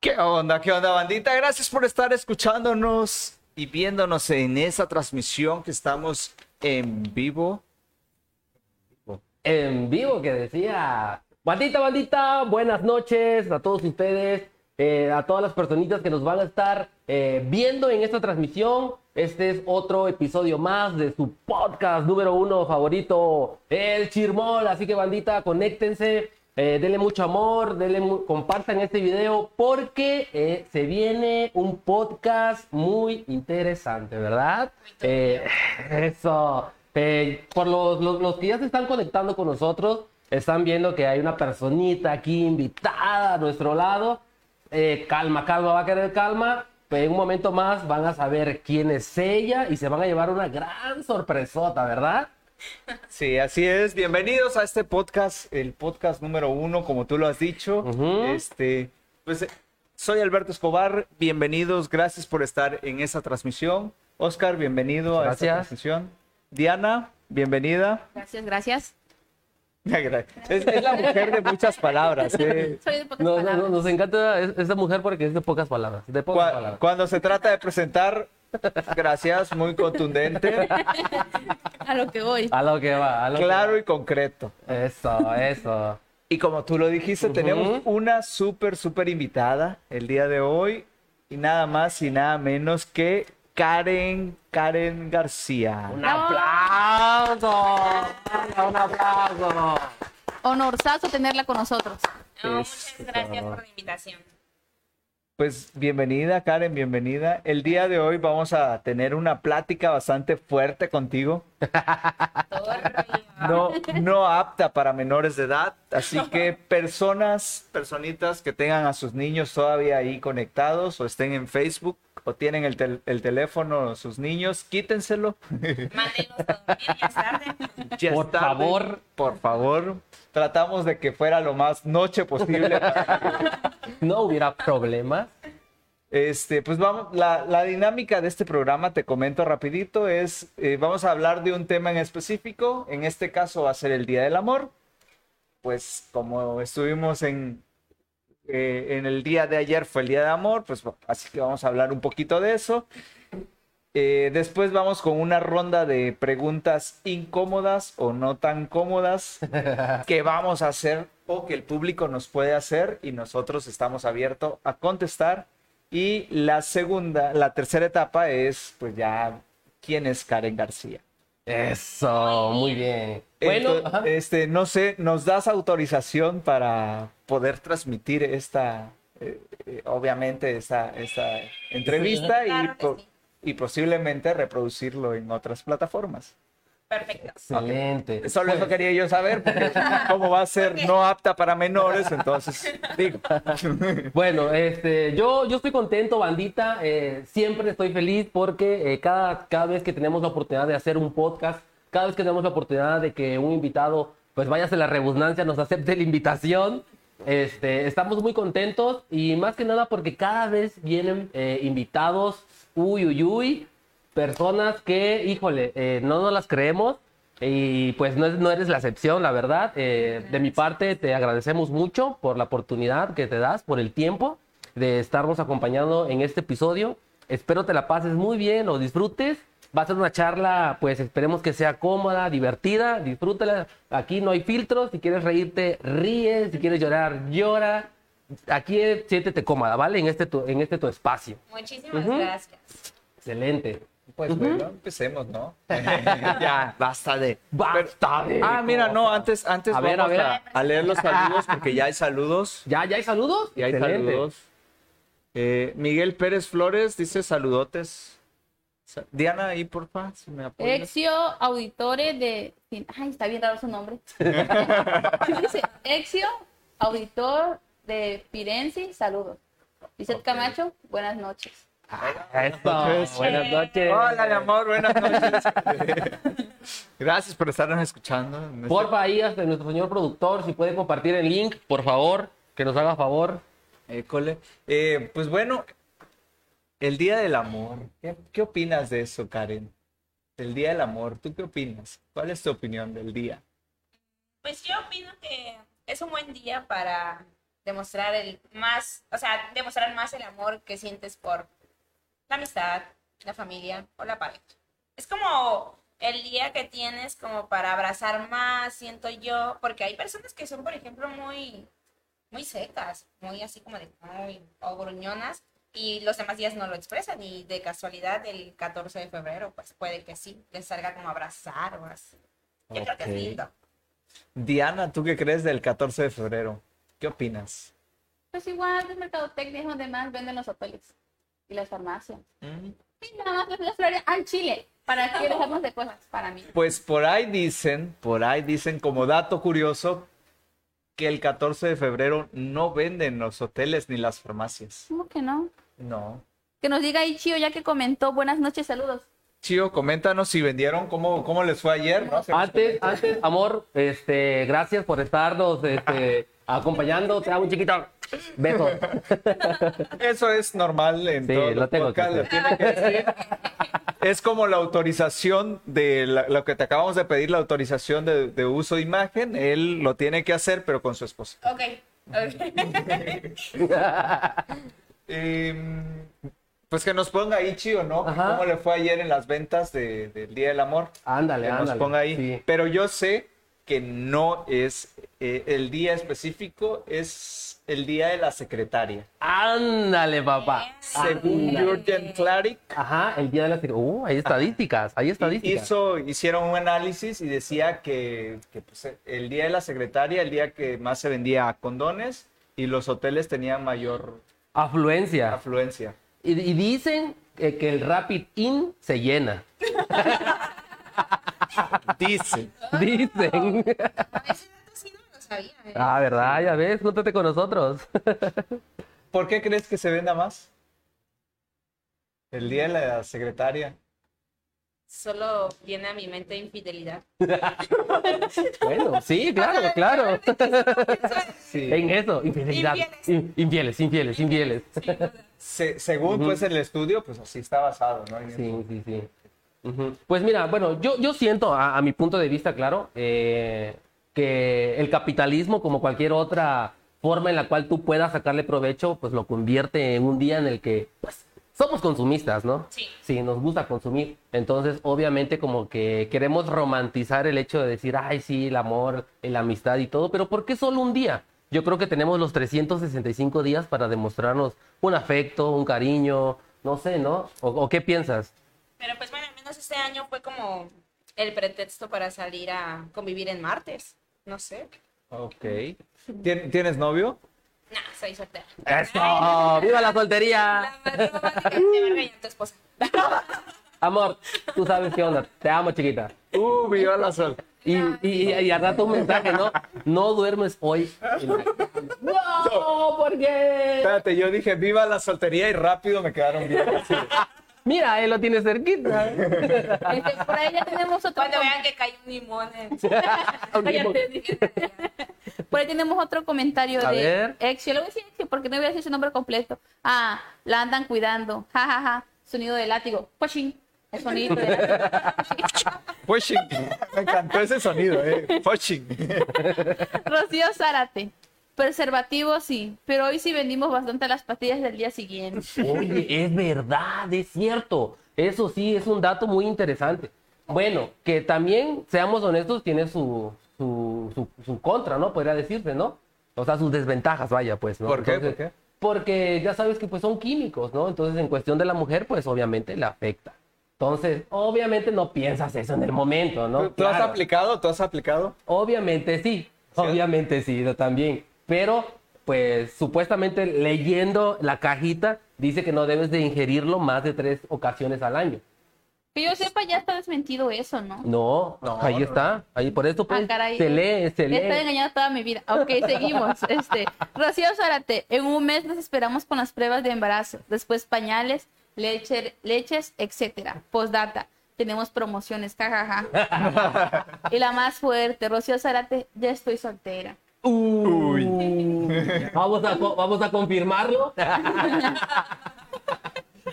¿Qué onda? ¿Qué onda, bandita? Gracias por estar escuchándonos y viéndonos en esta transmisión que estamos en vivo. En vivo que decía, bandita, bandita, buenas noches a todos ustedes, eh, a todas las personitas que nos van a estar eh, viendo en esta transmisión. Este es otro episodio más de su podcast número uno favorito, El Chirmol. Así que bandita, conéctense, eh, denle mucho amor, denle mu- compartan este video porque eh, se viene un podcast muy interesante, ¿verdad? Eh, eso. Eh, por los, los- los que ya se están conectando con nosotros, están viendo que hay una personita aquí invitada a nuestro lado. Eh, calma, calma, va a querer calma. Pero en un momento más van a saber quién es ella y se van a llevar una gran sorpresota, ¿verdad? Sí, así es. Bienvenidos a este podcast, el podcast número uno, como tú lo has dicho. Ujú. Este, pues, eh, soy Alberto Escobar. Bienvenidos, gracias por estar en esta transmisión. Oscar, bienvenido a esta Gracias. transmisión. Diana, bienvenida. Gracias, gracias. Es, es la mujer de muchas palabras. ¿eh? Soy de pocas No, no, no, palabras. nos encanta es- esta mujer porque es de pocas palabras. De pocas Cua- palabras. cuando se trata de presentar, gracias, muy contundente, A lo que voy. A lo que va, a lo que claro va. y concreto. Eso, eso. Y como tú lo dijiste, tenemos una súper, súper invitada el día de hoy. Y nada más y nada menos que Karen, Karen García. ¡Un Bravo. aplauso! ¡Un aplauso! Honorazo tenerla con nosotros. No, muchas gracias por la invitación. Pues bienvenida, Karen, bienvenida. El día de hoy vamos a tener una plática bastante fuerte contigo. Torre. No, no apta para menores de edad. Así que personas, personitas que tengan a sus niños todavía ahí conectados o estén en Facebook o tienen el, tel- el teléfono sus niños, quítenselo. Mándenlos a dormir, ya es tarde. Ya es Por tarde. favor. Por favor. Tratamos de que fuera lo más noche posible. No hubiera problemas. Este, pues vamos, la, la dinámica de este programa, te comento rapidito, es, eh, vamos a hablar de un tema en específico, en este caso va a ser el Día del Amor, pues como estuvimos en, eh, en el día de ayer fue el Día del Amor, pues así que vamos a hablar un poquito de eso. Eh, después vamos con una ronda de preguntas incómodas o no tan cómodas que vamos a hacer o que el público nos puede hacer y nosotros estamos abiertos a contestar. Y la segunda, la tercera etapa es, pues ya, ¿quién es Karen García? Eso, muy bien. Bueno, Entonces, ajá. este, no sé, ¿nos das autorización para poder transmitir esta, eh, eh, obviamente, esta, esta entrevista y, Claro que po- sí. y posiblemente reproducirlo en otras plataformas? Perfecto. excelente. Solo eso quería yo saber, porque como va a ser no apta para menores, entonces digo. Bueno, este, yo, yo estoy contento, bandita. eh, siempre estoy feliz porque eh, cada, cada vez que tenemos la oportunidad de hacer un podcast, cada vez que tenemos la oportunidad de que un invitado, pues váyase la redundancia, nos acepte la invitación, este, estamos muy contentos y más que nada porque cada vez vienen eh, invitados, uy, uy, uy, personas que, híjole, eh, no nos las creemos y pues no, es- no eres la excepción, la verdad. Eh, de mi parte te agradecemos mucho por la oportunidad que te das, por el tiempo de estarnos acompañando en este episodio. Espero te la pases muy bien, lo disfrutes. Va a ser una charla, pues esperemos que sea cómoda, divertida, disfrútala. Aquí no hay filtros, si quieres reírte, ríe, si quieres llorar, llora. Aquí eh, siéntete cómoda, ¿vale? En este tu, en este tu espacio. Muchísimas Ujú. gracias. Excelente. Pues bueno, empecemos, ¿no? ya, basta de. Basta de Ah, mira, no, cosas. antes, antes A ver, vamos a ver. a leer los saludos, porque ya hay saludos. ¿Ya, ya hay saludos? Ya hay Excelente. saludos. Eh, Miguel Pérez Flores dice saludotes. Sa- Diana, ahí porfa, si me apoyas. Exio Auditores de. Ay, está bien raro su nombre. Dice, Exio Auditor de Firenze, saludos. Lizeth Camacho, buenas noches. Eso, Buenas noches. Hola, mi amor, buenas noches. Gracias por estarnos escuchando. en este- Porfa, ahí hasta nuestro señor productor, si puede compartir el link, por favor, que nos haga favor. École. Eh, pues bueno, el Día del Amor. ¿Qué, qué opinas de eso, Karen? El Día del Amor, ¿tú qué opinas? ¿Cuál es tu opinión del día? Pues yo opino que es un buen día para demostrar el más, o sea, demostrar más el amor que sientes por la amistad, la familia o la pareja. Es como el día que tienes como para abrazar más, siento yo, porque hay personas que son, por ejemplo, muy, muy secas, muy así como de, muy, o gruñonas, y los demás días no lo expresan, y de casualidad el 14 de febrero, pues puede que sí, les salga como abrazar o así. Yo creo que es Ok. lindo. Diana, ¿tú qué crees del 14 de febrero? ¿Qué opinas? Pues igual, el mercadotecnia es donde más venden los hoteles y las farmacias. Mm. Y nada más las- las flores al chile. ¿Para qué dejamos de cosas? Para mí. Pues por ahí dicen, por ahí dicen como dato curioso, que el 14 de febrero no venden los hoteles ni las farmacias. ¿Cómo que no? No. Que nos diga ahí Chio, ya que comentó, buenas noches, saludos. Chío, coméntanos si vendieron, cómo, cómo les fue ayer. ¿no? Antes, antes, amor, este, gracias por estarnos este, acompañando. Te hago un chiquito beso. Eso es normal en Sí, todos lo los tengo que podcasts, lo tiene hacer. que decir. Es como la autorización de la- lo que te acabamos de pedir, la autorización de, de uso de imagen. Él lo tiene que hacer, pero con su esposa. Ok, ok. Em, pues que nos ponga ahí, Chío, ¿no? Que Ajá. ¿Cómo le fue ayer en las ventas de- del Día del Amor? Ándale, que nos ándale, ponga ahí. sí. Pero yo sé que no es eh, el día específico, es el día de la secretaria. Ándale, papá. Según Ah, Ándale. Jürgen Klarik, Ajá, el día de la. Uh, hay estadísticas, hay estadísticas. hizo, hicieron un análisis y decía que, que, pues, el día de la secretaria, el día que más se vendía condones y los hoteles tenían mayor Afluencia. afluencia. Y, y dicen eh, que el Rapid In se llena. Dice. Dicen. Ese dato sí no lo sabía. ¿eh? Ah, ¿verdad? Ya ves, júntate con nosotros. ¿Por qué crees que se venda más? El día de la secretaria. Solo viene a mi mente infidelidad. Bueno, sí, claro, claro. Sí. En eso, infidelidad. Infieles. In- Infieles, infieles, infieles. Se- según pues el estudio, pues así está basado, ¿no? En eso. Sí, sí, sí. Ujú. Pues mira, bueno, yo, yo siento, a, a mi punto de vista, claro, eh, que el capitalismo, como cualquier otra forma en la cual tú puedas sacarle provecho, pues lo convierte en un día en el que, pues, somos consumistas, ¿no? Sí. Sí, nos gusta consumir. Entonces, obviamente, como que queremos romantizar el hecho de decir, ay, sí, el amor, la amistad y todo, pero ¿por qué solo un día? Yo creo que tenemos los 365 días para demostrarnos un afecto, un cariño, no sé, ¿no? ¿O, o qué piensas? Pero pues bueno, al menos este año fue como el pretexto para salir a convivir en martes. No sé. Ok. ¿Tien- ¿Tienes novio? Nah, soy soltera. ¡Eso! ¡Viva la soltería! La madre romántica te va a regañar tu esposa. Amor, tú sabes qué onda. Te amo, chiquita. Uh, viva la sol. Y, y, y al rato un mensaje, ¿no? No duermes hoy. ¡No! ¿Por qué? Espérate, yo dije viva la soltería y rápido me quedaron bien. así. Mira, él lo tiene cerquita. ¿eh? Este, por ahí ya tenemos otro Cuando com- vean que cae un limón en... Ah, Cállate, dije. Por ahí tenemos otro comentario A de ver. Exio. Le voy a decir Exio porque no voy a decir su nombre completo. Ah, la andan cuidando. Ja, ja, ja. Sonido de látigo. Pushing. El sonido de látigo. Pushing. Me encantó ese sonido, eh. Pushing. Rocío Zárate. Preservativo sí, pero hoy sí vendimos bastante las pastillas del día siguiente. Oye, es verdad, es cierto. Eso sí, es un dato muy interesante. Bueno, que también, seamos honestos, tiene su, su, su- su contra, ¿no? Podría decirse, ¿no? O sea, sus desventajas, vaya, pues, ¿no? ¿Por qué? ¿Por qué? Porque ya sabes que pues son químicos, ¿no? Entonces, en cuestión de la mujer, pues obviamente le afecta. Entonces, obviamente no piensas eso en el momento, ¿no? ¿Tú, tú has Claro. aplicado? ¿Tú has aplicado? Obviamente sí, obviamente sí, yo también. Pero, pues, supuestamente leyendo la cajita, dice que no debes de ingerirlo más de tres ocasiones al año. Que yo sepa, ya está desmentido eso, ¿no? No, No, ahí no, está, ahí por eso pues, Ah, caray. se lee, se Me lee. he estado engañando toda mi vida. Ok, seguimos. Este, Rocío Zárate, en un mes nos esperamos con las pruebas de embarazo, después pañales, leche, leches, etcétera. Postdata, tenemos promociones, jajaja. y la más fuerte, Rocío Zárate, ya estoy soltera. Uy. Vamos a, co- vamos a confirmarlo.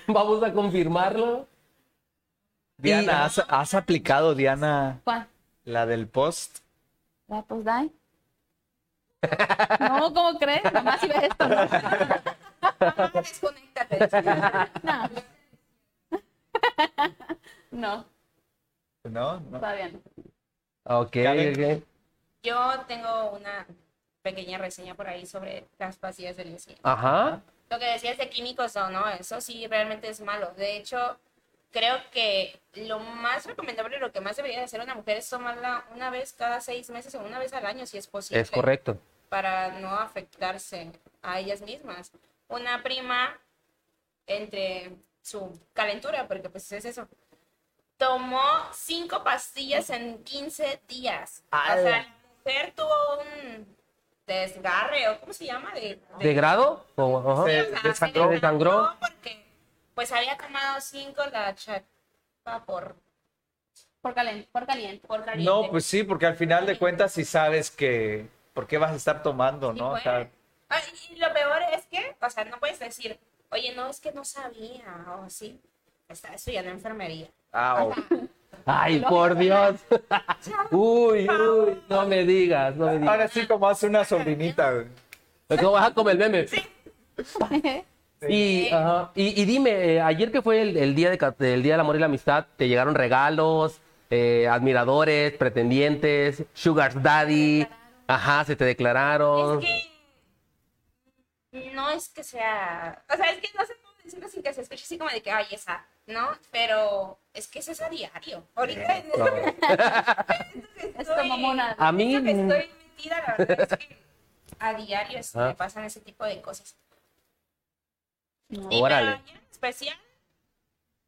vamos a confirmarlo. Diana, ¿has, has aplicado, Diana, ¿Cuál? la del post? ¿La postdata? No, ¿cómo crees? Nomás si ves esto, no. Mamá, desconéctate. No. No, No, no. todavía no. Ok, Karen. ok. Yo tengo una pequeña reseña por ahí sobre las pastillas del insulina. Ajá. Lo que decías de químicos o no, eso sí realmente es malo. De hecho, creo que lo más recomendable, lo que más debería de hacer una mujer es tomarla una vez cada seis meses o una vez al año, si es posible. Es correcto. para no afectarse a ellas mismas. Una prima, entre su calentura, porque pues es eso, tomó cinco pastillas en 15 días. O sea, la mujer tuvo un desgarre, o ¿cómo se llama? De, ¿De grado? O- ajá. Sí. o sea, se desangró. Desangró. Ah, Porque pues había tomado cinco la chapa por, Por caliente, por caliente. por caliente. No, pues sí, porque al final de cuentas si sabes que por qué vas a estar tomando, Sí ¿no? O fue. sea, Ah, y lo peor es que, o sea, no puedes decir, oye, no, es que no sabía, o sí, está estudiando enfermería. ah, o- Ay, por Dios. Uy, uy, no me digas, no me digas. Ahora sí como hace una sobrinita. güey. Lo que vas a comer el meme. Y, Sí. ajá, y, y dime, eh, ayer que fue el, el día de, ca- el Día del Amor y la Amistad, ¿te llegaron regalos, eh, admiradores, pretendientes, sugar daddy? Ajá, se te declararon. Es que no es que sea, o sea, es que no sé cómo decirlo sin que se escuche así como de que, ay, esa, ¿no? Pero es que eso es a diario. Ahorita en esto que- en esto que Es como mona. Eh, A mí- en esto que estoy metida, la verdad es que a diario es- Ah. me pasan ese tipo de cosas. Y Órale. pero ayer en especial,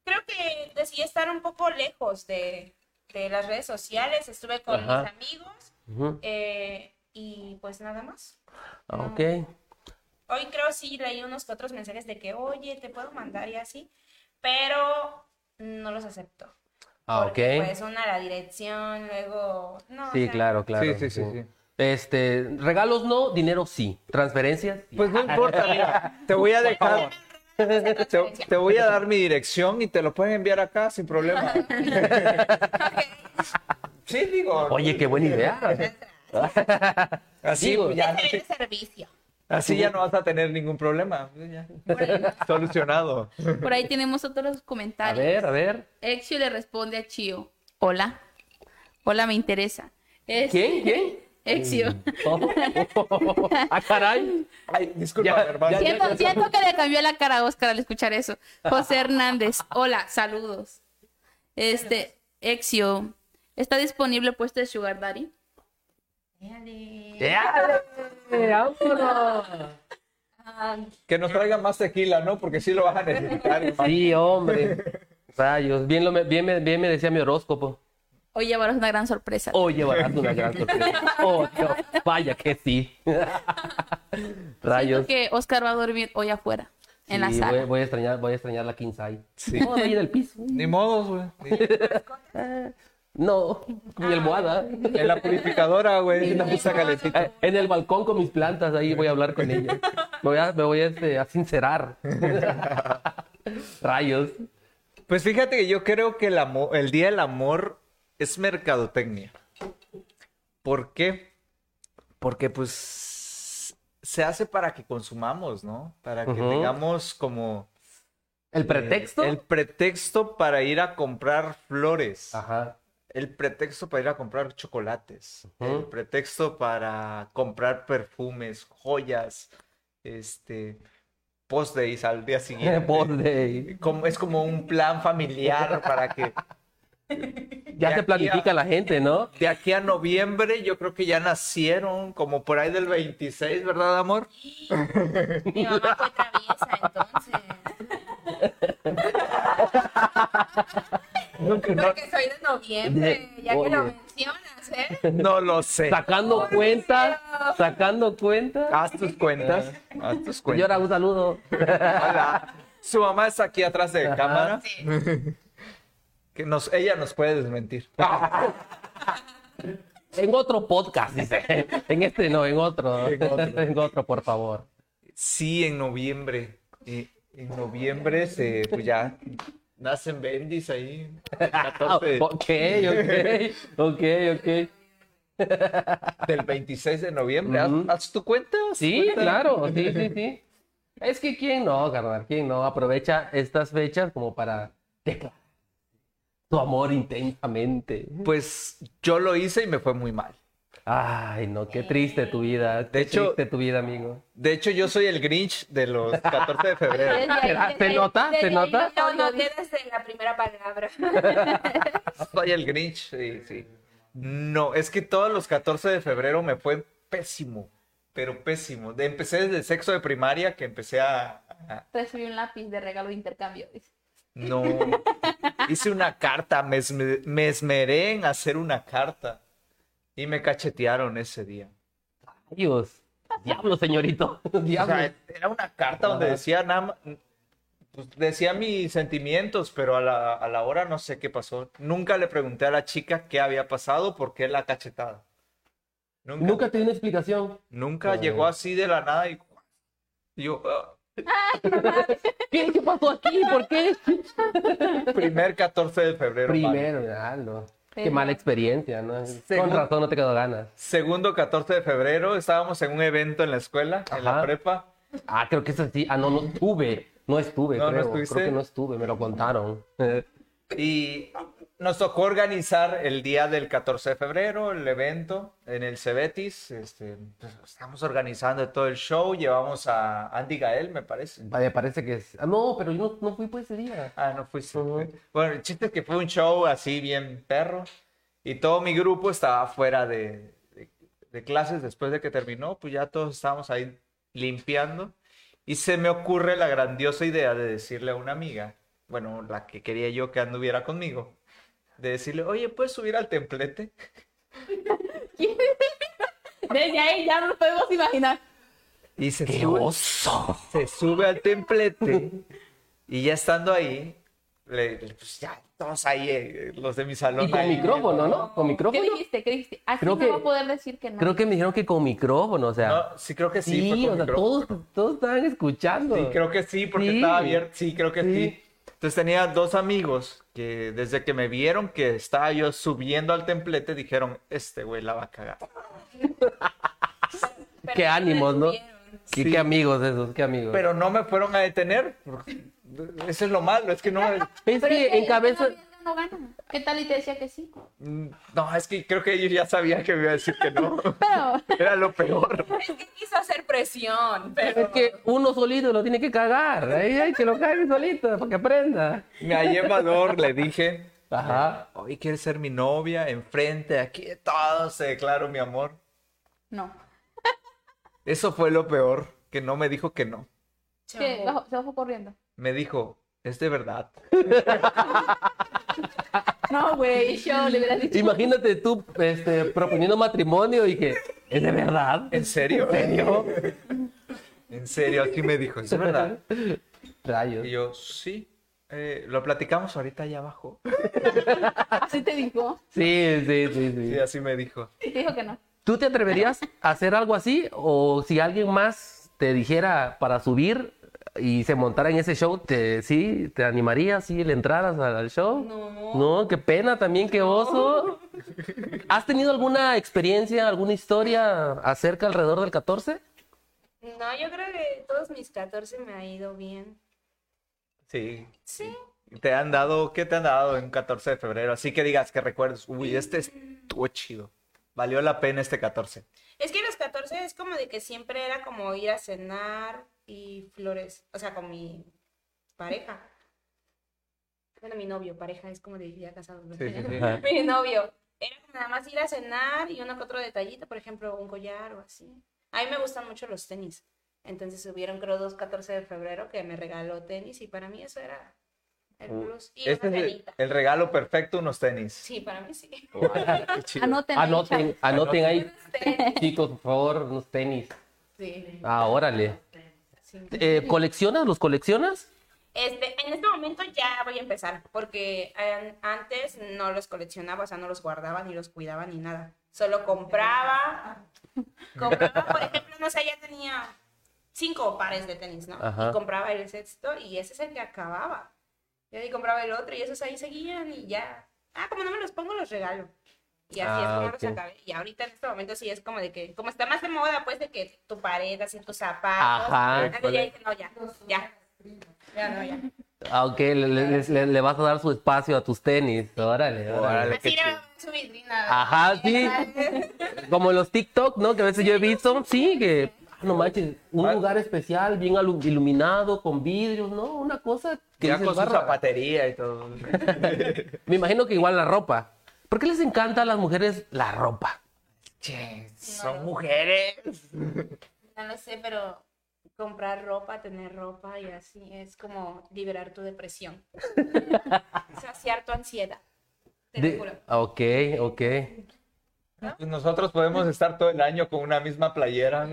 creo que decidí estar un poco lejos de, de las redes sociales. Estuve con Ajá. mis amigos Ujú, eh, y pues nada más. ah, Ok. Hoy creo sí leí unos que otros mensajes de que, oye, te puedo mandar y así, pero no los acepto. Ah, ok. Porque, Pues una la dirección, luego... No, o Sí, sea, claro, claro. Sí, sí, sí, sí. Este, regalos no, dinero sí. Transferencias. sí. Pues no importa, mira, te voy a dejar, te, te voy a dar mi dirección y te lo pueden enviar acá sin problema. Sí, digo. Oye, qué buena idea. Así, digo. ya, Excelente servicio. así ya no vas a tener ningún problema. Pues Ya. Solucionado. Por ahí tenemos otros A comentarios. ver, a ver. Exio le responde a Chio. Hola. Hola, me interesa. Es- ¿Quién? ¿Quién? Exio. Oh, oh, oh, oh. Ah, caray. Ay, disculpa, Ya, hermano. ya, Siento, siento que le cambió la cara a Oscar al escuchar eso. José Hernández, hola, saludos. Este, Exio, ¿está disponible el puesto de Sugar Daddy? Ya, vámonos. Que nos traigan más tequila, ¿no? Porque sí lo vas a necesitar. hermano. Sí, hombre. Rayos. Bien, lo me, bien, me, bien me decía mi horóscopo. Hoy llevarás una gran sorpresa. Oh, llevarás una gran sorpresa. Oh, Dios. Vaya que sí. Rayos. Siento que Oscar va a dormir hoy afuera, en la Sí, sala. voy, voy a extrañar, voy a extrañar la quinzai. Sí. No, ahí en el piso. Ni modos, güey. Ni- No, mi almohada. En la purificadora, güey. En la pizza calentita. Eh, En el balcón con mis plantas, ahí voy a hablar con ellas. Me voy a, me voy a, este, a sincerar. Rayos. Pues fíjate que yo creo que el, amo- el Día del Amor es mercadotecnia. ¿Por qué? Porque pues se hace para que consumamos, ¿no? Para que Ujú. tengamos como... eh, ¿El pretexto? El pretexto para ir a comprar flores. Ajá. El pretexto para ir a comprar chocolates. El Ujú. pretexto para comprar perfumes, joyas, este... Post-days al día siguiente. Post-day. Como- es como un plan familiar para que Ya De se aquí planifica a- la gente, ¿no? de aquí a noviembre yo creo que ya nacieron, como por ahí del 26, ¿verdad, amor? Mi mamá fue traviesa, entonces. Porque soy de noviembre, De- ya que lo oye. mencionas, ¿eh? No lo sé. Sacando cuentas, sacando cuentas. Haz tus cuentas. Haz tus cuentas. Eh, Señora, un saludo. Hola. Su mamá está aquí atrás de cámara. Sí. Que nos, ella nos puede desmentir. En otro podcast, dice. En este no, en otro. En otro. En otro, por favor. Sí, en noviembre. eh, en noviembre se, pues ya nacen bendis ahí. Ah, 14. ok, ok, ok, ok. Del 26 de noviembre. ¿Haz- Ujú. ¿Haz, tu cuenta? Sí, claro, sí, sí, sí. Es que quién no, carnal, quién no aprovecha estas fechas como para declarar tu amor intensamente. Pues yo lo hice y me fue muy mal. Ay, no, qué triste tu vida. qué hecho- triste tu vida, amigo. De hecho, yo soy el Grinch de los 14 de febrero. ¿Se nota? ¿Se nota? No, no, desde la primera palabra. Soy el Grinch, sí, sí. No, es que todos los 14 de febrero me fue pésimo, pero pésimo. De- Empecé desde sexo de primaria que empecé a... a- Recibí un lápiz de regalo de intercambio. dice. No. Hice una carta, me, esme- me esmeré en hacer una carta y me cachetearon ese día. Dios. Diablo, señorito. O Diablo. sea, era una carta donde Ajá. decía nada ma- pues, decía mis sentimientos, pero a la, a la hora no sé qué pasó. Nunca le pregunté a la chica qué había pasado, por qué la cachetada. Nunca, Nunca nunca, te di una explicación. Ah. llegó así de la nada y y yo, "Ah". ¿Qué, ¿Qué pasó aquí? ¿Por qué? primer 14 de febrero. Mario. Primero, ah, no. Qué Pero- mala experiencia, ¿no? Con Segundo. razón no te quedó ganas. Segundo 14 de febrero, estábamos en un evento en la escuela, en la Ajá. prepa. Ah, creo que es así. Ah, no, no estuve. No estuve, No, no creo. estuviste. creo que no estuve, me lo contaron. Y nos tocó organizar el día del 14 de febrero, el evento en el Cebetis. Este, pues, estamos organizando todo el show. Llevamos a Andy Gael, me parece. Vaya, parece que es. Ah, no, pero yo no, no fui por ese día. Ah, no fuiste. Ujú. Bueno, el chiste es que fue un show así bien perro. Y todo mi grupo estaba fuera de, de- de clases después de que terminó. Pues ya todos estábamos ahí limpiando. Y se me ocurre la grandiosa idea de decirle a una amiga, bueno, la que quería yo que anduviera conmigo, de decirle, oye, ¿puedes subir al templete? Desde ahí ya no lo podemos imaginar. Y se ¡Qué sube, oso! se sube al templete. Y ya estando ahí, le- le- pues ya todos ahí, eh, los de mi salón. Y con ahí. micrófono, ¿no? Con ¿Qué micrófono. dijiste? ¿Qué dijiste? Así Creo no que- va a poder decir que no. Creo que me dijeron que con micrófono, o sea. No, sí, creo que sí. sí, fue con o sea, micrófono. todos, todos estaban escuchando. Sí, creo que sí, porque Sí. estaba abierto. Sí, creo que sí. Sí. Entonces tenía dos amigos que desde que me vieron que estaba yo subiendo al templete dijeron, este güey la va a cagar. Pero Qué no ánimos, ¿no? detuvieron. Y Sí. qué amigos esos, qué amigos. Pero no me fueron a detener. porque Eso es lo malo, es que no... me- es Pero que es que en cabeza. no gana, No gana. ¿Qué tal y te decía que sí? Mm, No, es que creo que ellos ya sabían que me iba a decir que no. Pero Era lo peor. Es que quiso hacer presión, pero... Es que uno solito lo tiene que cagar. Ahí hay que lo cague solito para que aprenda. Me hallé valor, le dije. Ajá. Hoy quieres ser mi novia, enfrente, aquí de todos, se declaro mi amor. no. Eso fue lo peor, que no me dijo que no. ¿Qué? Chamo. Bajó- se bajó corriendo. Me dijo, es de verdad. No, güey, yo le hubiera dicho. Imagínate tú este, proponiendo matrimonio y que es de verdad. ¿En serio? ¿En serio? En serio, aquí me dijo, ¿es verdad? Y Rayos. yo, sí. Eh, lo platicamos ahorita allá abajo. Así te dijo. Sí, sí, sí, sí. Sí, así me dijo. Y te dijo que no. ¿Tú te atreverías a hacer algo así? ¿O si alguien más te dijera para subir y se montara en ese show, te, sí, te animarías si le entraras al, al show? No. No, qué pena también, qué oso. ¿Has tenido alguna experiencia, alguna historia acerca alrededor del 14? No, yo creo que todos mis 14 me ha ido bien. Sí. Sí. ¿Te han dado, qué te han dado en 14 de febrero? Así que digas, que recuerdes, uy, este estuvo chido. Valió la pena este 14. Es que los 14 es como de que siempre era como ir a cenar y flores, o sea, con mi pareja. Bueno, mi novio, pareja, es como de ya casados. ¿no? Sí, sí, sí. Ajá. Mi novio. Era como nada más ir a cenar y uno que otro detallito, por ejemplo, un collar o así. A mí me gustan mucho los tenis. Entonces subieron, creo, dos 14 de febrero que me regaló tenis y para mí eso era el Uh, plus. Y Este es una el, velita. el regalo perfecto, unos tenis. Sí, Ah, para mí sí. Qué chido. Anoten. Anoten, chavos. anoten ahí, Tenis. chicos, por favor, unos tenis. Sí. Ah, órale. Sí. Eh, ¿Coleccionas? ¿Los coleccionas? Este, en este momento ya voy a empezar, porque an- antes no los coleccionaba, o sea, no los guardaba, ni los cuidaba, ni nada. Solo compraba, compraba, por ejemplo, no sé, ya tenía cinco pares de tenis, ¿no? Ajá. Y compraba el sexto y ese es el que acababa. Y ahí compraba el otro y esos ahí seguían y ya. Ah, como no me los pongo, los regalo. Y así Ah, es como ok. los acabé. Y ahorita en este momento sí es como de que, como está más de moda, pues de que tu pared, así tus zapatos. Ajá. Antes ya dije, no, ya, ya. Ya, no, ya. Ah, ok, le, le- le- le vas a dar su espacio a tus tenis. Órale, órale. Órale, qué Así chido. era su vitrina. Ajá, sí. Como los TikTok, ¿no? Que a veces yo he visto, sí, que ah, no manches, un Ah. lugar especial, bien alu- iluminado, con vidrios, ¿no? Una cosa que Ya dices, con su "Bárbara". zapatería y todo. Me imagino que igual la ropa. ¿Por qué les encanta a las mujeres la ropa? Che, son mujeres. No lo sé, pero comprar ropa, tener ropa y así es como liberar tu depresión. Saciar tu ansiedad. Te lo De- juro. Ok, ok. Pues Nosotros podemos estar todo el año con una misma playera.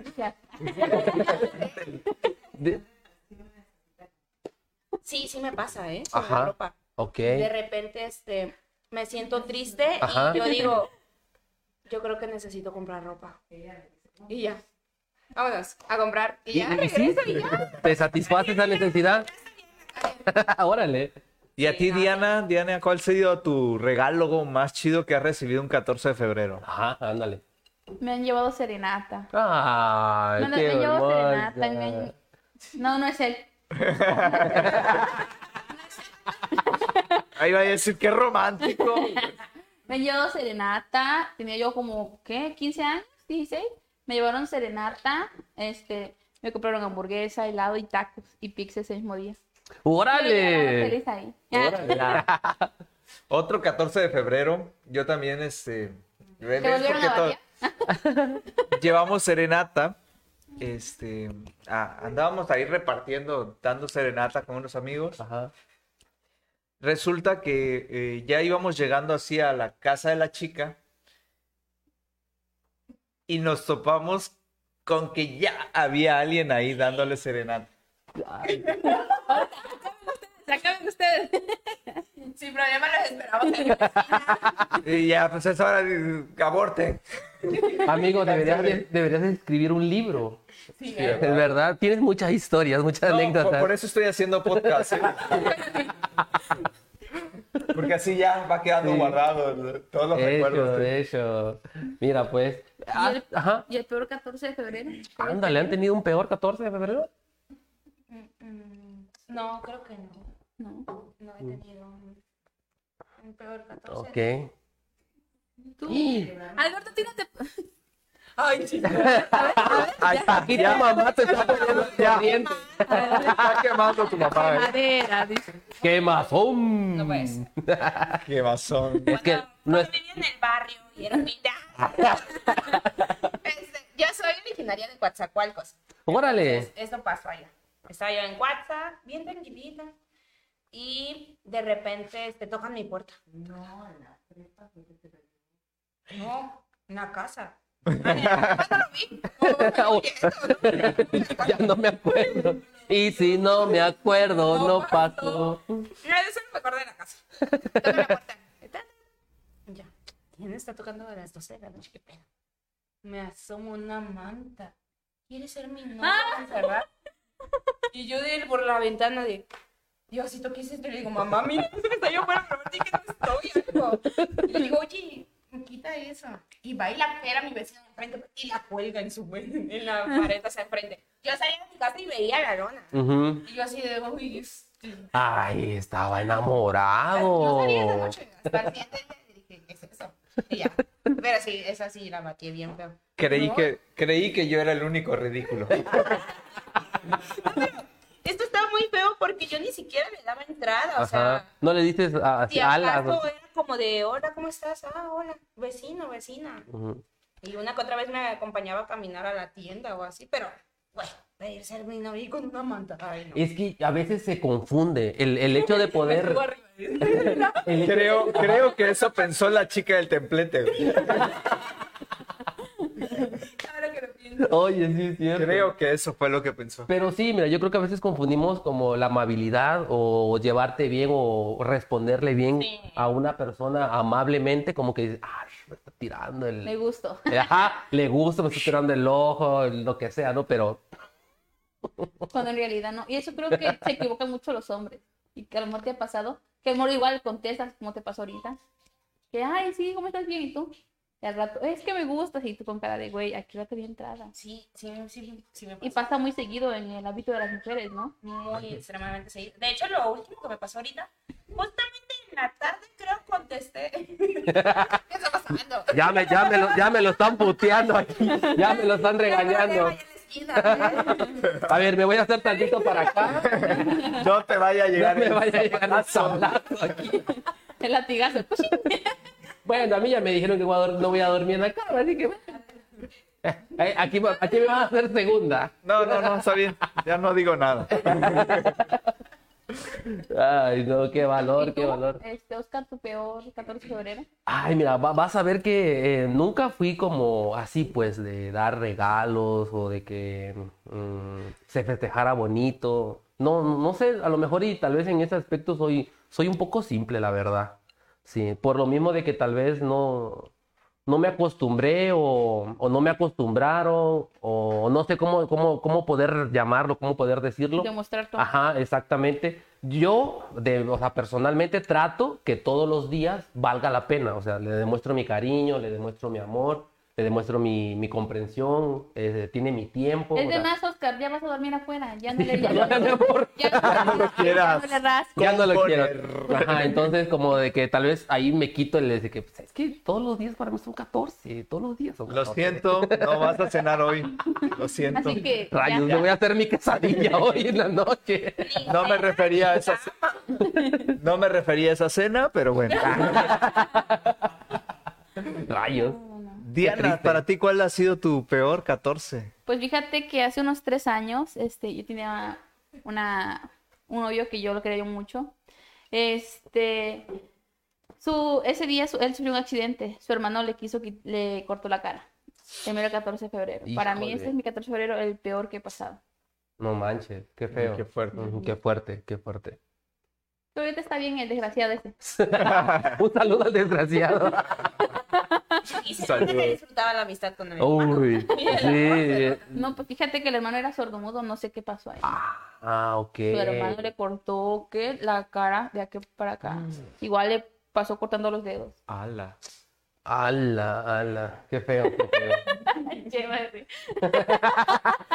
De- Sí, sí me pasa, ¿eh? Con Ajá. la ropa. ok. De repente, este, me siento triste Ajá. y yo digo, yo creo que necesito comprar ropa. Y ya. Vámonos a comprar. Y ya, ¿Y sí? regreso y ya. ¿Te satisface esa necesidad? Órale. Y a ti, Diana, Diana, ¿cuál ha sido tu regalo más chido que has recibido un 14 de febrero? Ajá, ándale. Me han llevado serenata. Ay, Me, lo- qué me han llevado hermosa. serenata. y me han- No, no es él. Ahí va a decir, qué romántico. Me llevó serenata, tenía yo como, ¿qué? ¿15 años? ¿16? Me llevaron serenata, este, me compraron hamburguesa, helado y tacos y pizza ese mismo día. Me Órale. feliz ahí. Otro 14 de febrero, yo también, este... ¿Te volvieron a todo- batear? llevamos serenata. Este, ah, andábamos ahí repartiendo, dando serenata con unos amigos. Ajá. Resulta que eh, ya íbamos llegando así a la casa de la chica y nos topamos con que ya había alguien ahí dándole serenata. Ay, Sácame ustedes. Sin problema los esperamos. en la esquina. Y ya, pues es hora de aborte. Amigo, deberías, de- deberías de escribir un libro. Sí, Es verdad, tienes muchas historias, muchas No, por, anécdotas. por eso estoy haciendo podcast. ¿eh? Porque así ya va quedando Sí. guardado ¿no? todos los Eso, recuerdos. eso. Mira, pues. ah, Y el- Ajá. Y el peor 14 de febrero. Ándale, ¿han tenido un peor 14 de febrero? Mm, No, creo que no. No. No he Mm. tenido un un peor 14. Ok. Tú. Alberto, ¿tú no te... Ay, chica. Ahí está, Aquí tu mamá te está poniendo corriente. está quemando tu mamá. ¿eh? Madera, dice. ¡Qué mazón! No pues. puedes. Qué mazón. Es que no Cuando es. vivía en el barrio y era linda. Este, yo soy originaria de Coatzacoalcos. Órale. Eso pasó allá. Estaba yo en WhatsApp, bien tranquilita. Y de repente este, tocan mi puerta. No, en la No, en la casa. ¿Cuándo lo vi? Oh. ya no me acuerdo. Y si no me acuerdo, No no pasó. No, de eso no me acuerdo de la casa. Toca la puerta. Ta, ta. Ya. ¿Quién está tocando a las 12 de la noche? ¿Qué pedo? Me asomo una manta. ¿Quieres ser mi novia, Montserrat? Y yo de él por la ventana de... Diosito, ¿qué es esto? Y le digo, mamá, mira, eso que está yo para probarte que no estoy, algo. Y le digo, oye, quita eso. Y va y la pega a mi vecino enfrente y la cuelga en su en la pared, o sea, enfrente. Yo salía de mi casa y veía la lona. Ujú. Y yo así de, uy, este, Ay, estaba yo enamorado. salí esa noche, hasta el siguiente día y dije, ¿qué es eso? Y ya. Pero sí, esa sí la batí bien feo. Creí No. que, creí que yo era el único ridículo. Esto estaba muy feo porque yo ni siquiera le daba entrada, o Ajá. sea, No le dices a- si así alas. acaso era como de, hola, ¿cómo estás? Ah, hola, vecino, vecina. Ujú. Y una que otra vez me acompañaba a caminar a la tienda o así, pero, güey, pedir ser mi novio y con una manta, ay, no. Es que a veces se confunde el, el hecho de poder. Estuvo horrible. el hecho- Creo, creo que eso pensó la chica del templete. güey. Ahora que lo pienso. Oye, sí, es cierto. Creo que eso fue lo que pensó. Pero sí, mira, yo creo que a veces confundimos como la amabilidad o llevarte bien o responderle bien Sí. a una persona amablemente, como que dices, "Ay, me está tirando el. eh, Me gustó. Ajá, le gusta, me está tirando el ojo, lo que sea, ¿no? Pero Cuando en realidad no. Y eso creo que se equivocan mucho los hombres. Y que a lo mejor te ha pasado. Que a lo mejor igual contestas como te pasó ahorita. Que, ay, sí, ¿cómo estás bien? ¿Y tú? Y al rato, es que me gustas. Y tú con cara de, güey, aquí la te vi entrada. Sí, sí, sí, sí me Y pasa. pasa muy seguido en el hábito de las mujeres, ¿no? Muy extremadamente seguido. De hecho, lo último que me pasó ahorita, justamente en la tarde creo contesté. ¿Qué está pasando? Ya me, ya, me lo, ya me lo están puteando aquí. Ya me lo están regañando. ¿eh? A ver, me voy a hacer tantito para acá. No te vaya a No llegar. me el vaya a llegar el zapatazo. sablazo aquí. El latigazo. pues Bueno, a mí ya me dijeron que voy a dor- no voy a dormir en la cama, así que. Eh, Aquí, va- aquí me van a hacer segunda. No, no, no, está bien. Ya no digo nada. Ay, no, qué valor, ¿Y qué tú? valor. Este, Oscar, tu peor 14 de febrero. Ay, mira, va- vas a ver que eh, nunca fui como así, pues, de dar regalos o de que mm, se festejara bonito. No, no sé, a lo mejor y tal vez en ese aspecto soy, soy un poco simple, la verdad. Sí, por lo mismo de que tal vez no, no me acostumbré o, o no me acostumbraron o no sé cómo, cómo, cómo poder llamarlo, cómo poder decirlo. Demostrar tu Ajá, exactamente. Yo, de, o sea, personalmente trato que todos los días valga la pena. O sea, le demuestro mi cariño, le demuestro mi amor, le demuestro mi, mi comprensión, eh, tiene mi tiempo. Es o de sea, más, Oscar, ya vas a dormir afuera. Ya no le, sí, ya no, perdóname, amor. ya no- ya no quieras. le rasques. Ya no lo Componer. quiero. Ajá, entonces como de que tal vez ahí me quito el de que pues, es que todos los días para mí son 14, todos los días son Lo 14. siento, no vas a cenar hoy. Lo siento. Así que ya. Rayos, me voy a hacer mi quesadilla hoy en la noche. No me refería a esa No me refería a esa cena, pero bueno. Ah, Rayos. Qué Diana, triste. para ti ¿cuál ha sido tu peor 14? Pues fíjate que hace unos tres años, este, yo tenía una, un novio que yo lo quería yo mucho. Este, su, ese día su- él sufrió un accidente. Su hermano le quiso, qui- le cortó la cara. El mero 14 de febrero. Para mí, Híjole. este es mi 14 de febrero, el peor que he pasado. No manches, qué feo. Mm, Qué fuerte. Ujú, Qué fuerte, qué fuerte. Pero ahorita está bien el desgraciado ese. Un saludo al desgraciado. Y se nota que disfrutaba la amistad con Oh. él. Uy, sí. No, pues fíjate que el hermano era sordomudo, no sé qué pasó ahí. Ah, ok. Su hermano le cortó ¿qué? la cara de aquí para acá. Mm. Igual le pasó cortando los dedos. Ala. Ala, ala. Qué feo, qué feo. Llévate.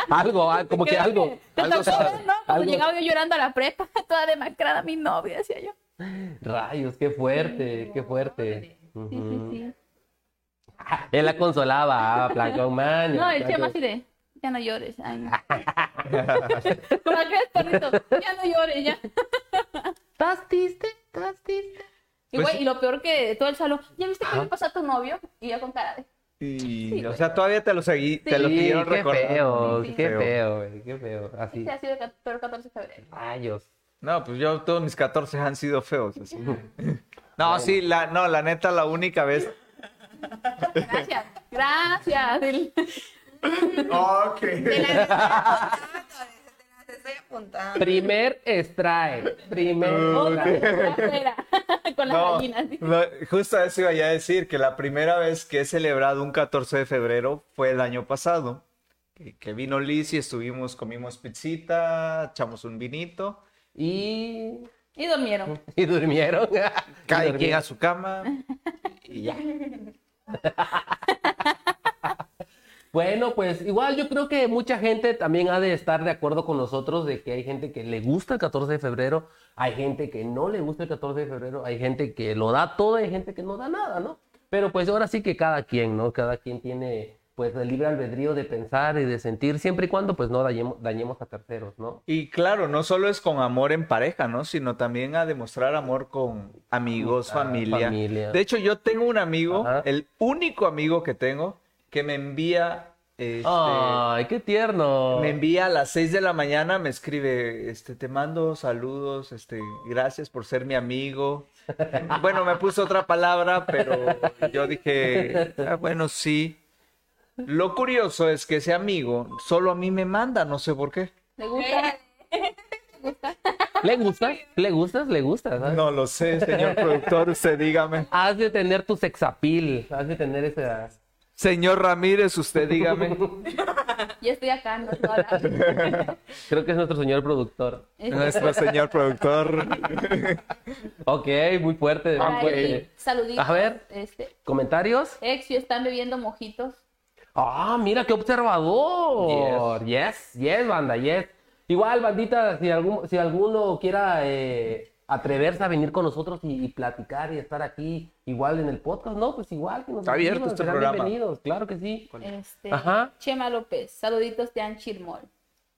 Algo, ah, como que algo. Te algo tocó sabe, ver, ¿no? Cuando algo- llegaba yo llorando a la prepa, toda demacrada mi novia, decía yo. Rayos, qué fuerte, qué fuerte. Sí, Ujú. sí, sí. Ah, Él la consolaba, ah, Blanca Humana. No, el Blanca- chema así de, ya no llores. Ay, no. Como aquel perrito, ya no llores, ya. ¿Estás triste? ¿Estás triste? Y, Pues güey, sí. y lo peor que todo el salón, ¿ya viste qué le pasó a tu novio? Y ya con cara de, Y, o sea, todavía te lo seguí, te lo Sí, pidieron qué recordar. feo, Sí, sí. qué Feo. feo, güey, qué feo. Así. este ha sido el cat- peor 14 de febrero. Rayos. No, pues yo todos mis 14 han sido feos. así. No, sí, la, no, la neta, la única vez. Gracias, gracias. El- Ok. Te las estoy apuntando, te las estoy apuntando. Primer strike. Primer. Otra vez afuera, con las No, gallinas. ¿sí? no, justo eso iba yo a decir, que la primera vez que he celebrado un 14 de febrero fue el año pasado, que, que vino Liz y estuvimos, comimos pizzita, echamos un vinito, Y. Y durmieron. Y durmieron. cada Y quien durmieron. a su cama y ya. Bueno, pues igual yo creo que mucha gente también ha de estar de acuerdo con nosotros de que hay gente que le gusta el 14 de febrero, hay gente que no le gusta el 14 de febrero, hay gente que lo da todo y hay gente que no da nada, ¿no? Pero pues ahora sí que cada quien, ¿no? Cada quien tiene pues el libre albedrío de pensar y de sentir siempre y cuando pues no dañemos, dañemos a terceros, ¿no? Y claro, no solo es con amor en pareja, ¿no? Sino también a demostrar amor con amigos, Ah, familia. familia. De hecho, yo tengo un amigo, Ajá. el único amigo que tengo, que me envía... Este, Ay, qué tierno. Me envía a las 6 de la mañana, me escribe, este, te mando saludos, este, gracias por ser mi amigo. Bueno, me puso otra palabra, pero yo dije, "Ah, bueno, sí. Lo curioso es que ese amigo solo a mí me manda, no sé por qué. ¿Le gusta? ¿Le gustas? ¿Le gustas? ¿Le gustas? ¿sabes? No lo sé, señor productor, usted dígame. Has de tener tu sexapil, has de tener esa... Señor Ramírez, usted dígame. Yo estoy acá, no puedo hablar. Creo que es nuestro señor productor. Nuestro señor productor. Ok, muy fuerte. Para muy fuerte. decir, Saluditos. A ver. Este, ¿Comentarios? Exio, están bebiendo mojitos. Ah, mira qué observador. Yes, yes, banda, yes. Igual, bandita, si, algún, si alguno quiera eh, atreverse a venir con nosotros y, y platicar y estar aquí igual en el podcast, no, pues igual que nos Está abierto escriban, este serán programa. bienvenidos, claro que sí. Este, Ajá. Chema López, saluditos de Anchirmol.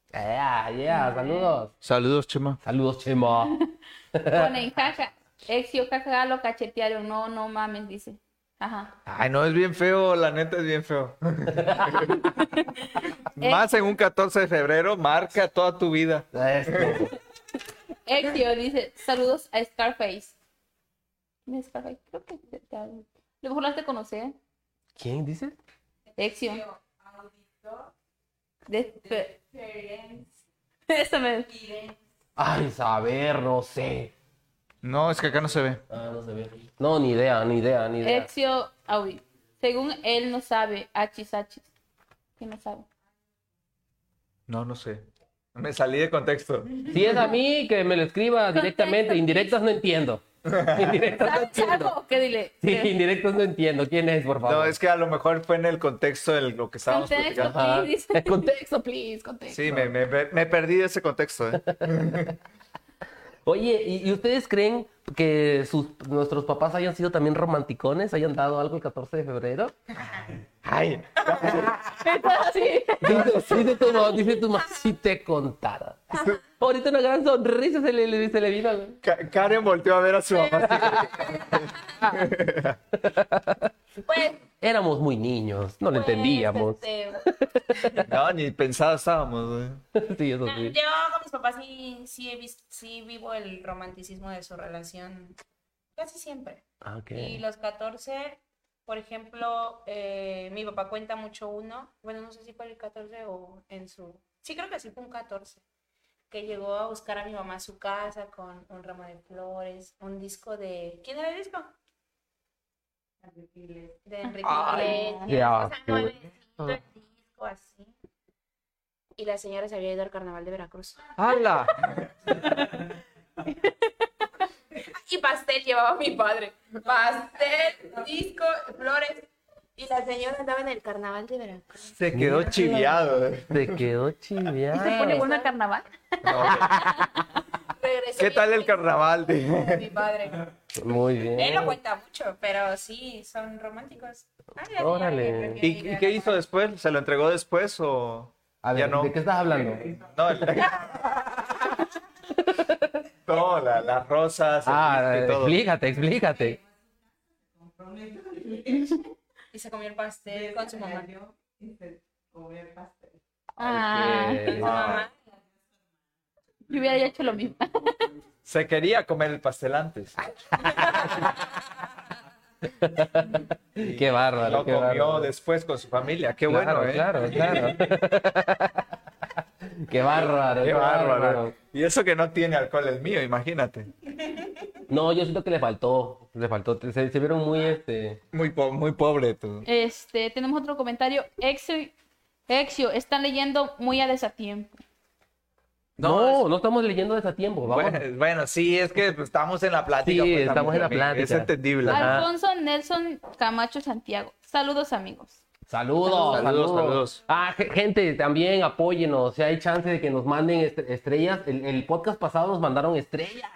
Yeah, yeah, saludos. Saludos, Chema. Saludos, Chema. Ponen jaja. Exio, jaja, lo cachetearon. No, no mames, dice. Ajá. Ay, no, es bien feo, la neta es bien feo. Más en un 14 de febrero, marca toda tu vida. Esto. Exio dice, saludos a Scarface. ¿Quién es Scarface? Creo que te, te hablo. A lo mejor las te conocer. ¿Quién dice? Exio. De- fe- Eso me... Ay, saber, no sé. No, es que acá no se ve. Ah, no se ve. No, ni idea, ni idea, ni idea. Exio Audi. Según él no sabe, achis achis. ¿Quién no sabe? No, no sé. Me salí de contexto. Si es a mí, que me lo escriba directamente. Contexto, Indirectas no entiendo. Indirectas no ¿Sabes entiendo. algo? ¿Qué dile? eh, Sí, ¿Qué? indirectas no entiendo. ¿Quién es, por favor? No, es que a lo mejor fue en el contexto de lo que estábamos Contexto. platicando. Ajá. Sí, dice. Eh, Contexto, please, contexto. Sí, me, me, me perdí de ese contexto. ¿eh? Oye, ¿y, y ustedes creen que sus, nuestros papás hayan sido también romanticones? ¿Hayan dado algo el 14 de febrero? Ay, Sí. dice, dice tu mamá, dice tu mamá, si te contara. Ahorita una gran sonrisa se le, le- se le vino. güey. Ka- Karen volteó a ver a su mamá. así Pues, Éramos muy niños, no lo pues, entendíamos. este, de- No, ni pensada estábamos. ¿eh? Sí, eso No, sí. Ah, Yo con mis papás sí, sí, he vis- sí vivo el romanticismo de su relación casi siempre. Ah, ok. Y los 14, por ejemplo, eh, mi papá cuenta mucho uno, bueno, no sé si fue el 14 o en su... Sí, creo que sí fue un 14, que llegó a buscar a mi mamá a su casa con un ramo de flores, un disco de... ¿Quién era el disco? De Enrique Ay, Iglesias. qué O sea, no, asco. el disco, el disco, así. Y la señora se había ido al carnaval de Veracruz. ¡Hala! Y pastel llevaba mi padre. Pastel, disco, flores. Y la señora andaba en el carnaval de Veracruz. Se quedó chiviado. ¿eh? Te quedó chiviado. ¿Se pone bueno el carnaval? Regresó ¿Qué y- tal el carnaval? de- Mi padre. Muy bien. Él lo cuenta mucho, pero sí, son románticos. Ay, ay, ay, Órale. ay, ay, ¿Y, y qué hizo después? ¿Se lo entregó después o...? A ver, ya no. ¿de qué estás hablando? No, el- No, la- las rosas, el Ah, disco y todo. explícate, explícate. Y se comió el pastel con su mamá. Ah, Con su mamá. yo hubiera hecho lo mismo. Se quería comer el pastel antes. Qué, qué bárbaro. Lo qué comió bárbaro. después con su familia. Qué Claro, bueno, ¿eh? claro, claro. qué bárbaro. Qué bárbaro. Y eso que no tiene alcohol el mío, imagínate. No, yo siento que le faltó. Le faltó. Se, se vieron muy este. Muy, po- muy pobre tú. Este, tenemos otro comentario. Exio, Exio, están leyendo muy a desatiempo. No, es- no, estamos leyendo desatiempo. Vamos. Bueno, bueno, sí, es que pues, estamos en la plática. Sí, pues, también, estamos en la amigo. Es plática. entendible. Ajá. Alfonso Nelson Camacho Santiago. Saludos, amigos. Saludos, Saludos, saludos, saludos. Ah, ge- gente, también apóyenos. Si hay chance de que nos manden est- estrellas. El, el podcast pasado nos mandaron estrellas.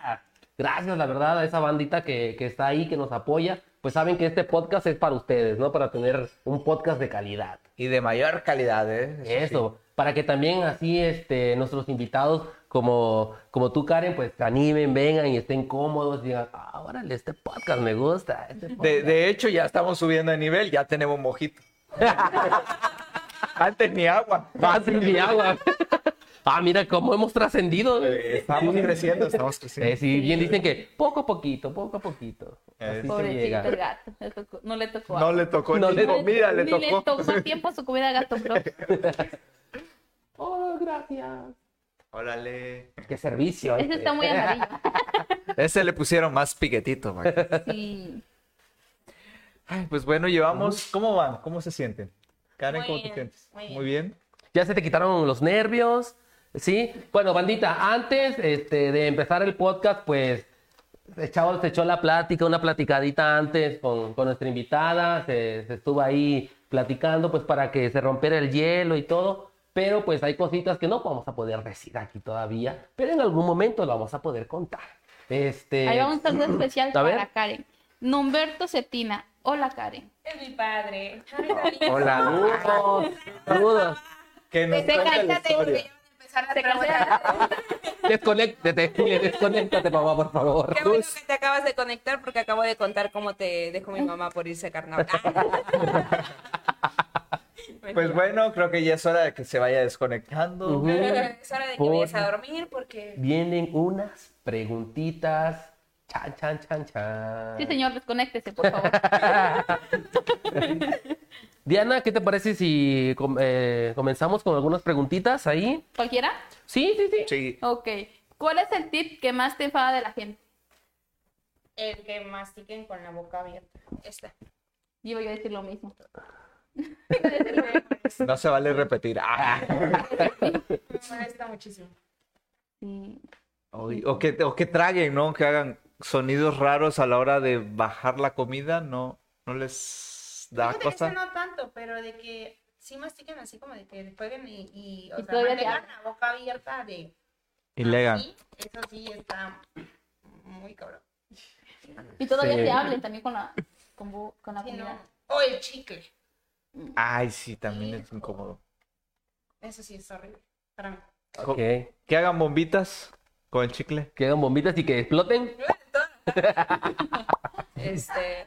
Gracias, la verdad, a esa bandita que, que está ahí, que nos apoya. Pues saben que este podcast es para ustedes, ¿no? Para tener un podcast de calidad. Y de mayor calidad, ¿eh? Eso, para que también así este, nuestros invitados, como, como tú, Karen, pues se animen, vengan y estén cómodos y digan, ah, órale, este podcast me gusta. este sí. De, podcast". de hecho, ya estamos subiendo de nivel, ya tenemos mojito. Antes ni agua. Ah, sí, mi agua. ah, mira cómo hemos trascendido. Eh, Estamos creciendo, estamos creciendo. Eh, sí, bien dicen que poco a poquito, poco a poquito. Así se Pobrecito llega. el gato. le tocó- no le tocó. No le tocó No ni le- comida, le ni tocó. tiempo su comida gato Pro. Oh, gracias. Órale. Qué servicio. Ese este. está muy amarillo. Ese le pusieron más piquetito, man. Sí. Ay, pues bueno, llevamos. ¿Cómo van? ¿Cómo se sienten? Karen, Muy ¿cómo te bien, sientes? muy bien. Muy bien. Ya se te quitaron los nervios, ¿sí? Bueno, bandita, antes este, de empezar el podcast, pues, el chavo se echó la plática, una platicadita antes con, con nuestra invitada, se, se estuvo ahí platicando, pues, para que se rompiera el hielo y todo, pero pues hay cositas que no vamos a poder decir aquí todavía, pero en algún momento lo vamos a poder contar. Este, Ahí va un saludo especial a ver. para Karen. Numberto Cetina. Hola, Karen. Es mi padre. Ay, Darío. Hola, saludos, saludos. Que nos Te cuente la cállate, porque historia. ya van a empezar las Te preguntas. Desconéctate, Julia, desconéctate, mamá, por favor. Qué bueno que te acabas de conectar porque acabo de contar cómo te dejó mi mamá por irse a carnaval. Ah. Pues bueno, creo que ya es hora de que se vaya desconectando. Ujú. Es hora de que Por- vayas a dormir porque vienen unas preguntitas. Chan, chan, chan, chan. Sí, señor, desconéctese, por favor. Diana, ¿qué te parece si com- eh, comenzamos con algunas preguntitas ahí? ¿Cualquiera? Sí, sí, sí. Sí. Ok. ¿Cuál es el tip que más te enfada de la gente? el que mastiquen con la boca abierta. Esta. Yo voy a decir lo mismo. No se vale repetir. Ah. Me molesta muchísimo. Sí. O, o que, o que traguen, ¿no? Que hagan sonidos raros a la hora de bajar la comida, no, no les da Fíjate que cosa. eso no tanto, pero de que sí mastiquen así como de que jueguen y, y, o Y sea, todavía mantengan te- la boca abierta de Y le hagan. así. Eso sí está muy cabrón. Y todavía Sí. te hablen también con la, con, bu- con la Sí, comida. no. O el chicle. Ay, sí, también es incómodo. Eso sí es horrible para mí. Co- Ok. Que Que hagan bombitas con el chicle. hagan bombitas y que exploten. Este,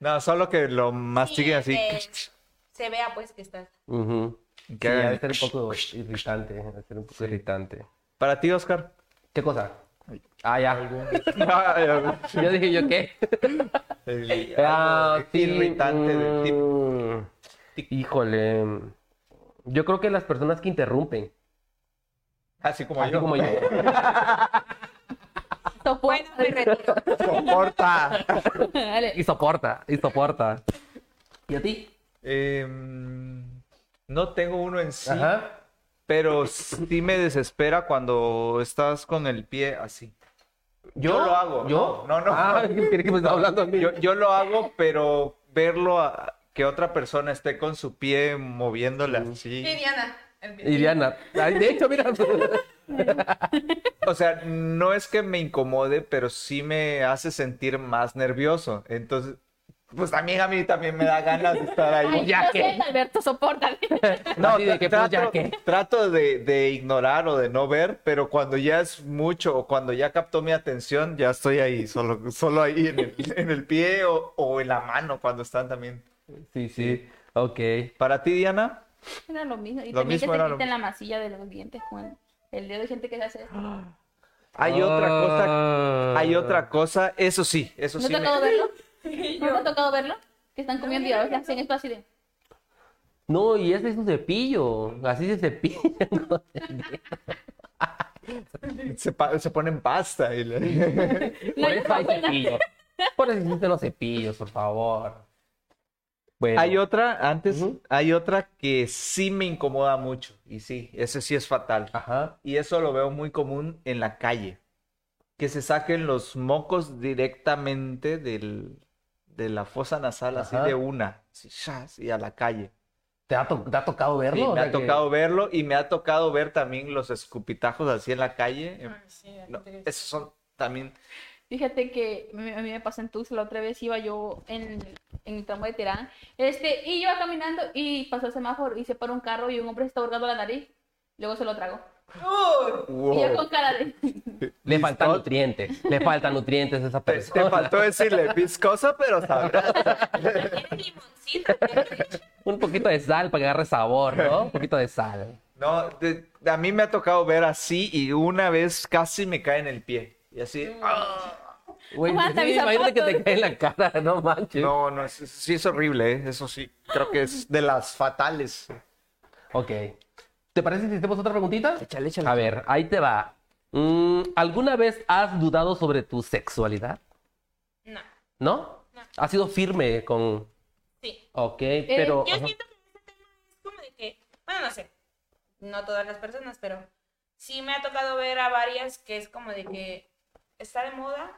No, solo que lo mastiguen así. sí, que se vea pues que está. Ujú. Que Sí, hagan- debe ser un poco irritante. Debe ser un poco irritante. Para ti, Oscar. ¿Qué cosa? Ah, ya. El- Yo dije, ¿yo qué? Ah, algo sí, eh, irritante del tipo. mm, Híjole. mm, Yo creo que las personas que interrumpen. Así como Así yo. como yo. Sopor- Bueno, me retiro. Soporta. Dale. Y soporta, y soporta. ¿Y a ti? Em, no tengo uno en sí. Ajá. Pero sí me desespera cuando estás con el pie así. Yo lo hago. ¿Yo? No, no, no. Ah, creí que me estaba hablando a mí. Yo, yo lo hago, pero verlo a- que otra persona esté con su pie moviéndole así. Diana. el- Y Diana. Ay, de hecho, mira. O sea, no es que me incomode, pero sí me hace sentir más nervioso. Entonces, pues también a mí también me da ganas de estar ahí. Ay, Ya lo que- siento, Alberto, soporta. No, Así de que, pues, trato, ya que. trato de, de ignorar o de no ver, pero cuando ya es mucho o cuando ya captó mi atención, ya estoy ahí, solo, solo ahí en el, en el pie o, o en la mano cuando están también. Sí, sí. Ok. Para ti, Diana, Era lo mismo. Y Lo también mismo que era se lo quiten la masilla de los dientes con el, el dedo. Hay gente que se hace esto. ¿No hay otra cosa, cosa. hay otra cosa, eso sí, eso sí. te ha me- tocado verlo? ¿No te ha tocado verlo? Que están comiendo y a veces hacen esto así de... No, y ese es un cepillo. Así se cepilla. se, pa- se ponen pasta. y le- Por eso hay no, no. cepillos. Por eso existen los cepillos, por favor. Bueno. Hay otra, antes, Ujú. hay otra que sí me incomoda mucho y sí, ese sí es fatal. Ajá. y eso lo veo muy común en la calle, que se saquen los mocos directamente del, de la fosa nasal, Ajá. así de una, así, shas, y a la calle. ¿Te ha, to- te ha tocado Sí, verlo? O me sea ha que- tocado verlo y me ha tocado ver también los escupitajos así en la calle. en- Ah, sí, la no, gente que- esos son también... Fíjate que a mí- a mí me pasó en Tuxtla, la otra vez iba yo en, en el tramo de Terán, este, y iba caminando y pasó el semáforo y se paró un carro y un hombre se está hurgando la nariz, luego se lo tragó. ¡Uh! Y yo wow. con cara de... Le faltan nutrientes. Le faltan nutrientes a esa Te, persona. te faltó decirle viscosa, pero sabrosa. Tiene limoncito. Un poquito de sal para que agarre sabor, ¿no? Un poquito de sal. No, de- a mí me ha tocado ver así y una vez casi me cae en el pie. Y así, Mm. ah, Güey, Aguanta, sí, mis imagínate que te zapatos. cae en la cara, no manches. No, no, es- es- sí Ah. es horrible, ¿eh? eso sí. Creo que es de las fatales. Ok. ¿Te parece si hacemos otra preguntita? Ah, A ver, ahí te va. Mm, ¿Alguna vez has dudado sobre tu sexualidad? No. ¿No? Ha sido firme con... Sí. Ok, Eh, pero... yo ajá. siento que este tema es como de que, bueno, no sé, no todas las personas, pero sí me ha tocado ver a varias que es como de que está de moda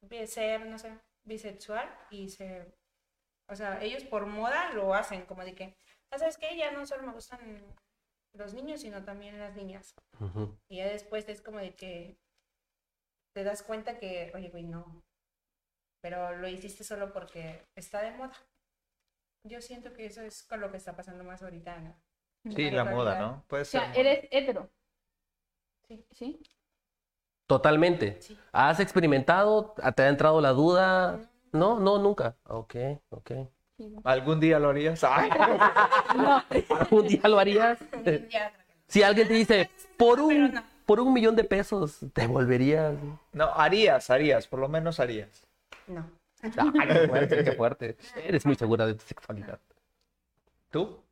bi- ser, no sé, bisexual y ser, o sea, ellos por moda lo hacen, como de que, "Ah, ¿sabes qué? Ya no solo me gustan los niños, sino también las niñas. Ujú. Y ya después es como de que te das cuenta que, oye, güey, no. Pero lo hiciste solo porque está de moda. Yo siento que eso es con lo que está pasando más ahorita. ¿no? Sí, la moda, ¿no? Puede O ser. sea, eres hetero. Sí. ¿Sí? Totalmente. Sí. ¿Has experimentado? ¿Ah, ¿Te ha entrado la duda? Mm. No, no, nunca. Ok, ok. ¿Algún día lo harías? Ay, Ah. ¿Algún día lo harías? Ya, creo que no. Si alguien te dice, por Ah, Pero un, no. por un millón de pesos, te volverías. No, harías, harías, por lo menos harías. No. Ay, qué fuerte, qué fuerte. Eres muy segura de tu sexualidad. ¿Tú?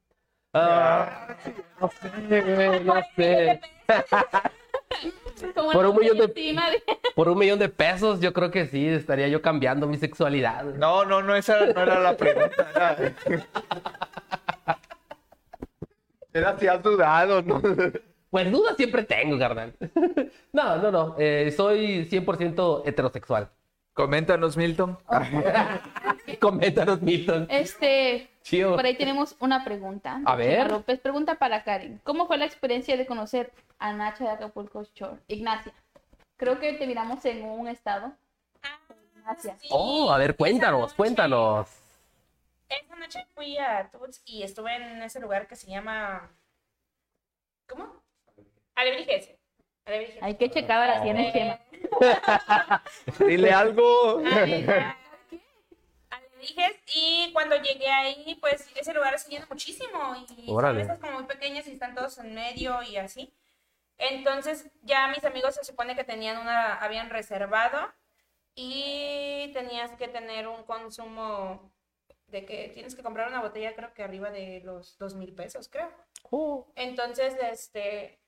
Ah, no sé, güey, no sé. Como Por una un millón de- autoestima de- Por un millón de pesos, yo creo que sí, estaría yo cambiando mi sexualidad. No, no, no, esa no era la pregunta. Era, era si has dudado, ¿no? Pues dudas siempre tengo, carnal. No, no, no. eh, soy 100% heterosexual. Coméntanos, Milton. Coméntanos, Milton. Este, Chido. por ahí tenemos una pregunta. A ver. Chica López, pregunta para Karen. ¿Cómo fue la experiencia de conocer a Nacha de Acapulco Shore? Ignacia, creo que te miramos en un estado. Ignacia. Ah, Sí, Oh, a ver, esa cuéntanos, noche- cuéntanos. Esa noche fui a Tuts y estuve en ese lugar que se llama. ¿Cómo? Alebrijes. Alebrijes. Ay, qué checada la tiene Chema. Dile algo. Alebrijes. Y cuando llegué ahí, pues ese lugar se llena muchísimo. Y Órale. son estas como muy pequeñas y están todos en medio y así. Entonces ya mis amigos se supone que tenían una, habían reservado y tenías que tener un consumo de que tienes que comprar una botella creo que arriba de los dos mil pesos, creo. Entonces, este,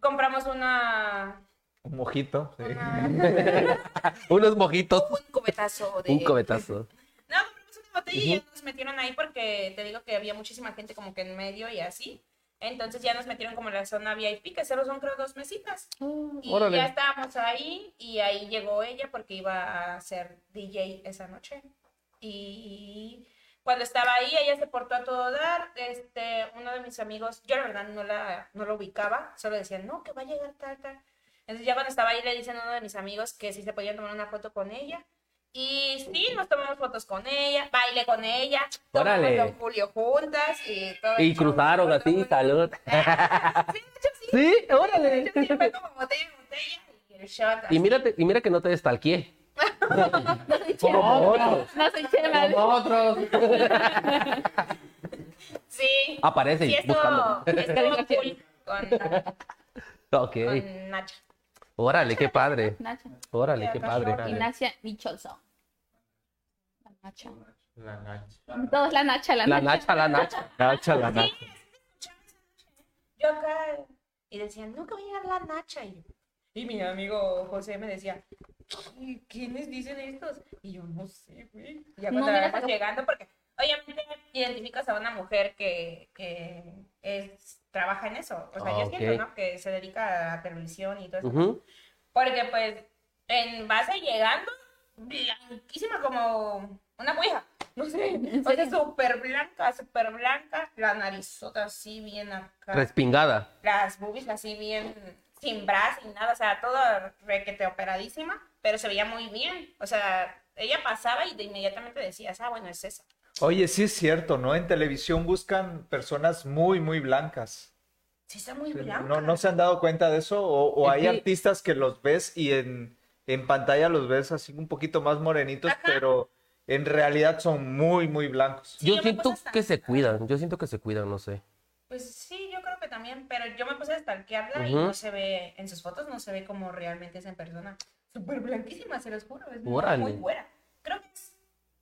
compramos una, Un mojito. sí. una- Unos mojitos, un cubetazo de... un cobetazo. No, compramos una botella y ya nos metieron ahí porque te digo que había muchísima gente como que en medio y así. Entonces ya nos metieron como en la zona VIP, que solo son creo dos mesitas. Y órale. ya estábamos ahí y ahí llegó ella porque iba a ser DJ esa noche. Y cuando estaba ahí, ella se portó a todo dar. Este, uno de mis amigos, yo la verdad no la, no lo ubicaba, solo decía, no, que va a llegar tal, tal. Entonces ya cuando estaba ahí le dicen a uno de mis amigos que si se podían tomar una foto con ella. Y sí, nos tomamos fotos con ella, bailé con ella, tomamos Órale. Don Julio juntas y todo. el Y show. cruzaron así, salud. Sí, de hecho, sí. Sí, De órale. hecho, sí, fue como botella en botella y el shot. Y mírate, y mira que no te destalqué. No soy Chema. otros. No soy Chema. Nosotros. Sí. Aparece Sí, y buscando. estuvo, estuvo cool con, Ok. con Nacha. Órale, qué padre. Nacha. Órale, qué padre. Ignacia Micholson. La Nacha. La Nacha. Todos la Nacha, la, La Nacha. nacha, la nacha. Nacha, la Sí, Nacha. yo acá. Y decían, nunca voy a llegar la Nacha. Y, y mi amigo José me decía, "¿Qui- ¿quiénes dicen estos? Y yo no sé, güey. Y ya No, cuando mira, vamos pero- llegando, porque obviamente identificas a una mujer que, que es, trabaja en eso. O sea, Ah, yo ok. siento, ¿no? Que se dedica a televisión y todo eso. Ujú. Porque pues en base llegando, blanquísima como una cuija. No sé, o sea, súper blanca, súper blanca, la narizota así bien acá, Respingada. las boobies así bien sin bras, sin nada, o sea, todo requete operadísima, pero se veía muy bien. O sea, ella pasaba y de inmediatamente decías, ah, bueno, es esa. Oye, sí es cierto, ¿no? En televisión buscan personas muy, muy blancas. Sí, está muy blanca. ¿No, no se han dado cuenta de eso? ¿O, o Es hay que- artistas que los ves y en, en pantalla los ves así un poquito más morenitos, pero en realidad son muy, muy blancos? Sí, yo yo me siento puse hasta- que se cuidan, yo siento que se cuidan, no sé. Pues sí, yo creo que también, pero yo me puse a stalkearla y Ujú. no se ve, en sus fotos no se ve como realmente es en persona. Súper blanquísima, se los juro, es muy- Órale. muy buena. Creo que es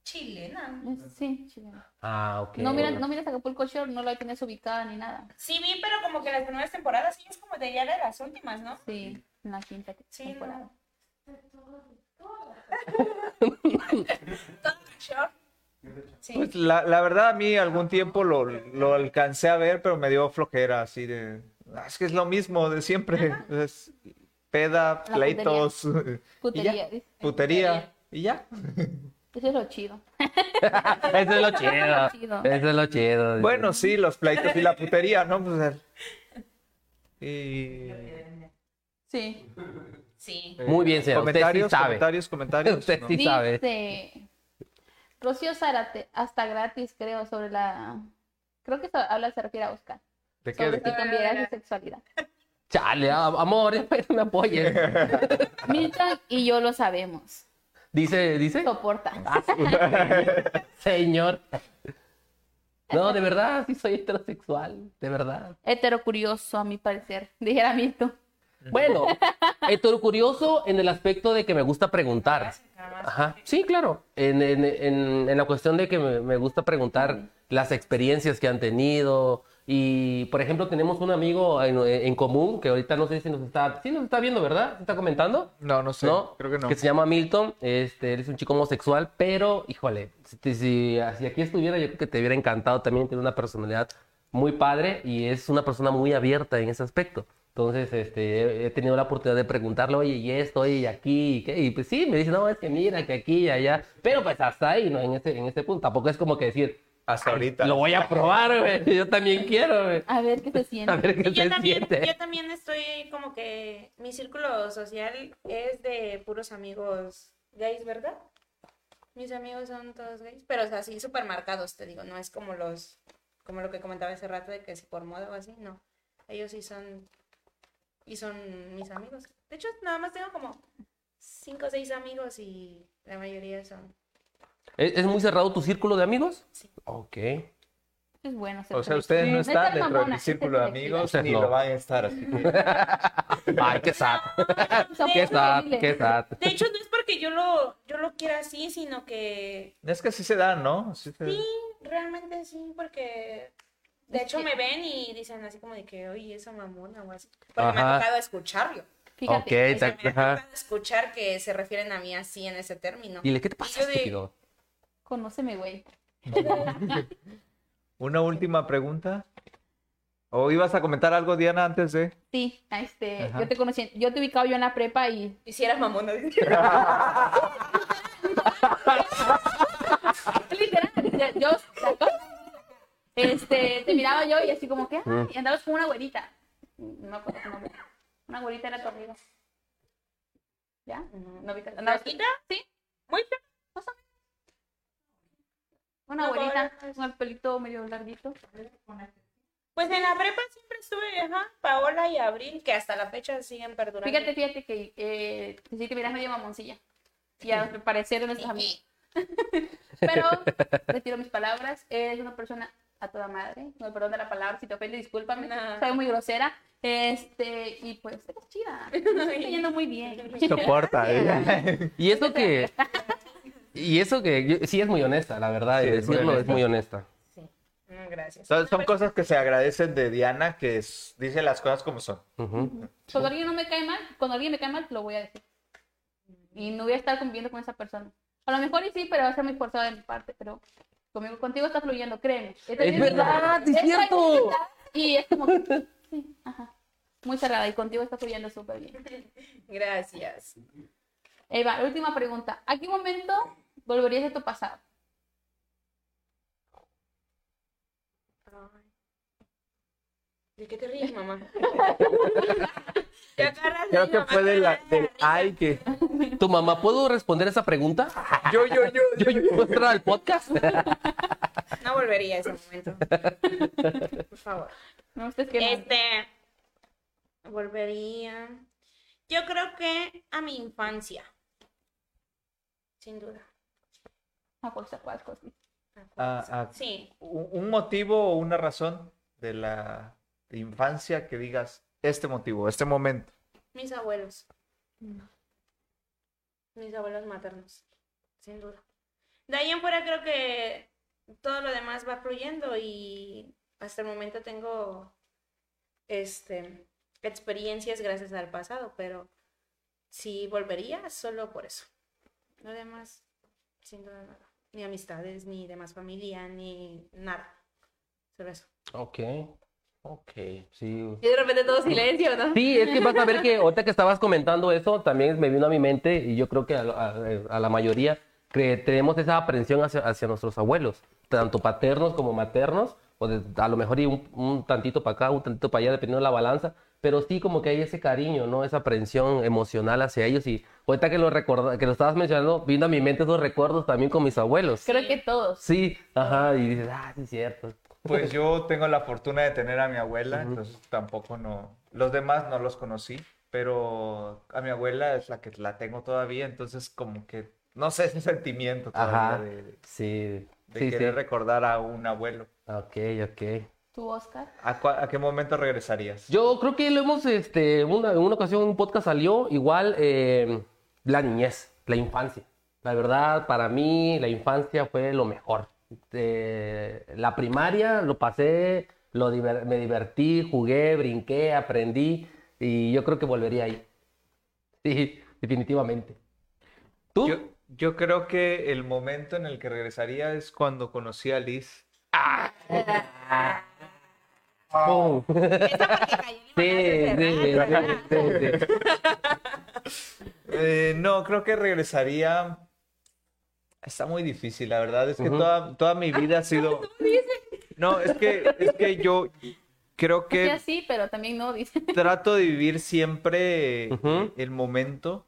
chilena. Sí, chilena. Ah, ok. No miras, no miras Acapulco Shore, no la tienes ubicada ni nada. Sí vi, pero como que las primeras temporadas sí es como de ya de las últimas, ¿no? Sí, en la quinta Sí, temporada. Todo short. Sí. Pues la, la verdad, a mí algún tiempo lo, lo alcancé a ver, pero me dio flojera, así de. "Ah, Es que es lo mismo de siempre. Es peda, La pleitos, Putería, Y ya. dice. putería, y ya. Eso es lo chido. Eso es lo chido. Eso es lo chido. dice. Bueno, sí, los pleitos y la putería, ¿no? Pues, eh, el- y. Sí. Sí. Muy bien, señor. Usted sí Comentarios, sabe. comentarios, comentarios. Usted ¿no? sí. sabe. Dice, Rocío Zárate, hasta gratis, creo, sobre la. Creo que so- habla, se refiere a Oscar. ¿De qué? Sobre ¿De si qué? cambiaría su sexualidad. Chale, a- amor, espero me apoyes. Milton y yo lo sabemos. Dice, dice. Soporta. Señor. No, de verdad, sí soy heterosexual. De verdad. Heterocurioso, a mi parecer. Dijera Milton. Bueno, hetero curioso en el aspecto de que me gusta preguntar. Ajá. Sí, claro. En, en- en- en la cuestión de que me, me gusta preguntar las experiencias que han tenido. Y, por ejemplo, tenemos un amigo en, en común que ahorita no sé si nos está, sí nos está viendo, ¿verdad? ¿Está comentando? No, no sé. ¿no? Creo que no. se llama Milton. Este, él es un chico homosexual, pero, híjole, si, si- si aquí estuviera, yo creo que te hubiera encantado también. Tiene una personalidad muy padre y es una persona muy abierta en ese aspecto. Entonces, este, he, he tenido la oportunidad de preguntarle, oye, y esto, oye, y aquí, y qué. Y pues sí, me dice, no, es que mira, que aquí y allá. Pero pues hasta ahí, ¿no? En este, en este punto. Tampoco es como que decir, Hasta ahorita. lo voy a probar, güey. Yo también quiero, güey. A ver qué se A siente. ver qué Y yo se también, siente. yo también estoy como que mi círculo social es de puros amigos gays, ¿verdad? Mis amigos son todos gays, pero o sea, así súper marcados, te digo, no es como los, como lo que comentaba hace rato de que si por moda o así, no. Ellos sí son, y son mis amigos. De hecho, nada más tengo como cinco o seis amigos y la mayoría son. ¿Es, es muy cerrado tu círculo de amigos? Sí. Ok. Es bueno. ser O sea, feliz. ustedes no Sí. están ser dentro de mi mamona, círculo de ser selectiva. amigos Ustedes ni no. lo van a estar así. que- Ay, qué sad. Qué sad, qué sad. De hecho, no es porque yo lo, yo lo quiera así, sino que Es que sí se dan, ¿no? Sí se- Sí, realmente sí, porque de hecho me ven y dicen así como de que, oye, esa mamona o así. Porque me Ajá. ha tocado escucharlo. Fíjate, Ok, O sea, te- me ha ajá. tocado escuchar que se refieren a mí así en ese término. Dile, ¿qué te pasa, yo de- estúpido? conóceme, güey. Una última pregunta. ¿O ibas a comentar algo, Diana, antes de...? Sí, este, Ajá. yo te conocí, yo te ubicaba yo en la prepa y Y si eras mamona. literal, ya- yo, la cosa- este, te miraba yo y así como que, ay, y andabas con una güerita. No me acuerdo su nombre. Una güerita era tu amiga. ¿Ya? ¿No ubicas- andabas- ¿Flaquita? Sí, Muy fea. una No, güerita ahora- con el pelito medio larguito. Pues en la prepa siempre estuve, ajá, Paola y Abril, que hasta la fecha siguen perdurando. Fíjate, fíjate que eh, sí te miras medio mamoncilla. Y al parecer de nuestros amigos. Pero retiro mis palabras. Es una persona a toda madre. No perdón de la palabra. Si te ofende, discúlpame. No. Soy muy grosera. Este, y pues, es chida. Me estoy yendo muy bien. Soporta. Y eso que. Y eso que. yo- sí, es muy honesta, la verdad. Sí, de es muy decirlo es honesta. muy honesta. Mm, gracias. Son, son cosas que se agradecen de Diana, que es- dice las cosas como son. Ujú. Cuando alguien no me cae mal, cuando alguien me cae mal, lo voy a decir. Y no voy a estar conviviendo con esa persona. A lo mejor y sí, pero va a ser muy forzado de mi parte. Pero conmigo, contigo está fluyendo, créeme. Esta Es verdad, es esta cierto. identidad, Y es como que, sí, ajá. Muy cerrada y contigo está fluyendo súper bien. Gracias. Eva, la última pregunta. ¿A qué momento volverías a tu pasado? ¿De qué te ríes, mamá? Te agarras de Creo mi que mamá, fue de la, te del agarras ay que... ¿Tu mamá puedo responder esa pregunta? Yo, yo, yo. Yo entrar al podcast. risa. No volvería a ese momento. Por favor. No ustedes que Este, volvería. Yo creo que a mi infancia. Sin duda. no acuerdo cuál cosa. A- a- Sí. un un motivo o una razón de la infancia que digas este motivo, este momento. Mis abuelos. Mis abuelos maternos, sin duda. De ahí en fuera creo que todo lo demás va fluyendo y hasta el momento tengo este experiencias gracias al pasado, pero si volvería solo por eso. Lo demás, sin duda nada. Ni amistades, ni demás familia, ni nada. Solo eso. Ok. Ok. Sí. Y de repente todo silencio, ¿no? Sí, es que vas a ver que ahorita que estabas comentando eso, también me vino a mi mente, y yo creo que a, a- a la mayoría que tenemos esa aprehensión hacia, hacia nuestros abuelos, tanto paternos como maternos, o de- a lo mejor y un, un tantito para acá, un tantito para allá, dependiendo de la balanza, pero sí como que hay ese cariño, ¿no? Esa aprehensión emocional hacia ellos, y ahorita que lo, recorda- que lo estabas mencionando, vino a mi mente esos recuerdos también con mis abuelos. Creo que todos. Sí, ajá, y dices, ah, sí es cierto. Pues yo tengo la fortuna de tener a mi abuela, entonces tampoco no. Los demás no los conocí, pero a mi abuela es la que la tengo todavía, entonces como que no sé ese sentimiento todavía Ajá, de, de sí, sí, sí. querer recordar a un abuelo. Ok, ok. ¿Tú, Oscar? ¿A, cua- a qué momento regresarías? Yo creo que lo hemos, este, una, en una ocasión un podcast salió, igual eh, la niñez, la infancia. La verdad, para mí la infancia fue lo mejor. Eh, la primaria lo pasé, lo diver- me divertí, jugué, brinqué, aprendí y yo creo que volvería ahí. Sí, definitivamente. ¿Tú? Yo, yo creo que el momento en el que regresaría es cuando conocí a Liz. Pum. Esta porque cayó Oh, en Sí, el sí, sí, manazo, ¿verdad? sí, sí, sí. Eh, no, creo que regresaría. Está muy difícil, la verdad. Es que Ujú. toda, toda mi vida ha sido. No, es que, es que yo creo Sí, que así, pero también no, dice. trato de vivir siempre eh, Ujú. el momento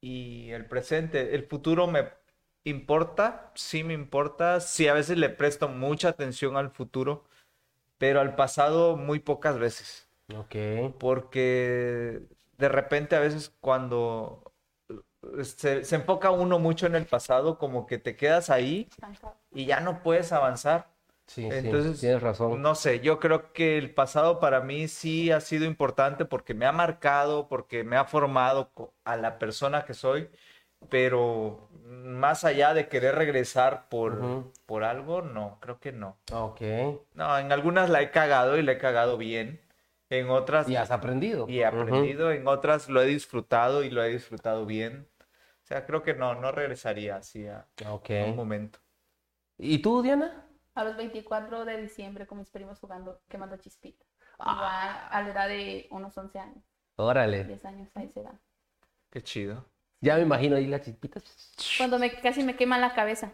y el presente. El futuro me importa, sí me importa, sí a veces le presto mucha atención al futuro, pero al pasado muy pocas veces Ok. porque de repente a veces cuando eh, se, se enfoca uno mucho en el pasado, como que te quedas ahí y ya no puedes avanzar. Sí, sí, Entonces, tienes razón. No sé, yo creo que el pasado para mí sí ha sido importante porque me ha marcado, porque me ha formado co- a la persona que soy, pero más allá de querer regresar por, Ujú. por algo, no, creo que no. Ok. No, en algunas la he cagado y la he cagado bien, en otras Y has aprendido. y he Ujú. aprendido. En otras lo he disfrutado y lo he disfrutado bien. O sea, creo que no, no regresaría así a Ok. a un momento. ¿Y tú, Diana? A los 24 de diciembre con mis primos jugando, quemando chispita. Igual, Ah. a la edad de unos 11 años, Órale. 10 años, ahí se da. Qué chido. Ya me imagino ahí las chispitas. Cuando me, casi me quema la cabeza.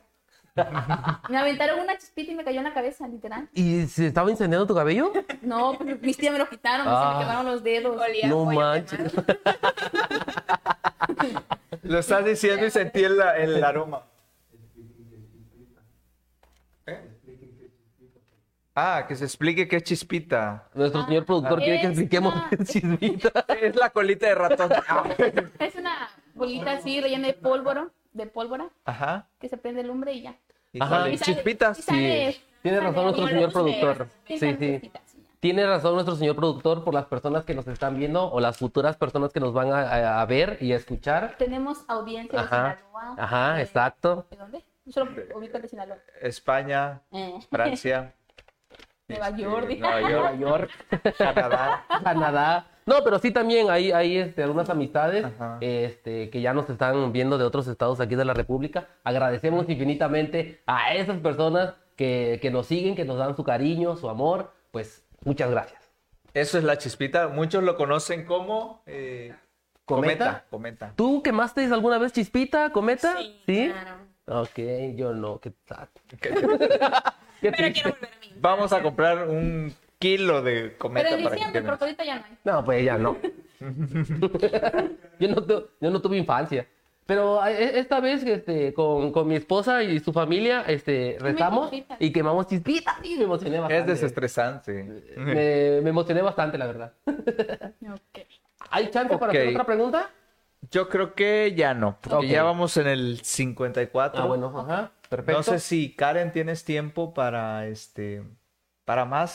Me aventaron una chispita y me cayó en la cabeza, literal. ¿Y se estaba incendiando tu cabello? No, pues mis tías me lo quitaron, se Ah. me quemaron los dedos. Olía a No pollo manches. quemado. Lo estás diciendo y sentí el, el aroma. ¿Eh? Ah, que se explique qué es chispita. Nuestro señor productor quiere que Es expliquemos una- qué es chispita. Es la colita de ratón. Es una bolita así rellena de pólvora, de pólvora, Ajá. que se prende el hombre y ya. Y Ajá. sale Y sale- chispitas. y sale- Sí. Tiene razón nuestro sale- señor productor. Sí, Sí, sí. lucecitas, y ya. Tiene razón nuestro señor productor por las personas que nos están viendo o las futuras personas que nos van a, a- a ver y a escuchar. Tenemos audiencia de Ajá. Sinaloa. Ajá, de- exacto. ¿De dónde? Solo ubico de Sinaloa. España, Eh, Francia. Nueva este, York. dice. Nueva Nueva York, York. Canadá. Canadá. No, pero sí también hay, hay este, algunas amistades Ajá. este, que ya nos están viendo de otros estados aquí de la República. Agradecemos infinitamente a esas personas que, que nos siguen, que nos dan su cariño, su amor. Pues muchas gracias. Eso es la chispita. Muchos lo conocen como eh, ¿Cometa? cometa. Cometa. ¿Tú quemaste alguna vez chispita, cometa? Sí, claro. Ok, yo no, qué sad. Qué Pero triste. quiero volver a mí. Vamos a comprar un kilo de cometa Pero en para que diciembre, queden. porque ahorita ya no hay. No, pues ya no. yo, no tu- yo no tuve infancia. Pero eh, esta vez este, con, con mi esposa y su familia este, rezamos chispitas. y quemamos chispitas y me emocioné Es bastante. desestresante. me, me emocioné bastante, la verdad. Ok. ¿Hay chance para Ok. hacer otra pregunta? Yo creo que ya no, porque Ok. ya vamos en el 54. Ah, bueno, ajá, perfecto. no sé si Karen tienes tiempo para este para más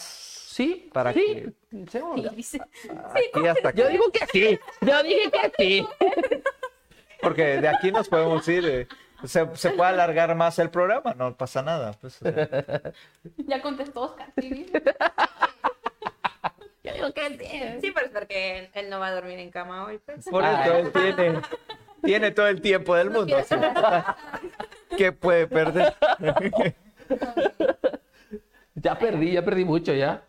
Sí, para sí, seguro. Sí, dice. aquí hasta Yo aquí, digo que sí, yo dije que sí. porque de aquí nos podemos ir. eh. Se, se puede alargar más el programa, no pasa nada. pues, o sea. Ya contestó Oscar. sí, dice. Yo digo que sí. Sí, pero es porque él, él no va a dormir en cama hoy. pues. Por eso Ah. él tiene, Tiene todo el tiempo del mundo. quiero así que puede perder? Ya perdí, ya perdí mucho, ya.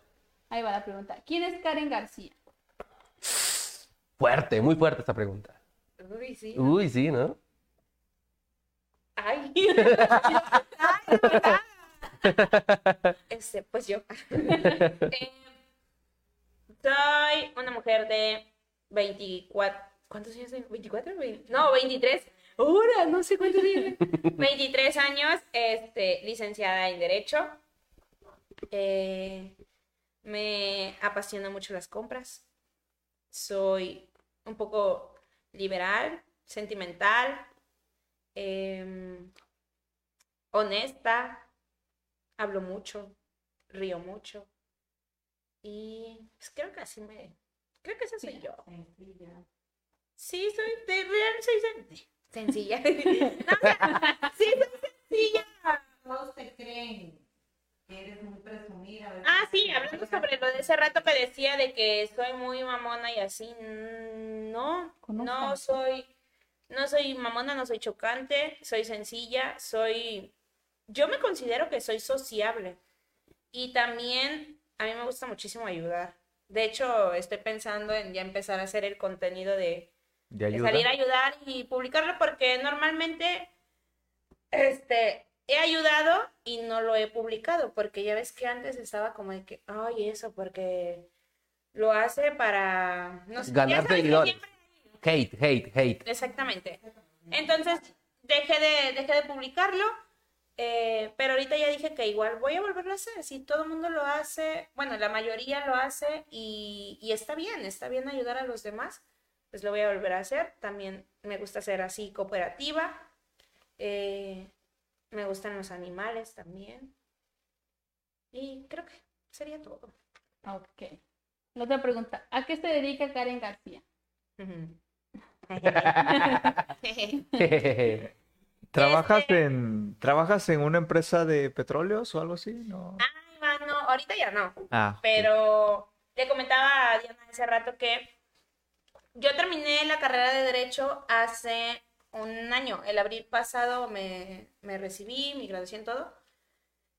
Ahí va la pregunta. ¿Quién es Karen García? Fuerte, muy fuerte esta pregunta. Uy, sí. Uy, sí, ¿no? Ay. Ay, de verdad. este, pues yo. Eh, soy una mujer de 24. ¿Cuántos años tengo? ¿24? Vein- No, 23. Ahora, no sé cuántos años. tengo. 23 años, este, licenciada en Derecho. Eh, me apasionan mucho las compras. Soy un poco liberal, sentimental, em, honesta, hablo mucho, río mucho. Y pues creo que así me. Creo que esa soy yo. Sí, soy. De real soy sen- sencilla. No, o sea, sí, soy sencilla. Todos te creen que eres muy presumida. ¿verdad? Ah, sí, hablando sobre lo de ese rato que decía de que soy muy mamona y así, mm, no, no Conozcan. soy, no soy mamona, no soy chocante, soy sencilla, soy, yo me considero que soy sociable y también a mí me gusta muchísimo ayudar. De hecho, estoy pensando en ya empezar a hacer el contenido de, De de ayuda. salir a ayudar y publicarlo porque normalmente este he ayudado y no lo he publicado porque ya ves que antes estaba como de que ay eso porque lo hace para no sé, ya Ganar sabes que seguidores. siempre- Hate, hate, hate. exactamente entonces dejé de dejé de publicarlo eh, pero ahorita ya dije que igual voy a volverlo a hacer si todo el mundo lo hace bueno la mayoría lo hace y, y está bien está bien ayudar a los demás pues lo voy a volver a hacer. También me gusta ser así cooperativa. Eh, me gustan los animales también. Y creo que sería todo. Ok. La otra pregunta. ¿A qué se dedica Karen García? ¿Trabajas en, ¿Trabajas en una empresa de petróleos o algo así? No. Ay, ma, no, ahorita ya no. Ah, Ah, Pero le comentaba a Diana hace rato que yo terminé la carrera de Derecho hace un año. El abril pasado me, me recibí, mi graduación, todo.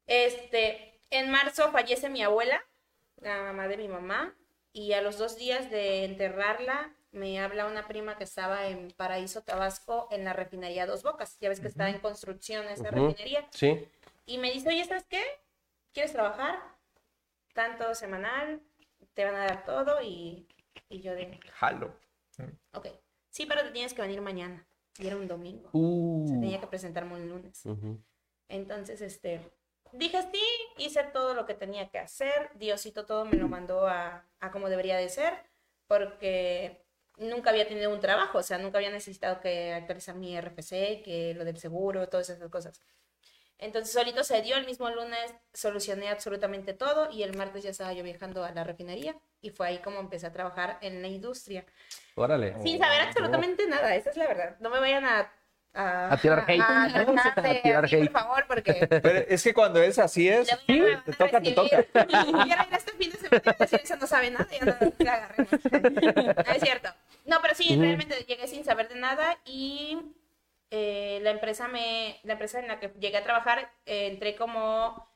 Este, en marzo fallece mi abuela, la mamá de mi mamá, y a los dos días de enterrarla me habla una prima que estaba en Paraíso, Tabasco, en la refinería Dos Bocas. Ya ves que está en construcción esa Ujú. refinería. Sí. Y me dice, oye, ¿sabes qué? ¿Quieres trabajar? Tanto semanal, te van a dar todo y, y yo de, jalo. ok, sí, pero te tienes que venir mañana. Y era un domingo. Se Uh. tenía que presentarme un lunes. Ujú. Entonces, este, dije sí, hice todo lo que tenía que hacer. Diosito todo me lo mandó a, a como debería de ser, porque nunca había tenido un trabajo, o sea, nunca había necesitado que actualizar mi RFC, que lo del seguro, todas esas cosas. Entonces, solito se dio, el mismo lunes solucioné absolutamente todo y el martes ya estaba yo viajando a la refinería y fue ahí como empecé a trabajar en la industria. Órale. Sin saber absolutamente nada, esa es la verdad. No me vayan a... A, A tirar hate. A, tratar de A tirar así, hate. Por favor, porque... Pero es que cuando es así es, Sí, te toca, te toca. Quiero ir este fin de semana y decir, "Esa no sabe nada, ya no la agarremos". No es cierto. No, pero sí, realmente llegué sin saber de nada y eh, la empresa me, la empresa en la que llegué a trabajar, eh, entré como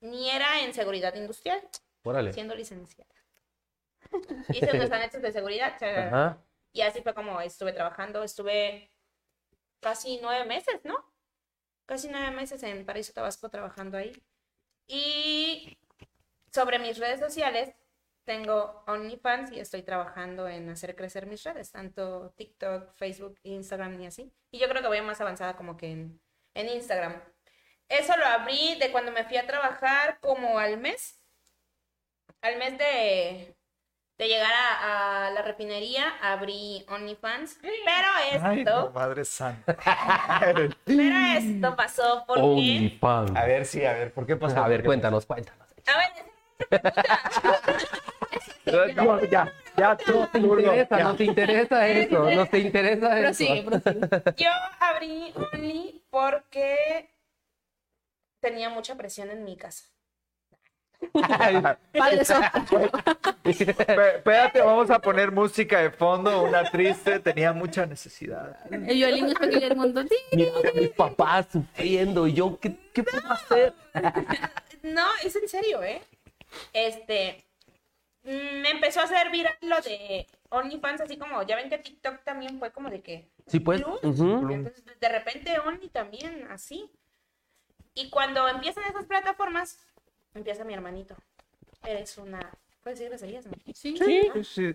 ingeniera en seguridad industrial, Órale. siendo licenciada. Hice unos anexos de seguridad. o sea, Ajá. y así fue como estuve trabajando. Estuve casi nueve meses, ¿no? Casi nueve meses en Paraíso Tabasco trabajando ahí. Y sobre mis redes sociales, tengo OnlyFans y estoy trabajando en hacer crecer mis redes, tanto TikTok, Facebook, Instagram y así. Y yo creo que voy más avanzada como que en, en Instagram. Eso lo abrí de cuando me fui a trabajar como al mes. Al mes de, de llegar a, a la refinería, abrí OnlyFans. Pero Ay, no, esto, madre santa. pero esto pasó porque... Oh, OnlyFans. A ver, sí, a ver, ¿por qué pasó? A ver, ¿Por qué cuéntanos, cuéntanos. A ver, pasó? No, ya, ya, tú, No te turno, interesa, ya. no te interesa eso, no te interesa eso. Prosigue, prosigue. Yo abrí Only porque tenía mucha presión en mi casa. Padre so- Pe- Espérate, vamos a poner música de fondo, una triste, tenía mucha necesidad. El violín es pequeño del mundo. Sí, Mira a mis papás sufriendo y yo, ¿qué, qué puedo hacer? No, es en serio, ¿eh? Este, mm, me empezó a hacer viral lo de OnlyFans, así como, ya ven que TikTok también fue como de que, Sí, pues. Plus. ujú. entonces de repente Only también, así. Y cuando empiezan esas plataformas, empieza mi hermanito. Eres una, puedes decir groserías, ¿no? Sí,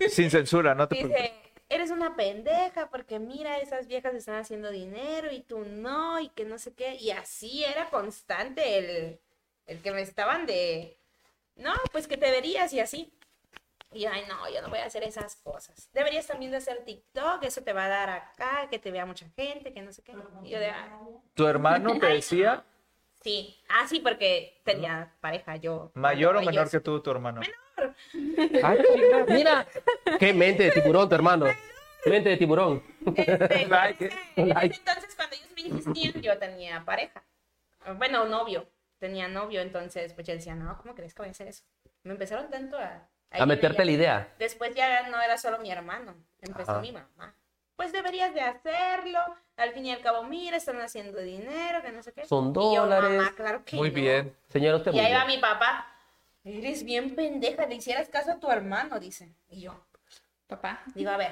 Sin censura, no te preocupes. Dice, eres una pendeja porque mira, esas viejas están haciendo dinero y tú no, y que no sé qué. Y así era constante el, el que me estaban de, no, pues que te verías y así. Y ay, no, yo no voy a hacer esas cosas. Deberías también de hacer TikTok, eso te va a dar acá, que te vea mucha gente, que no sé qué. Y yo de, "Ah, ¿Tu hermano te decía sí, ah, sí, porque tenía pareja yo. mayor o Ellos. menor que tú, tu hermano? Ay, chica, mira. Qué mente de tiburón, tu hermano. Mente de tiburón. Este, Like it, en ese like it. entonces cuando ellos me insistían, yo tenía pareja. Bueno, novio. Tenía novio, entonces pues yo decía, no, ¿cómo crees que voy a hacer eso? Me empezaron tanto a... A meterte la ya- idea. Después ya no era solo mi hermano, empezó Ajá. mi mamá. Pues deberías de hacerlo, al fin y al cabo, mira, están haciendo dinero, que no sé qué. Son Y yo, "Mamá, dólares. claro que Muy no". bien. Señor, usted Y muy ahí va bien. mi papá, eres bien pendeja, le hicieras caso a tu hermano, dice. Y yo, Papá. Digo, a ver.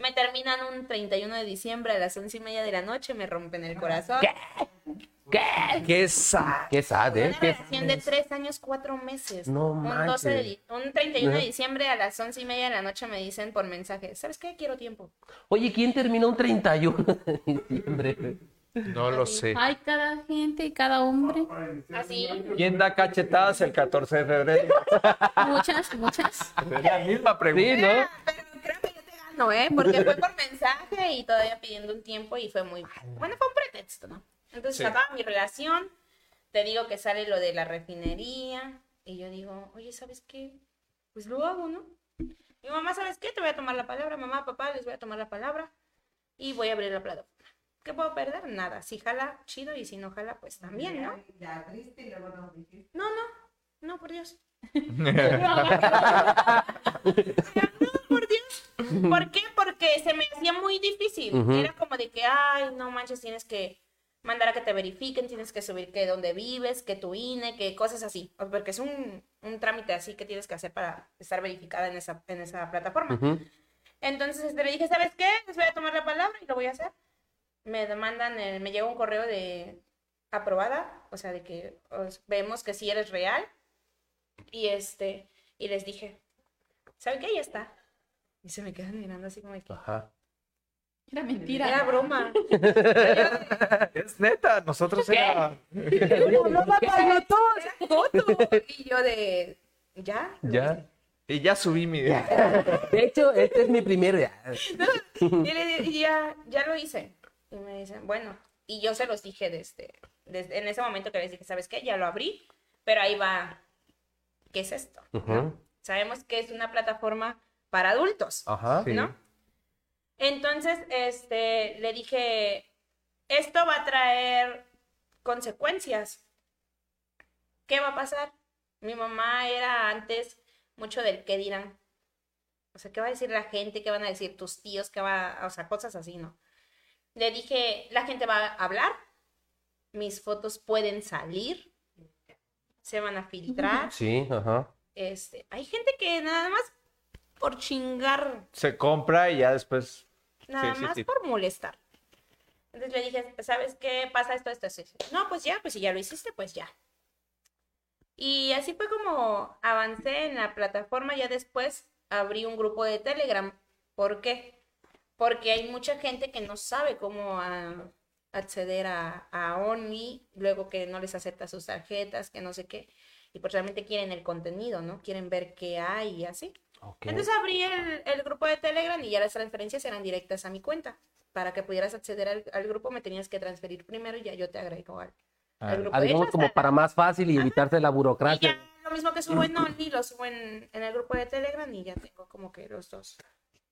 Me terminan un 31 de diciembre a las once y media de la noche, me rompen el corazón. ¿Qué? ¡Qué sad! ¿Qué sad, Una eh? ¿Qué- relación de tres años, cuatro meses. No un, manches. de di- un 31 de Ajá. diciembre a las once y media de la noche me dicen por mensaje, ¿sabes qué? Quiero tiempo. Oye, ¿quién terminó un 31 de diciembre? No lo sé. Ay, cada gente y cada hombre. Así. ¿Quién da cachetadas el 14 de febrero? Muchas, muchas. La misma Sí, pregunta. ¿no? Pero creo que yo te gano, ¿eh? Porque fue por mensaje y todavía pidiendo un tiempo y fue muy... Bueno, fue un pretexto, ¿no? Entonces Sí. acaba mi relación, te digo que sale lo de la refinería y yo digo, oye, ¿sabes qué? Pues lo hago, ¿no? Mi mamá, ¿sabes qué? Te voy a tomar la palabra, mamá, papá, les voy a tomar la palabra y voy a abrir la plataforma. ¿Qué puedo perder? Nada. Si jala, chido, y si no jala, pues también, ¿no? Ya triste y luego nos dijiste. No, no, no, por Dios. por Dios. ¿Por qué? Porque se me hacía muy difícil. Ujú. Era como de que, ay, no manches, tienes que mandar a que te verifiquen, tienes que subir que dónde vives, que tu INE, que cosas así. O- Porque es un, un trámite así que tienes que hacer para estar verificada en esa, en esa plataforma. Ujú. Entonces este, le dije, ¿sabes qué? Les voy a tomar la palabra y lo voy a hacer. Me demandan, el- me llega un correo de aprobada, o sea, de que os- vemos que sí eres real. Y este, y les dije, ¿saben qué? Ya está. Y se me quedan mirando así como de que Ajá. Era era mentira. broma. Es neta, nosotros era... Era foto. Y yo de, ¿ya? Ya. Y ya subí mi... De hecho, este es mi primer. Y le di- y ya, ya lo hice. Y me dicen, bueno, y yo se los dije desde, desde- en ese momento que les dije, ¿sabes qué? Ya lo abrí, pero ahí va, ¿qué es esto? Ujú. Sabemos que es una plataforma para adultos, Ajá. Sí. ¿no? Entonces, este, le dije, esto va a traer consecuencias. ¿Qué va a pasar? Mi mamá era antes mucho del qué dirán. O sea, ¿qué va a decir la gente? ¿Qué van a decir tus tíos? ¿Qué va a- O sea, cosas así, ¿no? Le dije, la gente va a hablar, mis fotos pueden salir, se van a filtrar. Sí, ajá. Este, hay gente que nada más por chingar Se compra y ya después... nada Sí, sí, más sí. por molestar. Entonces le dije, ¿sabes qué? Pasa esto, esto, esto. esto". No, pues ya, pues si ya lo hiciste, pues ya. Y así fue como avancé en la plataforma. Ya después abrí un grupo de Telegram. ¿Por qué? Porque hay mucha gente que no sabe cómo ah, acceder a, a Only, luego que no les acepta sus tarjetas, que no sé qué. Y pues realmente quieren el contenido, ¿no? Quieren ver qué hay y así. Ok. Entonces abrí el, el grupo de Telegram y ya las transferencias eran directas a mi cuenta. Para que pudieras acceder al, al grupo me tenías que transferir primero y ya yo te agrego al, al grupo. Ah, De digamos hecho, como hasta- para más fácil y evitarse la pues, y ya burocracia. lo mismo que subo en Only, lo subo en, en el grupo de Telegram y ya tengo como que los dos.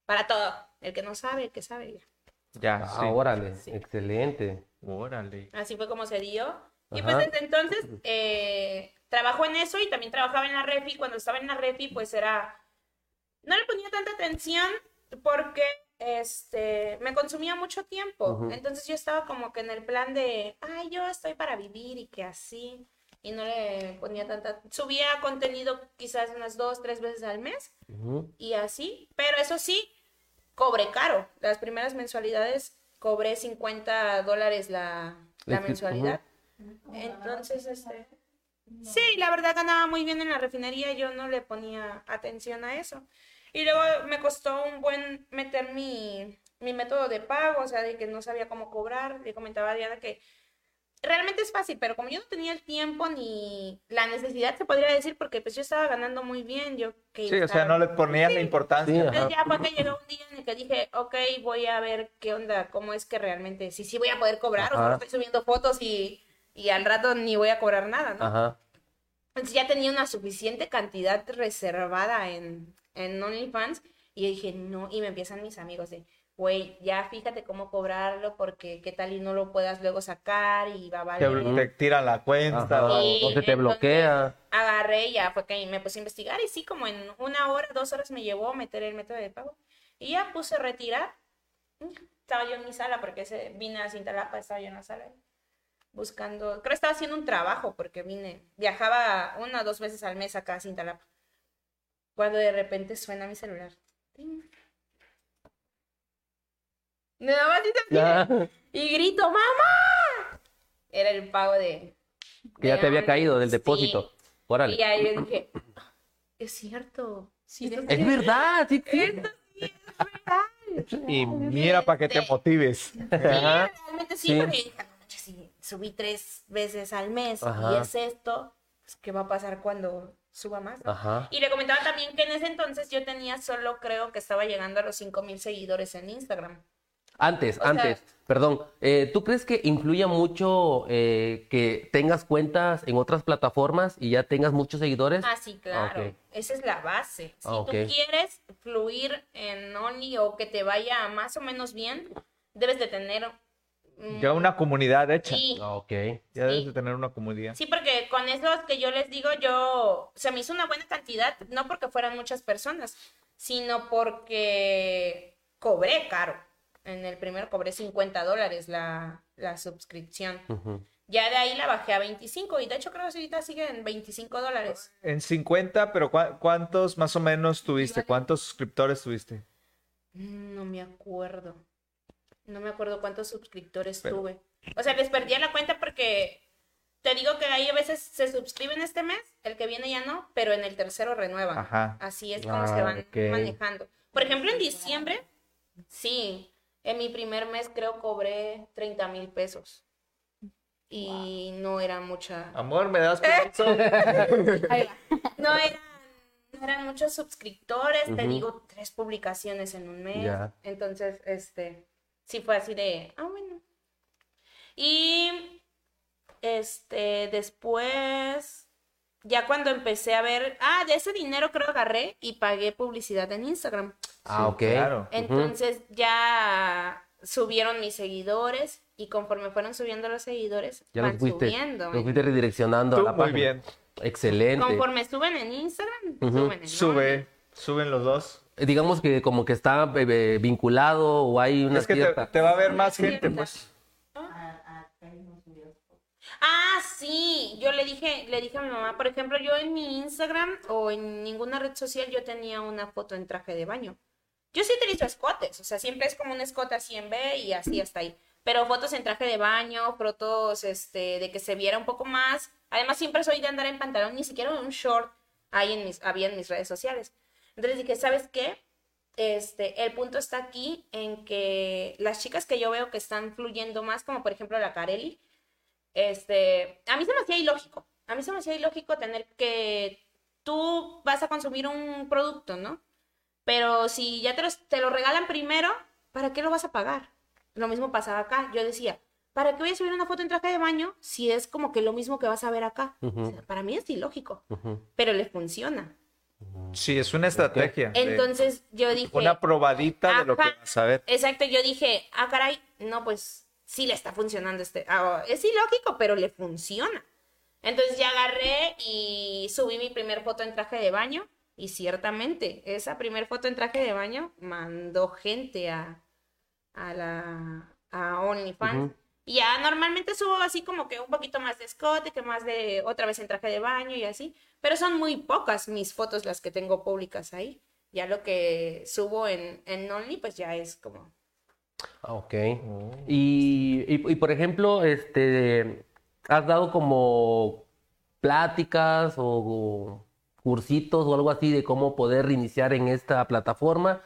Para todo. El que no sabe, el que sabe. ya. Ya, Ah, órale, Ah, excelente. Órale. Así fue como se dio. Y Ajá. pues desde entonces eh, trabajó en eso y también trabajaba en la refi. Cuando estaba en la refi, pues era. No le ponía tanta atención porque este, me consumía mucho tiempo. Ujú. Entonces yo estaba como que en el plan de, ay, yo estoy para vivir y que así. Y no le ponía tanta. Subía contenido quizás unas dos, tres veces al mes Ujú. y así. Pero eso sí, cobré caro. Las primeras mensualidades cobré 50 dólares la, la Es que- mensualidad. Entonces, este... Sí, la verdad ganaba muy bien en la refinería, yo no le ponía atención a eso. Y luego me costó un buen meter mi, mi método de pago, o sea, de que no sabía cómo cobrar. Le comentaba a Diana que realmente es fácil, pero como yo no tenía el tiempo ni la necesidad, se podría decir, porque pues yo estaba ganando muy bien, yo que... Sí, o sea, estaba- no le ponía la Sí. importancia. Sí, entonces ya fue que llegó un día en el que dije, ok, voy a ver qué onda, cómo es que realmente, si sí voy a poder cobrar, o Ajá. solo estoy subiendo fotos y, y al rato ni voy a cobrar nada, ¿no? Ajá. Entonces ya tenía una suficiente cantidad reservada en, en OnlyFans y yo dije, no, y me empiezan mis amigos de, güey, ya fíjate cómo cobrarlo porque qué tal y no lo puedas luego sacar y va a Te, valer. te tiran la cuenta. Ajá. o algo. Sí, O se te entonces, bloquea. Agarré y ya fue que me puse a investigar y sí, como en una hora, dos horas me llevó meter el método de pago. Y ya puse retirar. Estaba yo en mi sala porque se, vine a Cintalapa, estaba yo en la sala buscando, creo que estaba haciendo un trabajo porque vine, viajaba una o dos veces al mes acá a Cintalapa. Cuando de repente suena mi celular. Ting. Nada más y se- Ya, y grito, ¡mamá! Era el pago de... que ya te había caído del Sí. depósito. Y Órale. ahí yo dije, es cierto. Sí, Esto- Es verdad, sí, sí. esto sí es verdad. Y mira para que te Sí. motives. Ajá. Realmente sí, Sí. porque yo dije, "Ah, no manches, sí, subí tres veces al mes y Ajá. es esto, pues, ¿qué va a pasar cuando suba más? no?". Ajá. Y le comentaba también que en ese entonces yo tenía solo, creo que estaba llegando a los 5 mil seguidores en Instagram. Antes, O sea- antes, perdón. eh, ¿Tú crees que influya mucho eh, que tengas cuentas en otras plataformas y ya tengas muchos seguidores? Ah, sí, claro. ok. Esa es la base. Si Ah, ok. tú quieres fluir en Only o que te vaya más o menos bien, debes de tener... mm, Ya una comunidad hecha. sí, Ah, Ok. Ya debes Sí. de tener una comunidad. Sí, porque con esos que yo les digo, yo se me hizo una buena cantidad, no porque fueran muchas personas, sino porque cobré caro. En el primero cobré 50 dólares la, la suscripción. Ujú. Ya de ahí la bajé a 25 y de hecho creo que ahorita sigue en 25 dólares. En 50, pero ¿cuá- ¿cuántos más o menos tuviste? ¿Cuántos suscriptores tuviste? Mm, No me acuerdo. No me acuerdo cuántos suscriptores Pero- tuve. O sea, les perdí la cuenta porque te digo que ahí a veces se suscriben este mes, el que viene ya no, pero en el tercero renuevan. Ajá. Así es como Ah, se van ok. manejando. Por ejemplo, en diciembre, sí, en mi primer mes creo cobré 30 mil pesos. Y no era mucha. Ah, Amor, ¿me das permiso? Ahí va. No eran, no eran muchos suscriptores, te Ujú. digo, tres publicaciones en un mes. Ya. Entonces, este, sí fue así de, ah, bueno. Y, este, después, ya cuando empecé a ver, ah, de ese dinero creo agarré y pagué publicidad en Instagram. Ah, ok. Claro. Entonces ya subieron mis seguidores y conforme fueron subiendo los seguidores, Ya van los fuiste, subiendo. los fuiste redireccionando a Tú, la muy página. bien. Excelente. Conforme suben en Instagram, Ujú. suben en Sube, suben los dos. Eh, Digamos que como que está eh, eh, vinculado o hay una Es que te, cierta... te va a ver más gente, pues. A, a Cari no subió. Ah, sí, yo le dije, le dije a mi mamá, por ejemplo, yo en mi Instagram o en ninguna red social yo tenía una foto en traje de baño. Yo sí utilizo escotes, o sea, siempre es como un escote así en B y así hasta ahí. Pero fotos en traje de baño, fotos este, de que se viera un poco más. Además, siempre soy de andar en pantalón, ni siquiera en un short ahí en mis, había en mis redes sociales. Entonces dije, ¿sabes qué? Este, el punto está aquí en que las chicas que yo veo que están fluyendo más, como por ejemplo la Carelli, este, a mí se me hacía ilógico. A mí se me hacía ilógico tener que tú vas a consumir un producto, ¿no? Pero si ya te, los- te lo regalan primero, ¿para qué lo vas a pagar? Lo mismo pasaba acá. Yo decía, ¿para qué voy a subir una foto en traje de baño si es como que lo mismo que vas a ver acá? Ujú. O sea, para mí es ilógico, Ujú. pero le funciona. Sí, es una estrategia. de- Entonces yo dije, una probadita de lo que Ajá. vas a ver. exacto, yo dije, ah, caray, no, pues sí le está funcionando este. ah, es ilógico, pero le funciona. Entonces ya agarré y subí mi primer foto en traje de baño. Y ciertamente, esa primer foto en traje de baño mandó gente a, a la a OnlyFans. Ujú. Y ya normalmente subo así como que un poquito más de escote, que más de otra vez en traje de baño y así. Pero son muy pocas mis fotos las que tengo públicas ahí. Ya lo que subo en, en Only, pues ya es como. Ah, Ok. Y, y- y, por ejemplo, este, ¿has dado como pláticas o, o cursitos o algo así de cómo poder iniciar en esta plataforma?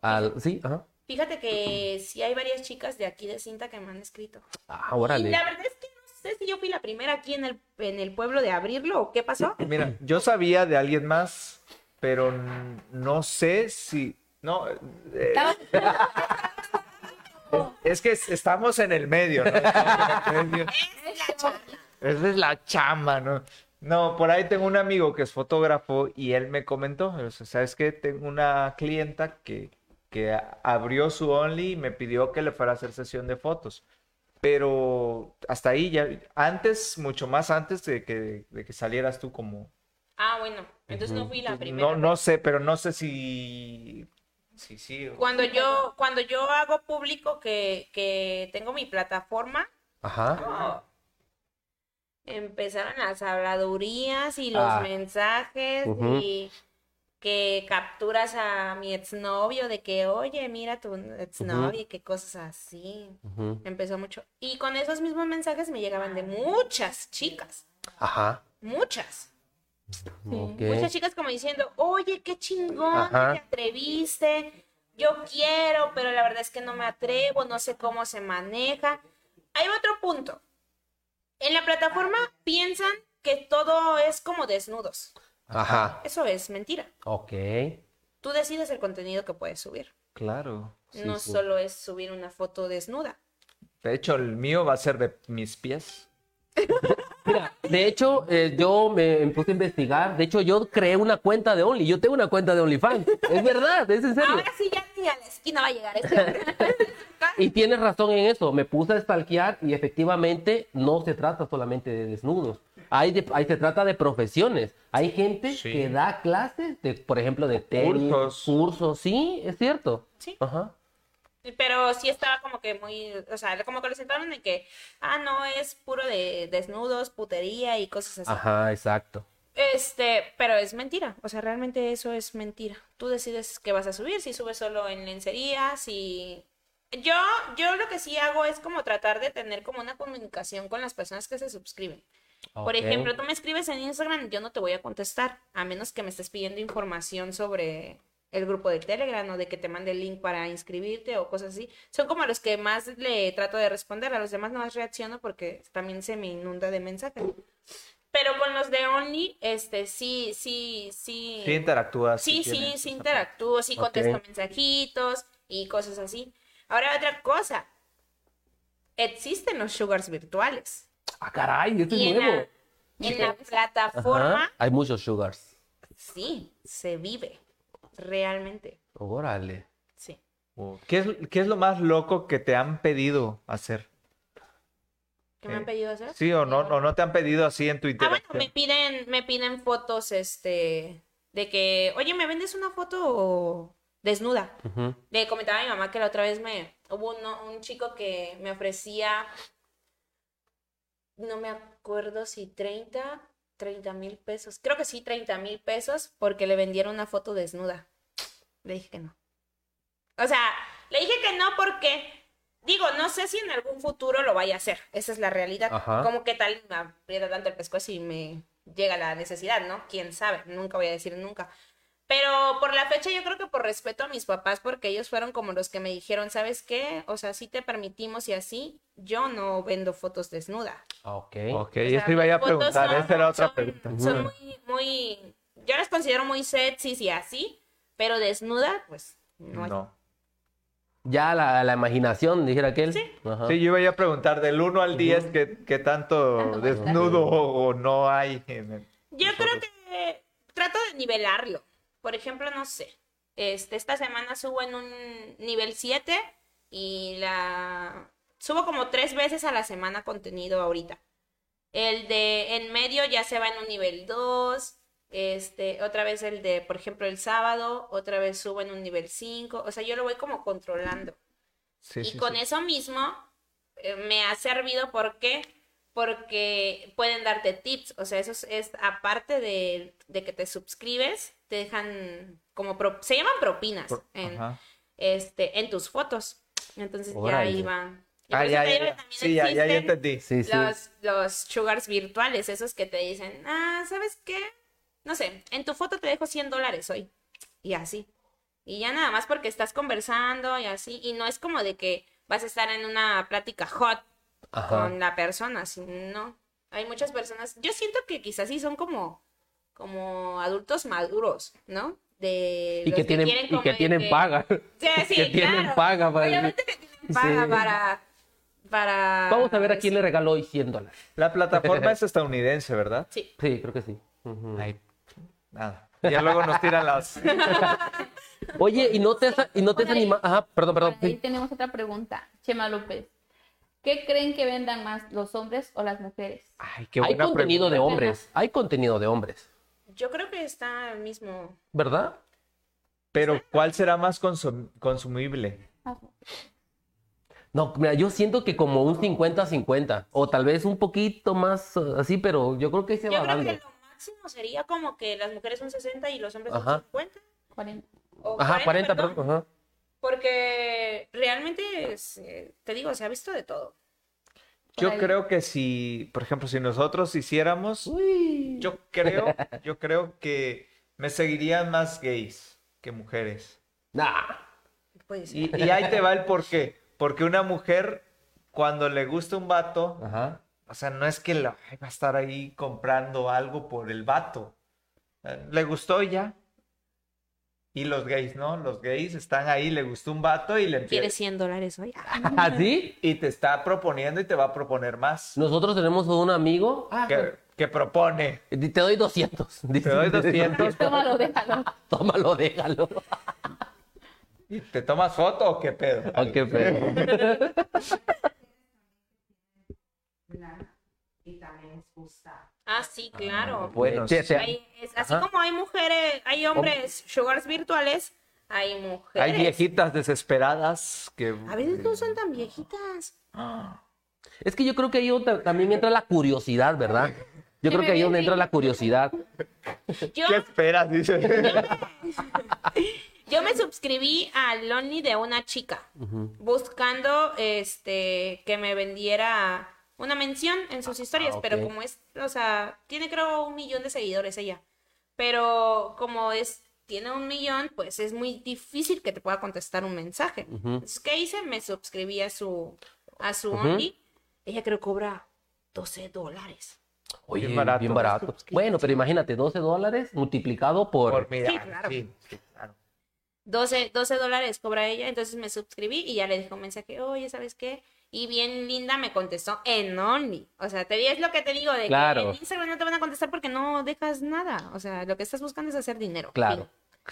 Al, sí, ajá. Fíjate que sí hay varias chicas de aquí de cinta que me han escrito. Ah, Y órale. la verdad es que no sé si yo fui la primera aquí en el, en el pueblo de abrirlo o qué pasó. Mira, yo sabía de alguien más, pero n- no sé si. No, eh, es que es- estamos en el medio, ¿no? Estamos en el medio. Esa es la chamba, ¿no? No, por ahí tengo un amigo que es fotógrafo y él me comentó, o sea, ¿sabes qué? Tengo una clienta que, que a- abrió su Only y me pidió que le fuera a hacer sesión de fotos. Pero hasta ahí ya, antes, mucho más antes de que, de que salieras tú como... Ah, bueno, entonces no fui la primera. No, no sé, pero no sé si... Sí, sí. o- Cuando yo, cuando yo hago público que, que tengo mi plataforma, Ajá. empezaron las habladurías y los Ah. mensajes Ujú. y que capturas a mi exnovio de que, oye, mira tu exnovio y que cosas así. Ujú. Empezó mucho. Y con esos mismos mensajes me llegaban de muchas chicas, Ajá. muchas. Ok. Muchas chicas como diciendo, oye, qué chingón, Ajá. que te atreviste, yo quiero, pero la verdad es que no me atrevo, no sé cómo se maneja. Hay otro punto. En la plataforma piensan que todo es como desnudos. Ajá. Eso es mentira. Ok. Tú decides el contenido que puedes subir. Claro. sí, no sí. solo es subir una foto desnuda. De hecho, el mío va a ser de mis pies. Mira, de hecho, eh, yo me puse a investigar. De hecho, yo creé una cuenta de Only. Yo tengo una cuenta de OnlyFans. Es verdad, es en serio. Ahora sí ya ni a la esquina va a llegar este hombre. Y tienes razón en eso, me puse a stalkear y efectivamente no se trata solamente de desnudos. Hay de- ahí se trata de profesiones. Hay gente Sí. que da clases, de, por ejemplo, de tenis, Cursos. cursos, sí, es cierto. Sí. Ajá. Pero sí estaba como que muy, o sea, como que lo sentaron en que, ah, no, es puro de desnudos, putería y cosas así. Ajá, exacto. Este, pero es mentira, o sea, realmente eso es mentira. Tú decides qué vas a subir, si subes solo en lencería, si... Yo, yo lo que sí hago es como tratar de tener como una comunicación con las personas que se suscriben. Por Ok. ejemplo, tú me escribes en Instagram, yo no te voy a contestar, a menos que me estés pidiendo información sobre el grupo de Telegram o de que te mande el link para inscribirte o cosas así. Son como los que más le trato de responder, a los demás no más reacciono porque también se me inunda de mensajes. Pero con los de Only, este, sí, sí, sí. Sí interactúas. Sí, sí, tienes esa sí interactúo, sí Ok. contesto mensajitos y cosas así. Ahora otra cosa. Existen los sugars virtuales. Ah, caray, esto Y es en nuevo. la, en la plataforma Ajá, Hay muchos sugars. sí se vive. Realmente. Órale. Sí. parte. ¿Qué es, ¿Qué es lo más loco que te han pedido hacer? ¿Qué me han Eh, pedido hacer? Sí, o no, o no te han pedido así en tu Ah, bueno, interacción. me piden, me piden fotos, este, de que, oye, ¿me vendes una foto desnuda? Ujú. Le comentaba a mi mamá que la otra vez me hubo uno- un chico que me ofrecía, no me acuerdo si 30, 30 mil pesos. Creo que sí, 30 mil pesos porque le vendieron una foto desnuda. Le dije que no. O sea, le dije que no porque, digo, no sé si en algún futuro lo vaya a hacer. Esa es la realidad. Ajá. Como que tal me aprieta tanto el pescuezo y me llega la necesidad, ¿no? Quién sabe, nunca voy a decir nunca. Pero por la fecha yo creo que por respeto a mis papás, porque ellos fueron como los que me dijeron, ¿sabes qué? O sea, si te permitimos y así, yo no vendo fotos desnuda. Ah, Ok. Ok, O eso sea, iba yo a mis fotos preguntar, son- esa era otra son- pregunta. Son muy, muy, yo las considero muy sexys y así, pero desnuda, pues no. hay- No. Ya la, la imaginación, dijera aquel. Sí. Ajá. Sí, yo iba yo a preguntar del 1 al 10 qué, qué tanto Tanto desnudo o, o no hay. en el- Yo creo que trato de nivelarlo. Por ejemplo, no sé, este, esta semana subo en un nivel 7 y la subo como tres veces a la semana contenido ahorita. El de en medio ya se va en un nivel 2. Este, otra vez el de, por ejemplo, el sábado, otra vez subo en un nivel 5. O sea, yo lo voy como controlando. Sí, y sí, con sí. eso mismo eh, me ha servido porque porque pueden darte tips, o sea, eso es, es aparte de, de que te suscribes, te dejan como pro- se llaman propinas Por- en, ajá. este en tus fotos. Entonces ya Órale. ahí van. Y por Ah, eso ya, te ya, digo que ya. también Sí, ya, ya, ya existen entendí. Sí, sí. los, los sugars virtuales, esos que te dicen, ah, ¿sabes qué? No sé, en tu foto te dejo 100 dólares hoy. Y así. Y ya nada más porque estás conversando y así. Y no es como de que vas a estar en una plática hot Ajá. con la persona, sino hay muchas personas, yo siento que quizás sí son como, como adultos maduros, ¿no? De Y los que tienen, quieren y como que de tienen que- paga. Sí, sí, que tienen claro. paga para- Obviamente que tienen paga Sí. para, para... Vamos a ver a quién le regaló hoy 100 dólares. La plataforma es estadounidense, ¿verdad? Sí. Sí, creo que sí. Ujú. Ay, nada. Ya luego nos tiran las. Oye, ¿y no te has, y no te has Por ahí- animado? Ajá, perdón, Por perdón. ahí sí. tenemos otra pregunta, Chema López. ¿Qué creen que vendan más, los hombres o las mujeres? Ay, qué Hay buena contenido pregunta. de hombres. Hay contenido de hombres. Yo creo que está el mismo. ¿Verdad? Pero, ¿cuál será más consum- consumible? Ah, No, mira, yo siento que como un 50-50. O tal vez un poquito más uh, así, pero yo creo que ahí se Yo va creo dando. que lo máximo sería como que las mujeres son 60 y los hombres Ajá. son 50. Cuarenta. o Ajá, 40, perdón, perdón. Ajá. Porque realmente, es, eh, te digo, se ha visto de todo. Yo ahí. creo que si, por ejemplo, si nosotros hiciéramos, Uy. yo creo, yo creo que me seguirían más gays que mujeres. Nah. Pues, Y, y ahí te va el porqué. Porque una mujer, cuando le gusta un vato, Ajá. O sea, no es que la- ay, va a estar ahí comprando algo por el vato. Eh, Le gustó y ya. Y los gays, ¿no? Los gays están ahí, le gustó un vato y le empie- ¿quieres 100 dólares hoy? ¿Así? Y te está proponiendo y te va a proponer más. Nosotros tenemos un amigo. Ah, Que, que propone. Te doy 200. Te doy 200 Tómalo, déjalo. Tómalo, déjalo. y te tomas foto o Oh, qué pedo. Ok, pero- plan y también es justa. Ah, sí, claro. Bueno, Che, sí. che, Hay- es- así Ajá. como hay mujeres, hay hombres sugars virtuales, hay mujeres. Hay viejitas desesperadas que... A veces no son tan viejitas. Es que yo creo que ahí otra- también entra la curiosidad, ¿verdad? Yo Que creo me que ahí es donde venden. entra la curiosidad. Yo, ¿Qué esperas? Dice. yo me suscribí al Lonely de una chica, buscando este que me vendiera una mención en sus historias, ah, ok. pero como es, o sea, tiene creo un millón de seguidores ella. Pero como es, tiene un millón, pues es muy difícil que te pueda contestar un mensaje. Ujú. Entonces, ¿qué hice? Me suscribí a su, a su Ujú. Only. Ella creo que cobra 12 dólares. Oye, Bien bien barato. barato. Bueno, pero imagínate, 12 dólares multiplicado por... Por mirar, Sí, claro. sí, sí, claro. 12, 12 dólares cobra ella, entonces me suscribí y ya le dejé un mensaje, oye, ¿sabes qué? Y bien linda me contestó en Only. O sea, te di- es lo que te digo, de Claro. que en Instagram no te van a contestar porque no dejas nada. O sea, lo que estás buscando es hacer dinero. Claro. Fin.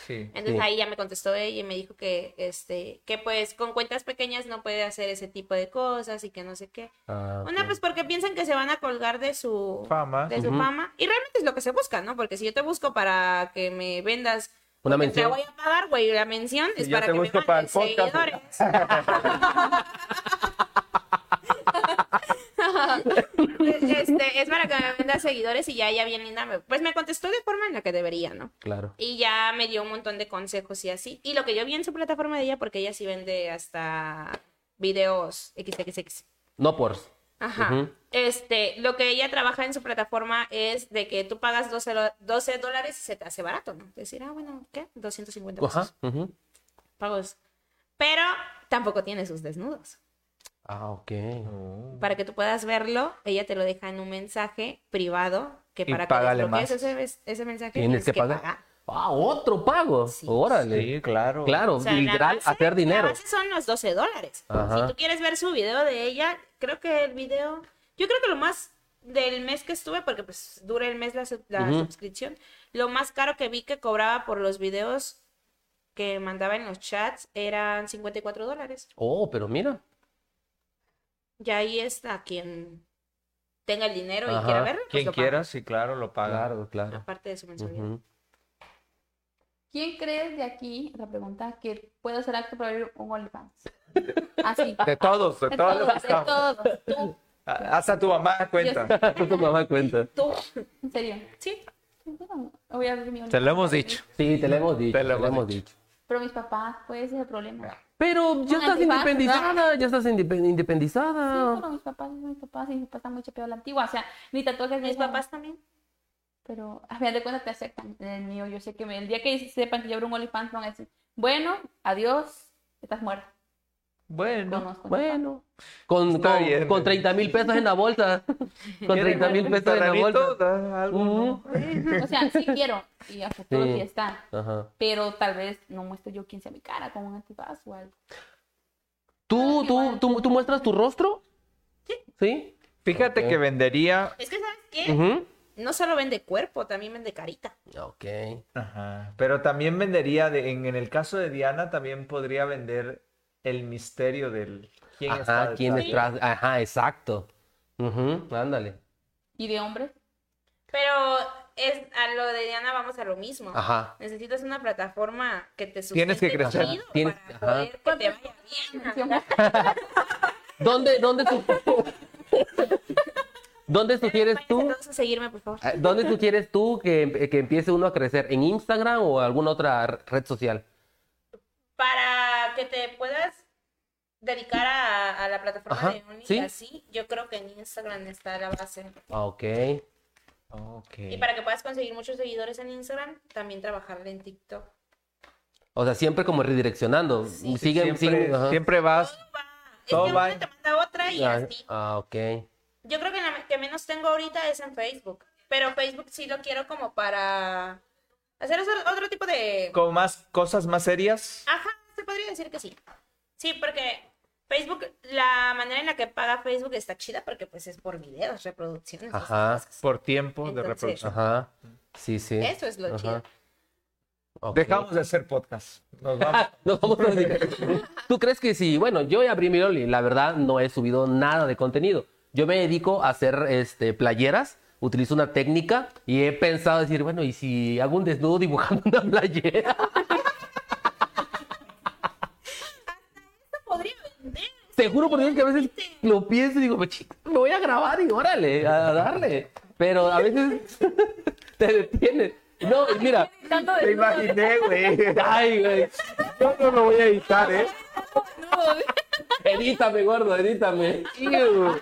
Sí. Entonces Sí. ahí ya me contestó ella y me dijo que, este, que pues con cuentas pequeñas no puede hacer ese tipo de cosas y que no sé qué. Ah, Una, ok. pues porque piensan que se van a colgar de su Fama. De su Ujú. fama. Y realmente es lo que se busca, ¿no? Porque si yo te busco para que me vendas. Una porque mención. Te voy a pagar, güey, la mención Si es yo para te que me busco mandes para el podcast, seguidores. este, es para que me vendas seguidores y ya ella bien linda. me- Pues me contestó de forma en la que debería, ¿no? Claro. Y ya me dio un montón de consejos y así. Y lo que yo vi en su plataforma de ella, porque ella sí vende hasta videos XXX. No por... Ajá. Ujú. Este, lo que ella trabaja en su plataforma es de que tú pagas 12, lo- 12 dólares y se te hace barato, ¿no? Decir, ah, bueno, ¿qué? 250 pesos. Ajá. ujú. Pagos. Pero tampoco tiene sus desnudos. Ah, ok. Para que tú puedas verlo, ella te lo deja en un mensaje privado que Y para págale que desbloquees más. ese, mes- ese mensaje Tienes que pagar. Ah, otro pago. Sí. Órale. Sí, claro. Claro, O sea, la literal, base- hacer dinero. La base son los 12 dólares. Ajá. Si tú quieres ver su video de ella, creo que el video, yo creo que lo más del mes que estuve, porque pues dura el mes la, sub- la Ujú. suscripción, lo más caro que vi que cobraba por los videos que mandaba en los chats eran 54 dólares. Oh, pero mira. Ya ahí está quien tenga el dinero y Ajá. quiera verlo. pues Quien lo paga, quiera, sí, claro, lo paga. Claro, claro. Aparte de su mensualidad. Ujú. ¿Quién crees de aquí, la pregunta, que puede ser apto para abrir un OnlyFans? Así. De todos, de, De todos los todos, que de estamos. Ah, todos. Tú, A- Hasta tu mamá cuenta. Tu mamá cuenta. Tú, en serio. sí. Voy a abrir mi Te lo hemos OnlyFans. dicho. Sí, te lo hemos dicho. Te lo hemos dicho. Pero mis papás, pues ese es el Ah. problema. Pero ya Con estás antifaz, independizada, ya estás indepe- Sí, independizada. pero mis papás, mis papás, y mis papás están muy chapeados a la antigua. O sea, ni tatuajes Mis dejan. papás también. Pero a final de cuentas te aceptan. En El mío, yo sé que me- el día que sepan que yo abro un OnlyFans, van a decir, bueno, adiós, estás muerta. Bueno, Conozco a tu Bueno. Con, Está con, bien. con 30 mil pesos en la bolsa. Con 30 mil pesos en la Terrenito, bolsa. Uh. da algo, ¿no? papá. O sea, sí quiero, y a futuro Sí. sí está. Ajá. Pero tal vez no muestre yo quién sea mi cara, con un antifaz o algo. ¿Tú, tú, tú, tú muestras tu rostro? Ah, Sí. Fíjate Ok. que vendería. Es que, ¿sabes qué? ¿Sí? Ujú. No solo vende cuerpo, también vende carita. Ok. Ajá. Pero también vendería, de- en, en el caso de Diana, también podría vender el misterio del quién está Ajá, ¿quién detrás. detrás? Ajá, exacto. Ujú, Ándale. ¿Y de hombres? Pero es a lo de Diana vamos a lo mismo. Ajá. Necesitas una plataforma que te Tienes que sustente crecer. chido Tienes- para ajá. poder que te vaya bien. ¿Dónde, dónde tú... ¿Dónde sugieres Váyanse tú? todos a seguirme, por favor. Ah, ¿Dónde sugieres tú que, que empiece uno a crecer? ¿En Instagram o alguna otra red social? Para que te puedas dedicar a, a la plataforma Ajá, de Only sí. así, yo creo que en Instagram está la base. Ah, Ok. Y para que puedas conseguir muchos seguidores en Instagram, también trabajar en TikTok. O sea, siempre como redireccionando. Sí. siempre, Siguen, siguen. ajá. siempre vas. Es Todo que va- una te manda otra y Ah, así. ah, ok. Yo creo que la que menos tengo ahorita es en Facebook. Pero Facebook sí lo quiero como para hacer otro, otro tipo de... con más cosas más serias. Ajá, se podría decir que sí. Sí, porque Facebook, la manera en la que paga Facebook está chida porque pues es por videos, reproducciones. esas Ajá. cosas. Por tiempo de Entonces, reproducción. Ajá. Sí, sí. Eso es lo Ajá. chido. Ok. Dejamos de hacer podcast. Nos vamos. Ah, nos vamos a dedicar. ¿Tú crees que si, bueno, yo ya abrí mi Loli, la verdad no he subido nada de contenido. Yo me dedico a hacer este, playeras, utilizo una técnica y he pensado decir, bueno, ¿y si hago un desnudo dibujando una playera? Podría vender. Te juro por Dios que a veces lo pienso y digo, "Pues, chica, me voy a grabar y órale, a darle. Pero a veces te detienes. No, y mira, Tanto Te de imaginé, güey. ay, güey, Yo no lo voy a editar, ¿eh? edítame, gordo, edítame. Ew.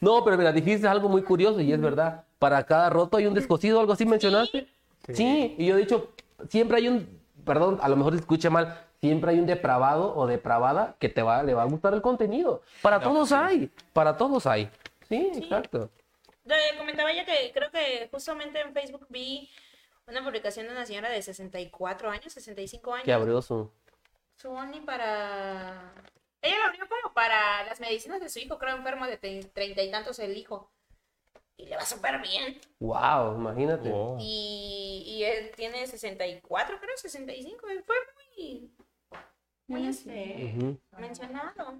No, pero mira, dijiste algo muy curioso y es verdad. Para cada roto hay un descosido, algo así mencionaste. Sí, y yo he dicho, siempre hay un, perdón, a lo mejor escuché mal, siempre hay un depravado o depravada que te va, le va a gustar el contenido. Para todos hay, para todos hay. Sí, exacto. Le comentaba ya que creo que justamente en Facebook vi una publicación de una señora de 64 años, 65 años. Que abrió su... Su Only para... Ella lo abrió como para las medicinas de su hijo, creo enfermo de tre- treinta y tantos el hijo. Y le va súper bien. Wow, imagínate. Ah. Oh, Wow. Y, y él tiene 64, creo, 65. Él fue muy, muy este, Ujú. mencionado.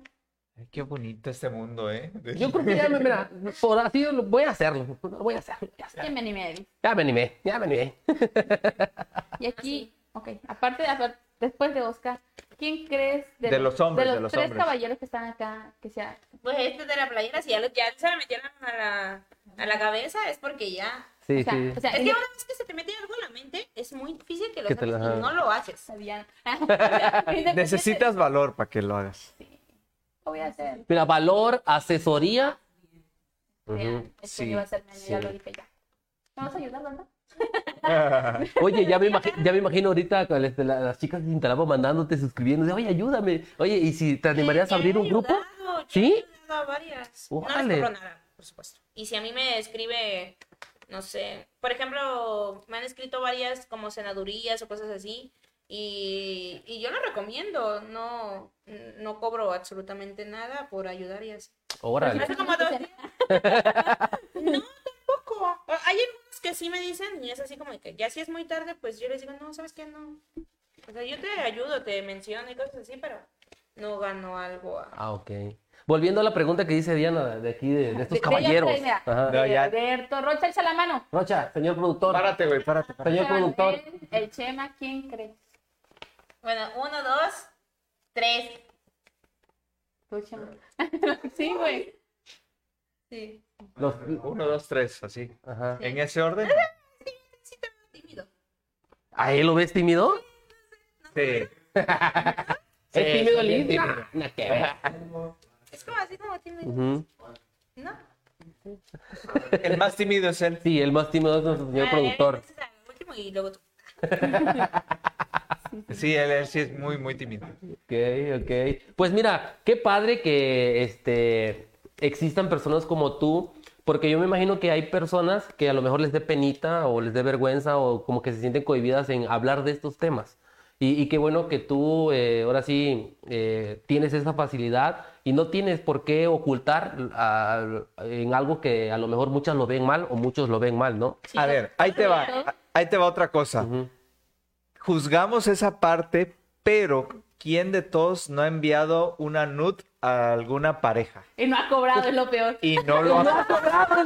Ay, Qué bonito este mundo, ¿eh? Yo creo que ya me, mira, por así lo voy a hacerlo, lo voy a hacerlo. Ya, está. Ya me animé a decir. Ya me animé, ya me animé. Ah, Y aquí, ok, aparte, apar- después de Oscar, ¿quién crees De los hombres, de los, de los tres hombres. caballeros que están acá, que sea Pues este de la playera, si ya, lo- ya se la metieron a la, a la cabeza, es porque ya... Sí, o sea, sí. o sea, Es que ella- una vez que se te mete algo en la mente, es muy difícil que lo Que te saques lo- ajá. y no lo haces. Sabían. Ah, Independiente- Necesitas valor para que lo hagas. Lo voy a hacer. Mira, valor, asesoría. Ujú. Vean, esto Sí, iba a ser mañana, ya sí. lo dije ya. ¿Me vas a ayudar, verdad? Oye, ya me, imagi- ya me imagino ahorita con este, la- las chicas de Cintalapa mandándote, suscribiéndose. Oye, ayúdame. Oye, ¿y si te animarías a Ya abrir he un grupo? ayudado, yo ¿Sí? he ayudado a varias. No Órale. les cobro nada, por supuesto. Y si a mí me escribe, no sé, por ejemplo, me han escrito varias como senadurías o cosas así. Y, y yo lo recomiendo, no, no cobro absolutamente nada por ayudar y así. Órale. Hace como dos días. No, tampoco. Hay algunos que sí me dicen y es así como que ya si es muy tarde, pues yo les digo, no, ¿sabes qué? No. O sea, yo te ayudo, te menciono y cosas así, pero no gano algo. a- Ah, ok. Volviendo a la pregunta que dice Diana de aquí, de, de estos caballeros. Ajá. No, ya. Alberto, Rocha, alza la mano. Rocha, señor productor. Párate, güey, párate. párate. Señor Esteban, productor. Ben, El Chema, ¿quién crees? Bueno, uno, dos, tres. Tú, Chema. sí, güey. Sí. Los, Uno, dos, tres, así. ajá. En ese orden. Sí, te veo tímido. ¿A él lo ves tímido? Sí. ¿Es tímido el Liz? Nah, qué ver. Es como así como tímido, Ujú. ¿no? El más tímido es él. Sí, el más tímido es nuestro señor Ah, productor. entonces, al último y luego tú. Sí, él, él sí es muy, muy tímido. Ok, ok. Pues mira, qué padre que este, existan personas como tú, porque yo me imagino que hay personas que a lo mejor les dé penita o les dé vergüenza o como que se sienten cohibidas en hablar de estos temas. Y, y qué bueno que tú eh, ahora sí eh, tienes esa facilidad y no tienes por qué ocultar ah, en algo que a lo mejor muchas lo ven mal o muchos lo ven mal, ¿no? A ver, ahí te va. Ahí te va otra cosa. Ujú. Juzgamos esa parte, pero ¿quién de todos no ha enviado una nud a alguna pareja? Y no ha cobrado, es lo peor. Y no lo ha... No ha cobrado,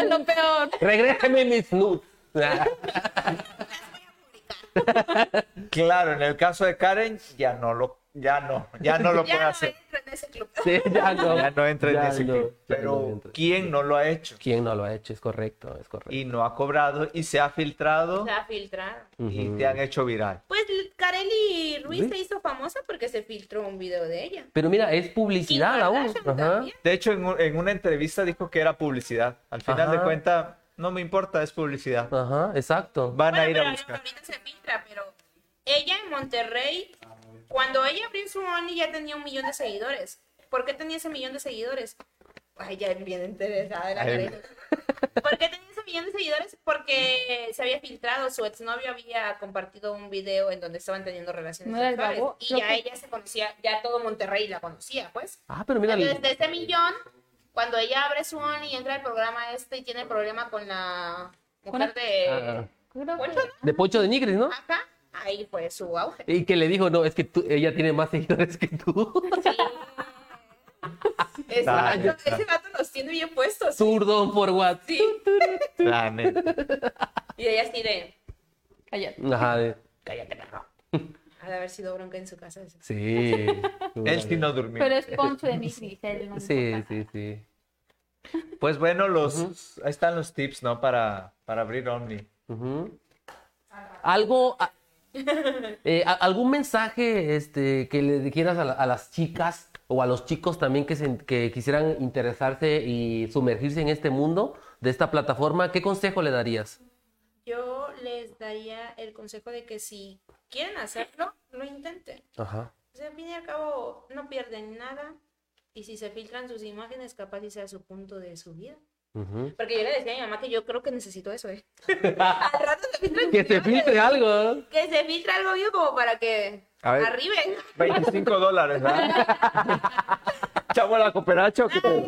es lo peor. Regrésame mis nudes. Ah, Claro, en el caso de Karen, ya no lo... Ya no, ya no lo Ya puede no hacer. entro en ese club. Sí, ya no. Ya no entra en Ya ese no, club. ya no Pero entra. ¿quién no lo ha hecho? ¿Quién no lo ha hecho? Es correcto, es correcto. Y no ha cobrado y se ha filtrado Se ha filtrado. y Ujú. te han hecho viral. Pues Kareli Ruiz Ruiz. se hizo famosa porque se filtró un video de ella. Pero mira, es publicidad Kim aún. Kardashian Ajá. también. De hecho, en, un- en una entrevista dijo que era publicidad. Al final de Ajá. cuentas, no me importa, es publicidad. Ajá, exacto. Van a Bueno, ir pero a buscar. Ahorita se filtra, pero ella en Monterrey, cuando ella abrió su Only ya tenía un millón de seguidores. ¿Por qué tenía ese millón de seguidores? Ay, ya bien interesada de la Ay, Karen. ¿Por qué tenía ese millón de seguidores? Porque se había filtrado, su exnovio había compartido un video en donde estaban teniendo relaciones No era el sexuales. babo, Y creo ya que- ella se conocía, ya todo Monterrey la conocía, pues. Ah, pero mira. Entonces, de ese millón, cuando ella abre su Only y entra al programa este y tiene problema con la mujer de... ah, Creo que- Poncho, ¿no? de Pocho de Nigris, ¿no? Ajá, ahí fue su auge. Y que le dijo, no, es que tú- ella tiene más seguidores que tú. Ese, Nah, vato, ya está. ese vato los tiene bien puestos. Zurdo por what. Sí. La neta. Y ella así de, Cállate. Ajá, de- cállate, perro. Ha de haber sido bronca en su casa. eso. sí. Él sí no durmió. Pero es Poncho de mi Grisel. No me eh, Sí, importa. sí, sí. Pues bueno, los, ahí están los tips, ¿no? Para, para abrir Omni. Ujú. Algo, a- eh, a- algún mensaje este, que le dijeras a, la- a las chicas o a los chicos también que, se- que quisieran interesarse y sumergirse en este mundo de esta plataforma, ¿qué consejo le darías? Yo les daría el consejo de que si quieren hacerlo, lo intenten. Ajá. O sea, al fin y al cabo, no pierden nada. Y si se filtran sus imágenes, capaz y sea su punto de su vida. Ujú. Porque yo le decía a mi mamá que yo creo que necesito eso, ¿eh? Al rato se filtran Que sus se imágenes. filtre algo. Que se filtra algo mío como para que A ver. arriben. 25 dólares, ¿verdad? Chavo la cooperacha. ¿o qué pedo?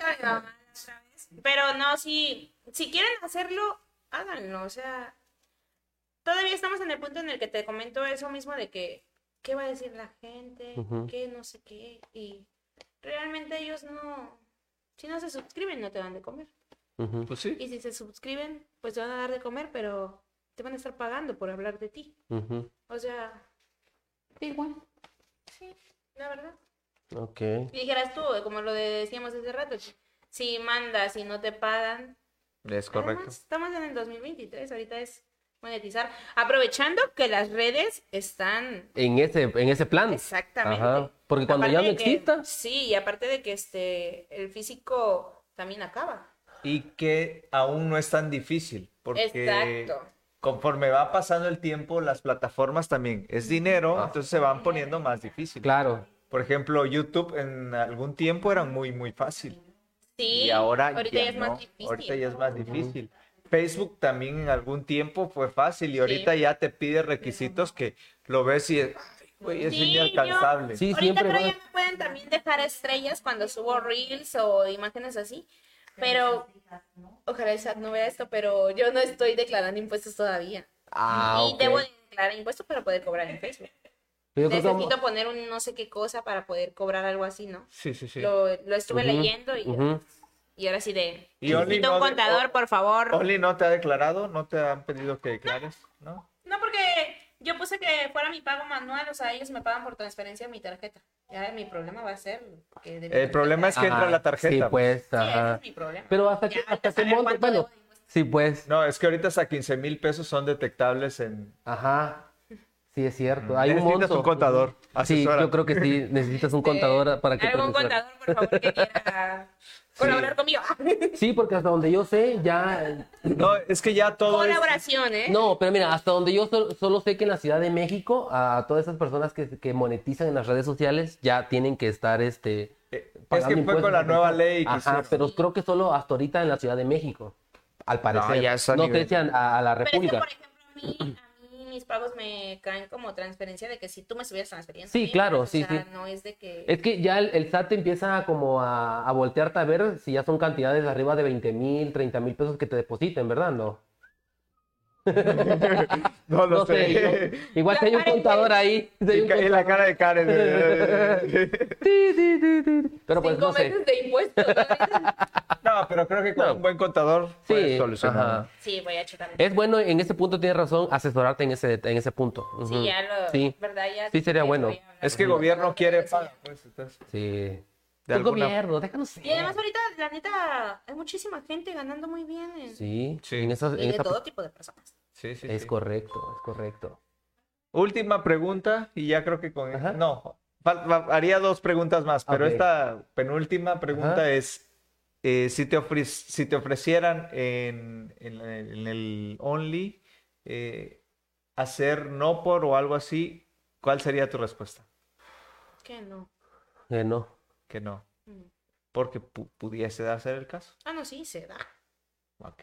Ay, mamá, otra vez. Pero no, si, si quieren hacerlo, háganlo. O sea, todavía estamos en el punto en el que te comento eso mismo de que, ¿qué va a decir la gente? Ujú. ¿Qué no sé qué? Y realmente ellos no, si no se suscriben, no te dan de comer. Ujú, Pues sí. Y si se suscriben, pues te van a dar de comer, pero te van a estar pagando por hablar de ti. ujú. O sea, Sí, güey. la verdad. Ok. Y dijeras tú, como lo decíamos hace rato, si mandas y no te pagan, Es correcto. Además, estamos en el 2023, ahorita es monetizar, aprovechando que las redes están En ese, en ese plan. exactamente. Ajá, porque cuando ya Aparte no de que- exista. Sí, y aparte de que este el físico también acaba. Y que aún no es tan difícil. Porque Exacto. conforme va pasando el tiempo, las plataformas también es dinero, Ah. entonces se van poniendo más difícil. Claro. Por ejemplo, YouTube en algún tiempo era muy, muy fácil. Sí. y ahora ahorita ya ya es no, más difícil. ahorita ya es más difícil. Facebook también en algún tiempo fue fácil y ahorita ya te pide requisitos que lo ves y ay, güey, es Sí, inalcanzable. Sí, ahorita siempre creo va. ya me pueden también dejar estrellas cuando subo reels o imágenes así, pero ojalá el SAT no vea esto, pero yo no estoy declarando impuestos todavía. Ah, y ok. debo declarar impuestos para poder cobrar en Facebook. Yo creo que Necesito vamos- poner un no sé qué cosa para poder cobrar algo así, ¿no? Sí, sí, sí. Lo, lo estuve Ujú, leyendo y, ujú. y ahora sí de... Y Only Necesito un no de- contador, o- por favor. Oli no te ha declarado, no te han pedido que declares, ¿no? No, porque yo puse que fuera mi pago manual, o sea, ellos me pagan por transferencia a mi tarjeta. Ya mi problema va a ser que de mi El problema es tarjeta- que entra Ajá, la tarjeta, pues. Sí, pues, Sí, ese ajá. es mi problema. Pero hasta que, Ya, hasta qué saber monto, cuánto bueno, debo de impuestos. sí, pues, No, es que ahorita hasta 15 mil pesos son detectables en... ajá. Sí, es cierto. Hay un Necesitas monto. un contador, Sí, asesora. yo creo que sí, necesitas un contador para que... Este, Algún te- contador, por favor, que quiera colaborar conmigo. Sí, porque hasta donde yo sé, ya... No, es que ya todo es... Colaboración, ¿eh? No, pero mira, hasta donde yo sol- solo sé que en la Ciudad de México, a todas esas personas que, que monetizan en las redes sociales, ya tienen que estar, este... Eh, Es pagando que fue impuestos. con la nueva ley que Ajá, hicieron. pero creo que solo hasta ahorita en la Ciudad de México, al parecer. ya es a no nivel- sé si a, a- a la Pero es que, República. por ejemplo, a mí, a mí mis pagos me caen como transferencia de que si tú me subías transferencia. Sí, a mí, claro, pues, sí, o sea, sí. No es de que... Es que ya el, el SAT te empieza como a, a voltearte a ver si ya son cantidades de arriba de 20 mil, 30 mil pesos que te depositen, ¿verdad? No, No lo no sé. sé. yo- igual si hay un Aparente. contador ahí. si hay Y un ca- y la contador. cara de Karen. eh. Ti, ti, ti, ti. Pero pues Cinco no sé. meses de impuestos. ¿no? No, pero creo que con No. un buen contador Sí, puedes solucionar. ajá. sí, voy a checar. Es bueno, en ese punto tienes razón, asesorarte en ese, en ese punto. Ujú. Sí, ya lo... Sí. ¿verdad? Ya Sí, sería bueno. voy a hablar. Es que el gobierno quiere paga, pues, entonces, Sí. De El alguna- gobierno, déjanos ser. Y además ahorita, la neta, hay muchísima gente ganando muy bien. en- Sí, Sí. en esas- en Y de esa- todo tipo de personas. Sí, sí, Es sí. correcto, es correcto. Última pregunta y ya creo que con... Ajá. No, fal- fa- haría dos preguntas más, pero Ok. esta penúltima pregunta Ajá. es, eh, si, te ofre- si te ofrecieran en, en- en el Only eh, hacer no por o algo así, ¿cuál sería tu respuesta? ¿Qué no? Eh, no. Que no, Mm. porque pu- pudiese darse el caso. Ah, no, sí, se da. Ok.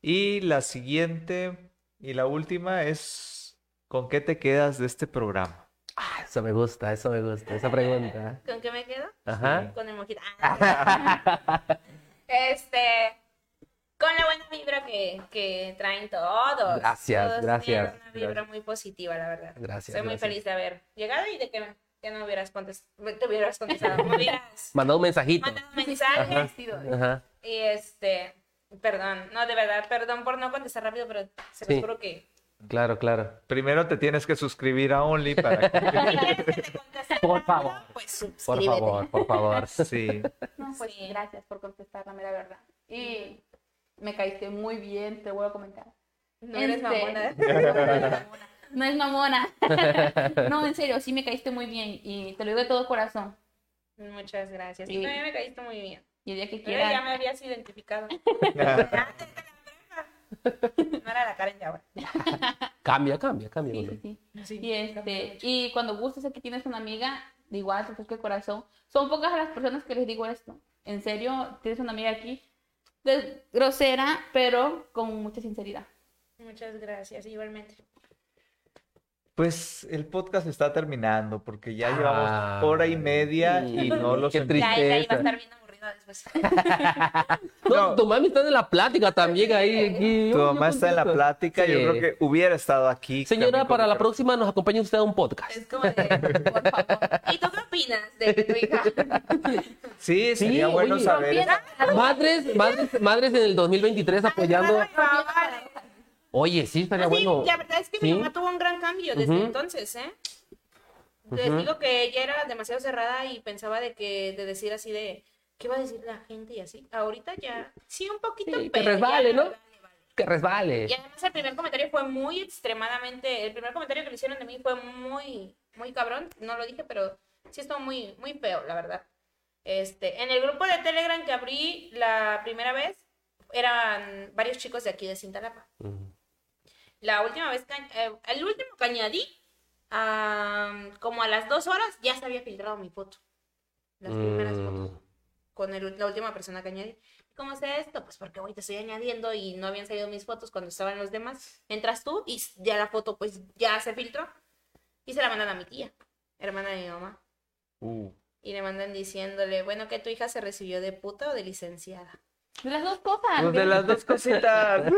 Y la siguiente y la última es, ¿con qué te quedas de este programa? Ah, eso me gusta, eso me gusta, esa pregunta. ¿Con qué me quedo? Ajá. Con el mojito. Ah. este. Con la buena vibra que, que traen todos. Gracias, Todos gracias, tienen Una vibra gracias. muy positiva, la verdad. Gracias, Soy muy gracias. feliz de haber llegado y de que, que no hubieras contestado. Te hubieras contestado. Me hubieras Mandado un mensajito. mandado mensajes. Ajá. Y este. Perdón, no, de verdad, perdón por no contestar rápido, pero se los Sí. juro que. Claro, claro. Primero te tienes que suscribir a Only para que... Si quieres que te conteste Por rápido, favor. Pues Por suscríbete. favor, por favor. Sí. No, pues Sí. gracias por contestar la mera verdad. Y me caíste muy bien, te vuelvo a comentar. No eres Este, mamona. No es mamona. no, en serio, sí me caíste muy bien y te lo digo de todo corazón. Muchas gracias. Sí. Tú también me caíste muy bien. Y el día que Pero ya quieras. me habías identificado. Ah, No era la Karen de ahora. Cambia, cambia, cambia. Sí, uno. sí, sí. Y, este, y cuando gustes, aquí tienes una amiga, de igual, te busca el corazón. Son pocas las personas que les digo esto. En serio, tienes una amiga aquí, de- grosera, pero con mucha sinceridad. Muchas gracias, igualmente. Pues el podcast está terminando porque ya Ah. llevamos hora y media y no los Qué em- triste. Ya ella iba Tristeza. a estar bien aburrida después. No, No. tu mami está en la plática también ahí. aquí. Tu Yo- yo mamá está en la contesto. plática, yo Sí. creo que hubiera estado aquí. Señora, también para con- la próxima nos acompaña usted a un podcast. Es como de, por favor. ¿Y tú qué opinas de que tu hija? Sí, sería Sí, bueno oye. saber. Madres, madres, madres en el 2023 apoyando. Ay, vale. Oye, sí, estaría Ah, sí, bueno. la verdad es que mi Sí. mamá tuvo un gran cambio desde Ujú. entonces, ¿eh? Les digo que ella era demasiado cerrada y pensaba de que de decir así de qué va a decir la gente y así. Ahorita ya sí un poquito, Sí, que pero ya resbale, la ¿no? verdad le vale. Que resbale. Y además el primer comentario fue muy extremadamente, el primer comentario que le hicieron de mí fue muy, muy cabrón, no lo dije, pero sí estuvo muy, muy feo, la verdad. Este, en el grupo de Telegram que abrí la primera vez, eran varios chicos de aquí de Cintalapa. Ujú. La última vez, que, eh, el último que añadí, ah, como a las dos horas, ya se había filtrado mi foto. Las primeras Mm. fotos con el- la última persona que añadí. ¿Cómo sé esto? Pues porque hoy te estoy añadiendo y no habían salido mis fotos cuando estaban los demás. Entras tú y ya la foto pues ya se filtró. Y se la mandan a mi tía, hermana de mi mamá. Uh, Y le mandan diciéndole, bueno, que tu hija se recibió de puta o de licenciada. De las dos cosas. pues de ¿ves? las dos cositas.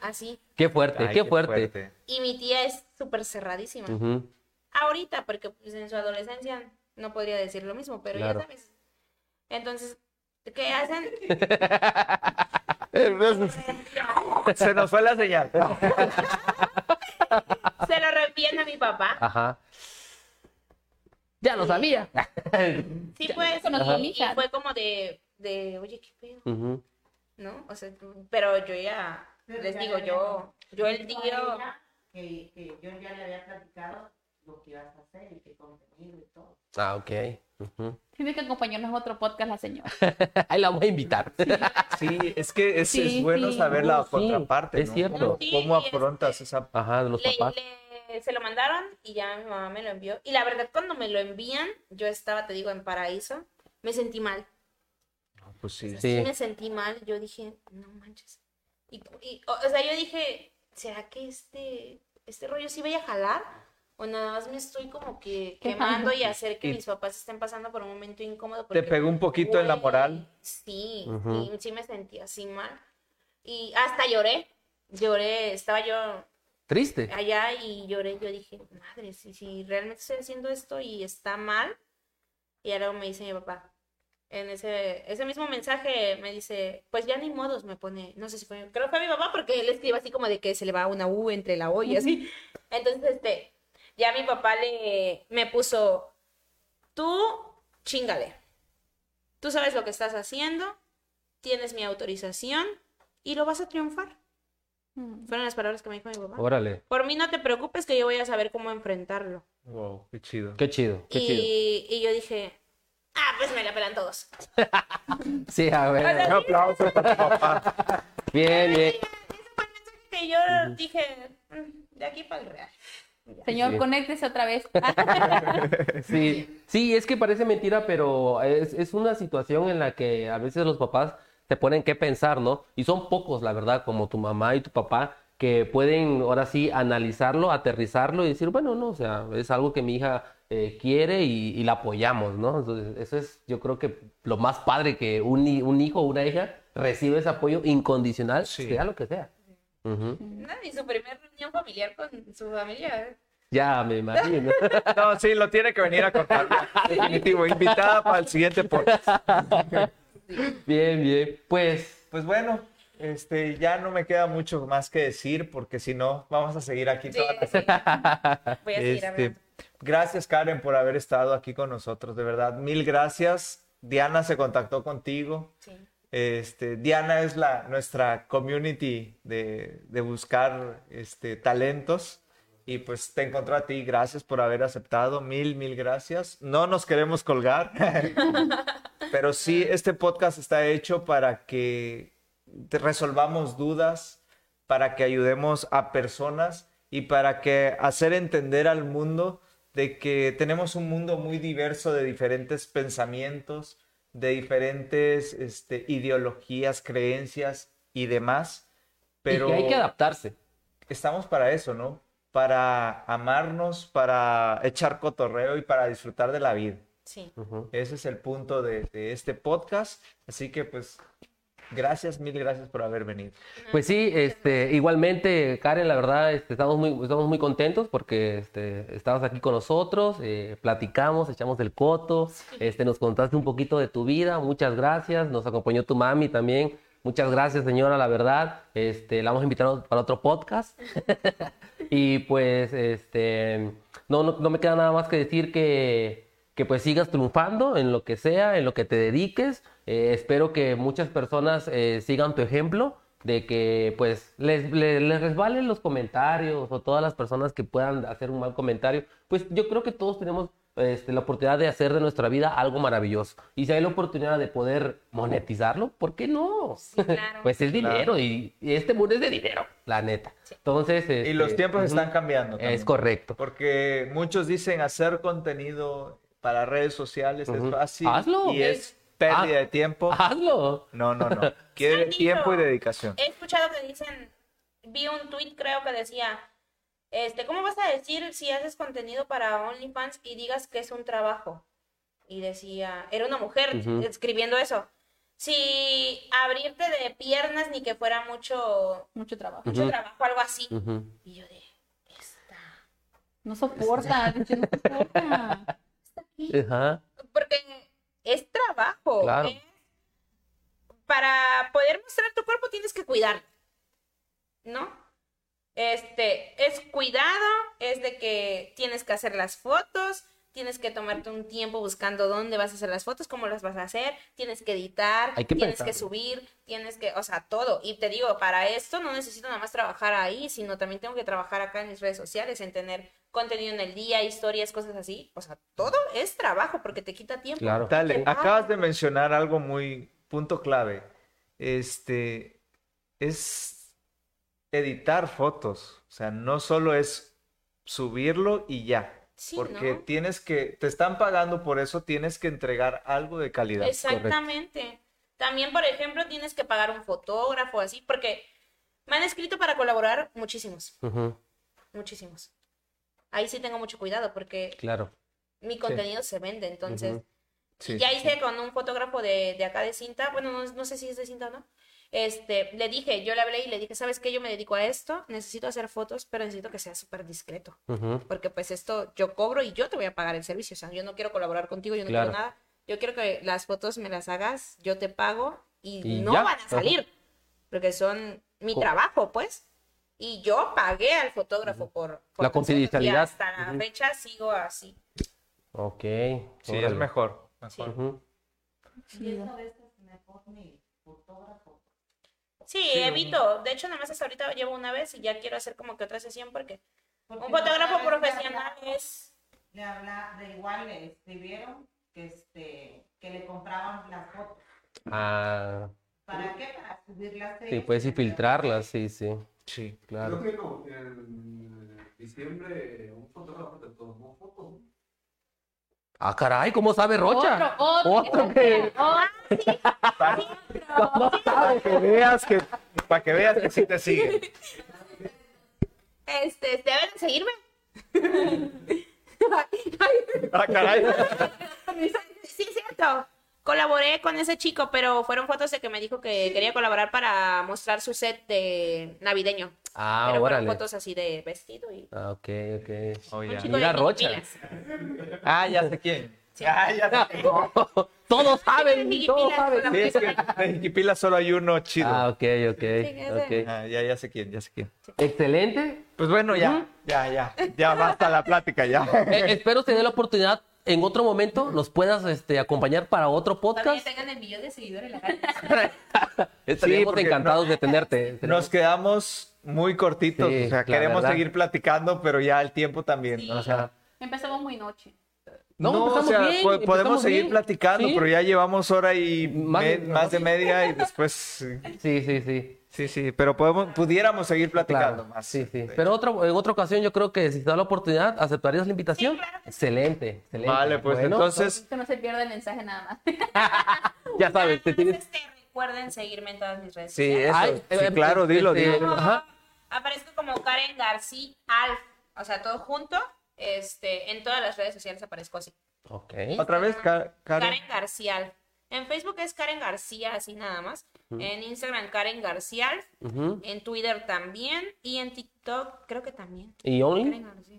Así. Qué fuerte, Ay, qué fuerte. Y mi tía es súper cerradísima. Ujú. ahorita, porque pues, en su adolescencia no podría decir lo mismo, pero Claro. ya sabes. Entonces, ¿qué hacen? Se nos fue la señal. Se lo reenvían a mi papá. Ajá. Ya lo sabía. Sí, pues, conocí y- a mi y hija. fue como de, de, oye, qué pedo, Ujú. ¿no? O sea, pero yo ya, Pero les ya digo, le yo, yo el dijo tío, a ella Que, que yo ya le había platicado lo que ibas a hacer y qué contenido y todo. Ah, ok. Ujú. Tiene que acompañarnos a otro podcast la señora. Ahí la vamos a invitar. Sí, es que es, Sí, es bueno sí. saber la Oh, sí, contraparte, es ¿no? cierto. ¿Cómo, Sí, cómo y afrontas esa... Ajá, de los le- papás. le- se lo mandaron y ya mi mamá me lo envió. Y la verdad, cuando me lo envían, yo estaba, te digo, en paraíso, me sentí mal. Pues sí. Sí. Sí. me sentí mal, yo dije, no manches. Y, y, o, o sea, yo dije, ¿será que este, este rollo sí vaya a jalar? O nada más me estoy como que Quejando. quemando y hacer que Y- mis papás estén pasando por un momento incómodo. Te porque, pegó un poquito en la güey, moral. Sí, Ujú. sí, sí me sentí así mal. Y hasta lloré, lloré, estaba yo Triste. allá y lloré, yo dije, madre, si, si realmente estoy haciendo esto y está mal, y ya luego me dice mi papá, en ese, ese mismo mensaje me dice, pues ya ni modos me pone, no sé si fue, creo que fue mi papá porque él escribe así como de que se le va una U entre la O y así. Entonces, este, ya mi papá le, me puso, tú chingale, tú sabes lo que estás haciendo, tienes mi autorización y lo vas a triunfar. Mm. Fueron las palabras que me dijo mi papá. Órale. Por mí no te preocupes que yo voy a saber cómo enfrentarlo. Wow, qué chido. Qué chido, qué chido. Y, y yo dije, ah, pues me la pelan todos. Sí, a ver. Un aplauso para tu papá. Bien, bien. Ese fue el mensaje que yo dije, "Mm, de aquí para el real. Señor, Sí. conéctese otra vez. Ah, Sí, sí, es que parece mentira, pero es, es una situación en la que a veces los papás te ponen que pensar, ¿no? Y son pocos, la verdad, como tu mamá y tu papá, que pueden ahora sí analizarlo, aterrizarlo y decir, bueno, no, o sea, es algo que mi hija eh, quiere y, y la apoyamos, ¿no? Entonces, eso es, yo creo que lo más padre que un, hi- un hijo o una hija recibe ese apoyo incondicional, Sí. sea lo que sea. Ujú. No, ni su primera reunión familiar con su familia. ¿eh? Ya me imagino. No, sí, lo tiene que venir a contar. Definitivo, invitada para el siguiente podcast. bien, bien. Pues Pues bueno, este, ya no me queda mucho más que decir porque si no, vamos a seguir aquí Sí, toda la sí. Voy a seguir Este, hablando. gracias, Karen, por haber estado aquí con nosotros, de verdad. Mil gracias. Diana se contactó contigo. Sí. Este, Diana es la, nuestra community de, de buscar este, talentos. Y pues te encontró a ti. Gracias por haber aceptado. Mil, mil gracias. No nos queremos colgar. Pero sí, este podcast está hecho para que te resolvamos dudas, para que ayudemos a personas y para que hacer entender al mundo de que tenemos un mundo muy diverso de diferentes pensamientos, de diferentes este, ideologías, creencias y demás. y Pero que hay que adaptarse. estamos para eso, ¿no? Para amarnos, para echar cotorreo y para disfrutar de la vida. Sí. Ujú. Ese es el punto de, de este podcast. Así que pues gracias, mil gracias por haber venido. Pues sí, este, igualmente, Karen, la verdad, este, estamos muy, estamos muy contentos porque este, estabas aquí con nosotros, eh, platicamos, echamos el coto, este, nos contaste un poquito de tu vida, muchas gracias, nos acompañó tu mami también, muchas gracias, señora, la verdad, este, la vamos a invitar para otro podcast. Y pues, este, no, no, no me queda nada más que decir que, que pues sigas triunfando en lo que sea, en lo que te dediques. Eh, espero que muchas personas eh, sigan tu ejemplo, de que pues les, le- les resbalen los comentarios o todas las personas que puedan hacer un mal comentario. Pues yo creo que todos tenemos este, la oportunidad de hacer de nuestra vida algo maravilloso. Y si hay la oportunidad de poder monetizarlo, ¿por qué no? Sí, claro. Pues es Claro. dinero y, y este mundo es de dinero, la neta. Entonces, Y los este, tiempos ujú. están cambiando. Es también. correcto. Porque muchos dicen hacer contenido para redes sociales Ujú. es fácil Hazlo. Ah. y es pérdida Haz- de tiempo. Hazlo. No, no, no. Quiere Han dicho- tiempo y dedicación. He escuchado que dicen, vi un tweet creo que decía, este, ¿cómo vas a decir si haces contenido para OnlyFans y digas que es un trabajo? Y decía, era una mujer Ujú. escribiendo eso. Si abrirte de piernas ni que fuera mucho, Mucho trabajo. mucho Ujú. trabajo, algo así. Ujú. Y yo de, esta. No soporta, dice, no soporta. Ajá. Porque es trabajo. Claro. ¿eh? Para poder mostrar tu cuerpo tienes que cuidarlo. ¿No? Este, es cuidado, es de que tienes que hacer las fotos, tienes que tomarte un tiempo buscando dónde vas a hacer las fotos, cómo las vas a hacer, tienes que editar, Hay que tienes pensarlo. que subir, tienes que, o sea, todo. Y te digo, para esto no necesito nada más trabajar ahí, sino también tengo que trabajar acá en mis redes sociales, en tener contenido en el día, historias, cosas así. O sea, todo es trabajo porque te quita tiempo. Claro. Dale, Te pagan. acabas de mencionar algo muy punto clave. Este es editar fotos, o sea, no solo es subirlo y ya, Sí, porque ¿no? tienes que te están pagando por eso, tienes que entregar algo de calidad. Exactamente. También, por ejemplo, tienes que pagar un fotógrafo, así, porque me han escrito para colaborar muchísimos, Ujú, muchísimos. Ahí sí tengo mucho cuidado porque Claro. mi contenido se vende, entonces. Ujú. Sí, ya sí, hice con un fotógrafo de, de acá de cinta, bueno, no, no sé si es de cinta o no. Este, le dije, yo le hablé y le dije, ¿sabes qué? Yo me dedico a esto, necesito hacer fotos, pero necesito que sea súper discreto ujú. porque pues esto yo cobro y yo te voy a pagar el servicio, o sea, yo no quiero colaborar contigo, yo no Claro. quiero nada, yo quiero que las fotos me las hagas, yo te pago y, Y no ya. van a salir, porque son mi Co- trabajo, pues. Y yo pagué al fotógrafo por, por La tus fotos, y confidencialidad. Hasta la Ujú. fecha sigo así. Ok. Sí, es órale. mejor. Sí. mejor. Ujú. Y eso a veces me pone fotógrafo. Sí, evito. De hecho, nada más hasta ahorita llevo una vez y ya quiero hacer como que otra sesión porque Porque un la fotógrafo otra vez le profesional habla- es... Le habla, de igual le escribieron que, este, que le compraban las fotos. Ah, ¿Para qué? Para subirlas. sí, puedes ellos. filtrarlas, sí, sí. Sí. Claro. Creo que no, en diciembre un fotógrafo te tomó fotos. Ah, caray, ¿cómo sabe Rocha? Otro, otro. Otro que- Otro. Para que veas que, para que veas que sí te siguen. Este, deben de seguirme. Ah, caray. Sí, es cierto. Colaboré con ese chico, pero fueron fotos de que me dijo que quería colaborar para mostrar su set de navideño. Ah, pero fueron órale. fotos así de vestido y... Ah, ok, ok. Oh, Un ya. chico de Mira, Rocha. Jiquipilas. Ah, ya sé quién. Ah, ya sé quién. Todos saben, Sí, todos mira, saben. Sí, es que en Jiquipila solo hay uno chido. Ah, ok, ok, ese. ok. Ah, ya, ya sé quién, ya sé quién. Excelente. Pues bueno, ya, ya, ya, ya basta la plática, ya. Eh, espero tener la oportunidad en otro momento, nos puedas este, acompañar para otro Para que podcast. tengan el millón de seguidores en la cara. Estaríamos porque encantados de tenerte. Nos quedamos muy cortitos, Sí, o sea, la queremos verdad. seguir platicando, pero ya el tiempo también. Sí. O O sea, sea, Empezamos muy noche. No, o empezamos sea, bien, po- empezamos podemos seguir bien. platicando, Sí. pero ya llevamos hora y Más- me- más de media y después, sí, sí, sí, sí. sí, sí, pero podemos, pudiéramos seguir platicando Claro, más. sí, sí. De Pero otro, en otra ocasión yo creo que si te da la oportunidad, ¿aceptarías la invitación? Sí, claro que sí. Excelente, excelente. Vale, pues Bueno, entonces, Que no se pierda el mensaje nada más. Ya sabes, te tienes... Este, recuerden seguirme en todas mis redes sí, sociales. eso, Ay, sí, eh, claro, dilo, este, dilo. sí. dilo. Ajá. Aparezco como Karen García Alf. O sea, todo junto. Este, en todas las redes sociales aparezco así. Ok. Otra vez, Ca- Karen, Karen. García. En Facebook es Karen García, así nada más. En Instagram, Karen García. Ujú. En Twitter también. Y en TikTok, creo que también. ¿Y Only? Karen García.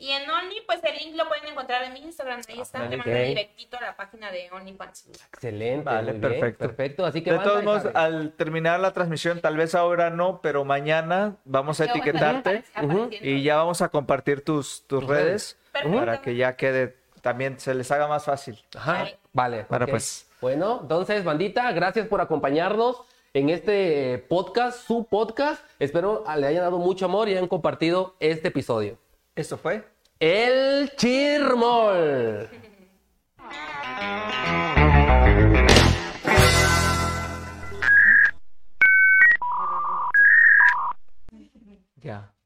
Y en Only, pues el link lo pueden encontrar en mi Instagram. Ahí está. Te ok. manda directito a la página de OnlyFans. Excelente. Vale, muy bien, perfecto. perfecto. Así que De banda, todos ya modos, saben. al terminar la transmisión, tal vez ahora no, pero mañana vamos a Pero bueno, etiquetarte. apareciendo. Y ya vamos a compartir tus, tus redes Perfecto. para que ya quede, también se les haga más fácil. Ajá, vale. Bueno, ok. ah, pues. Bueno, entonces, bandita, gracias por acompañarnos en este eh, podcast, su podcast. Espero ah, le hayan dado mucho amor y hayan compartido este episodio. Esto fue El Chirmol.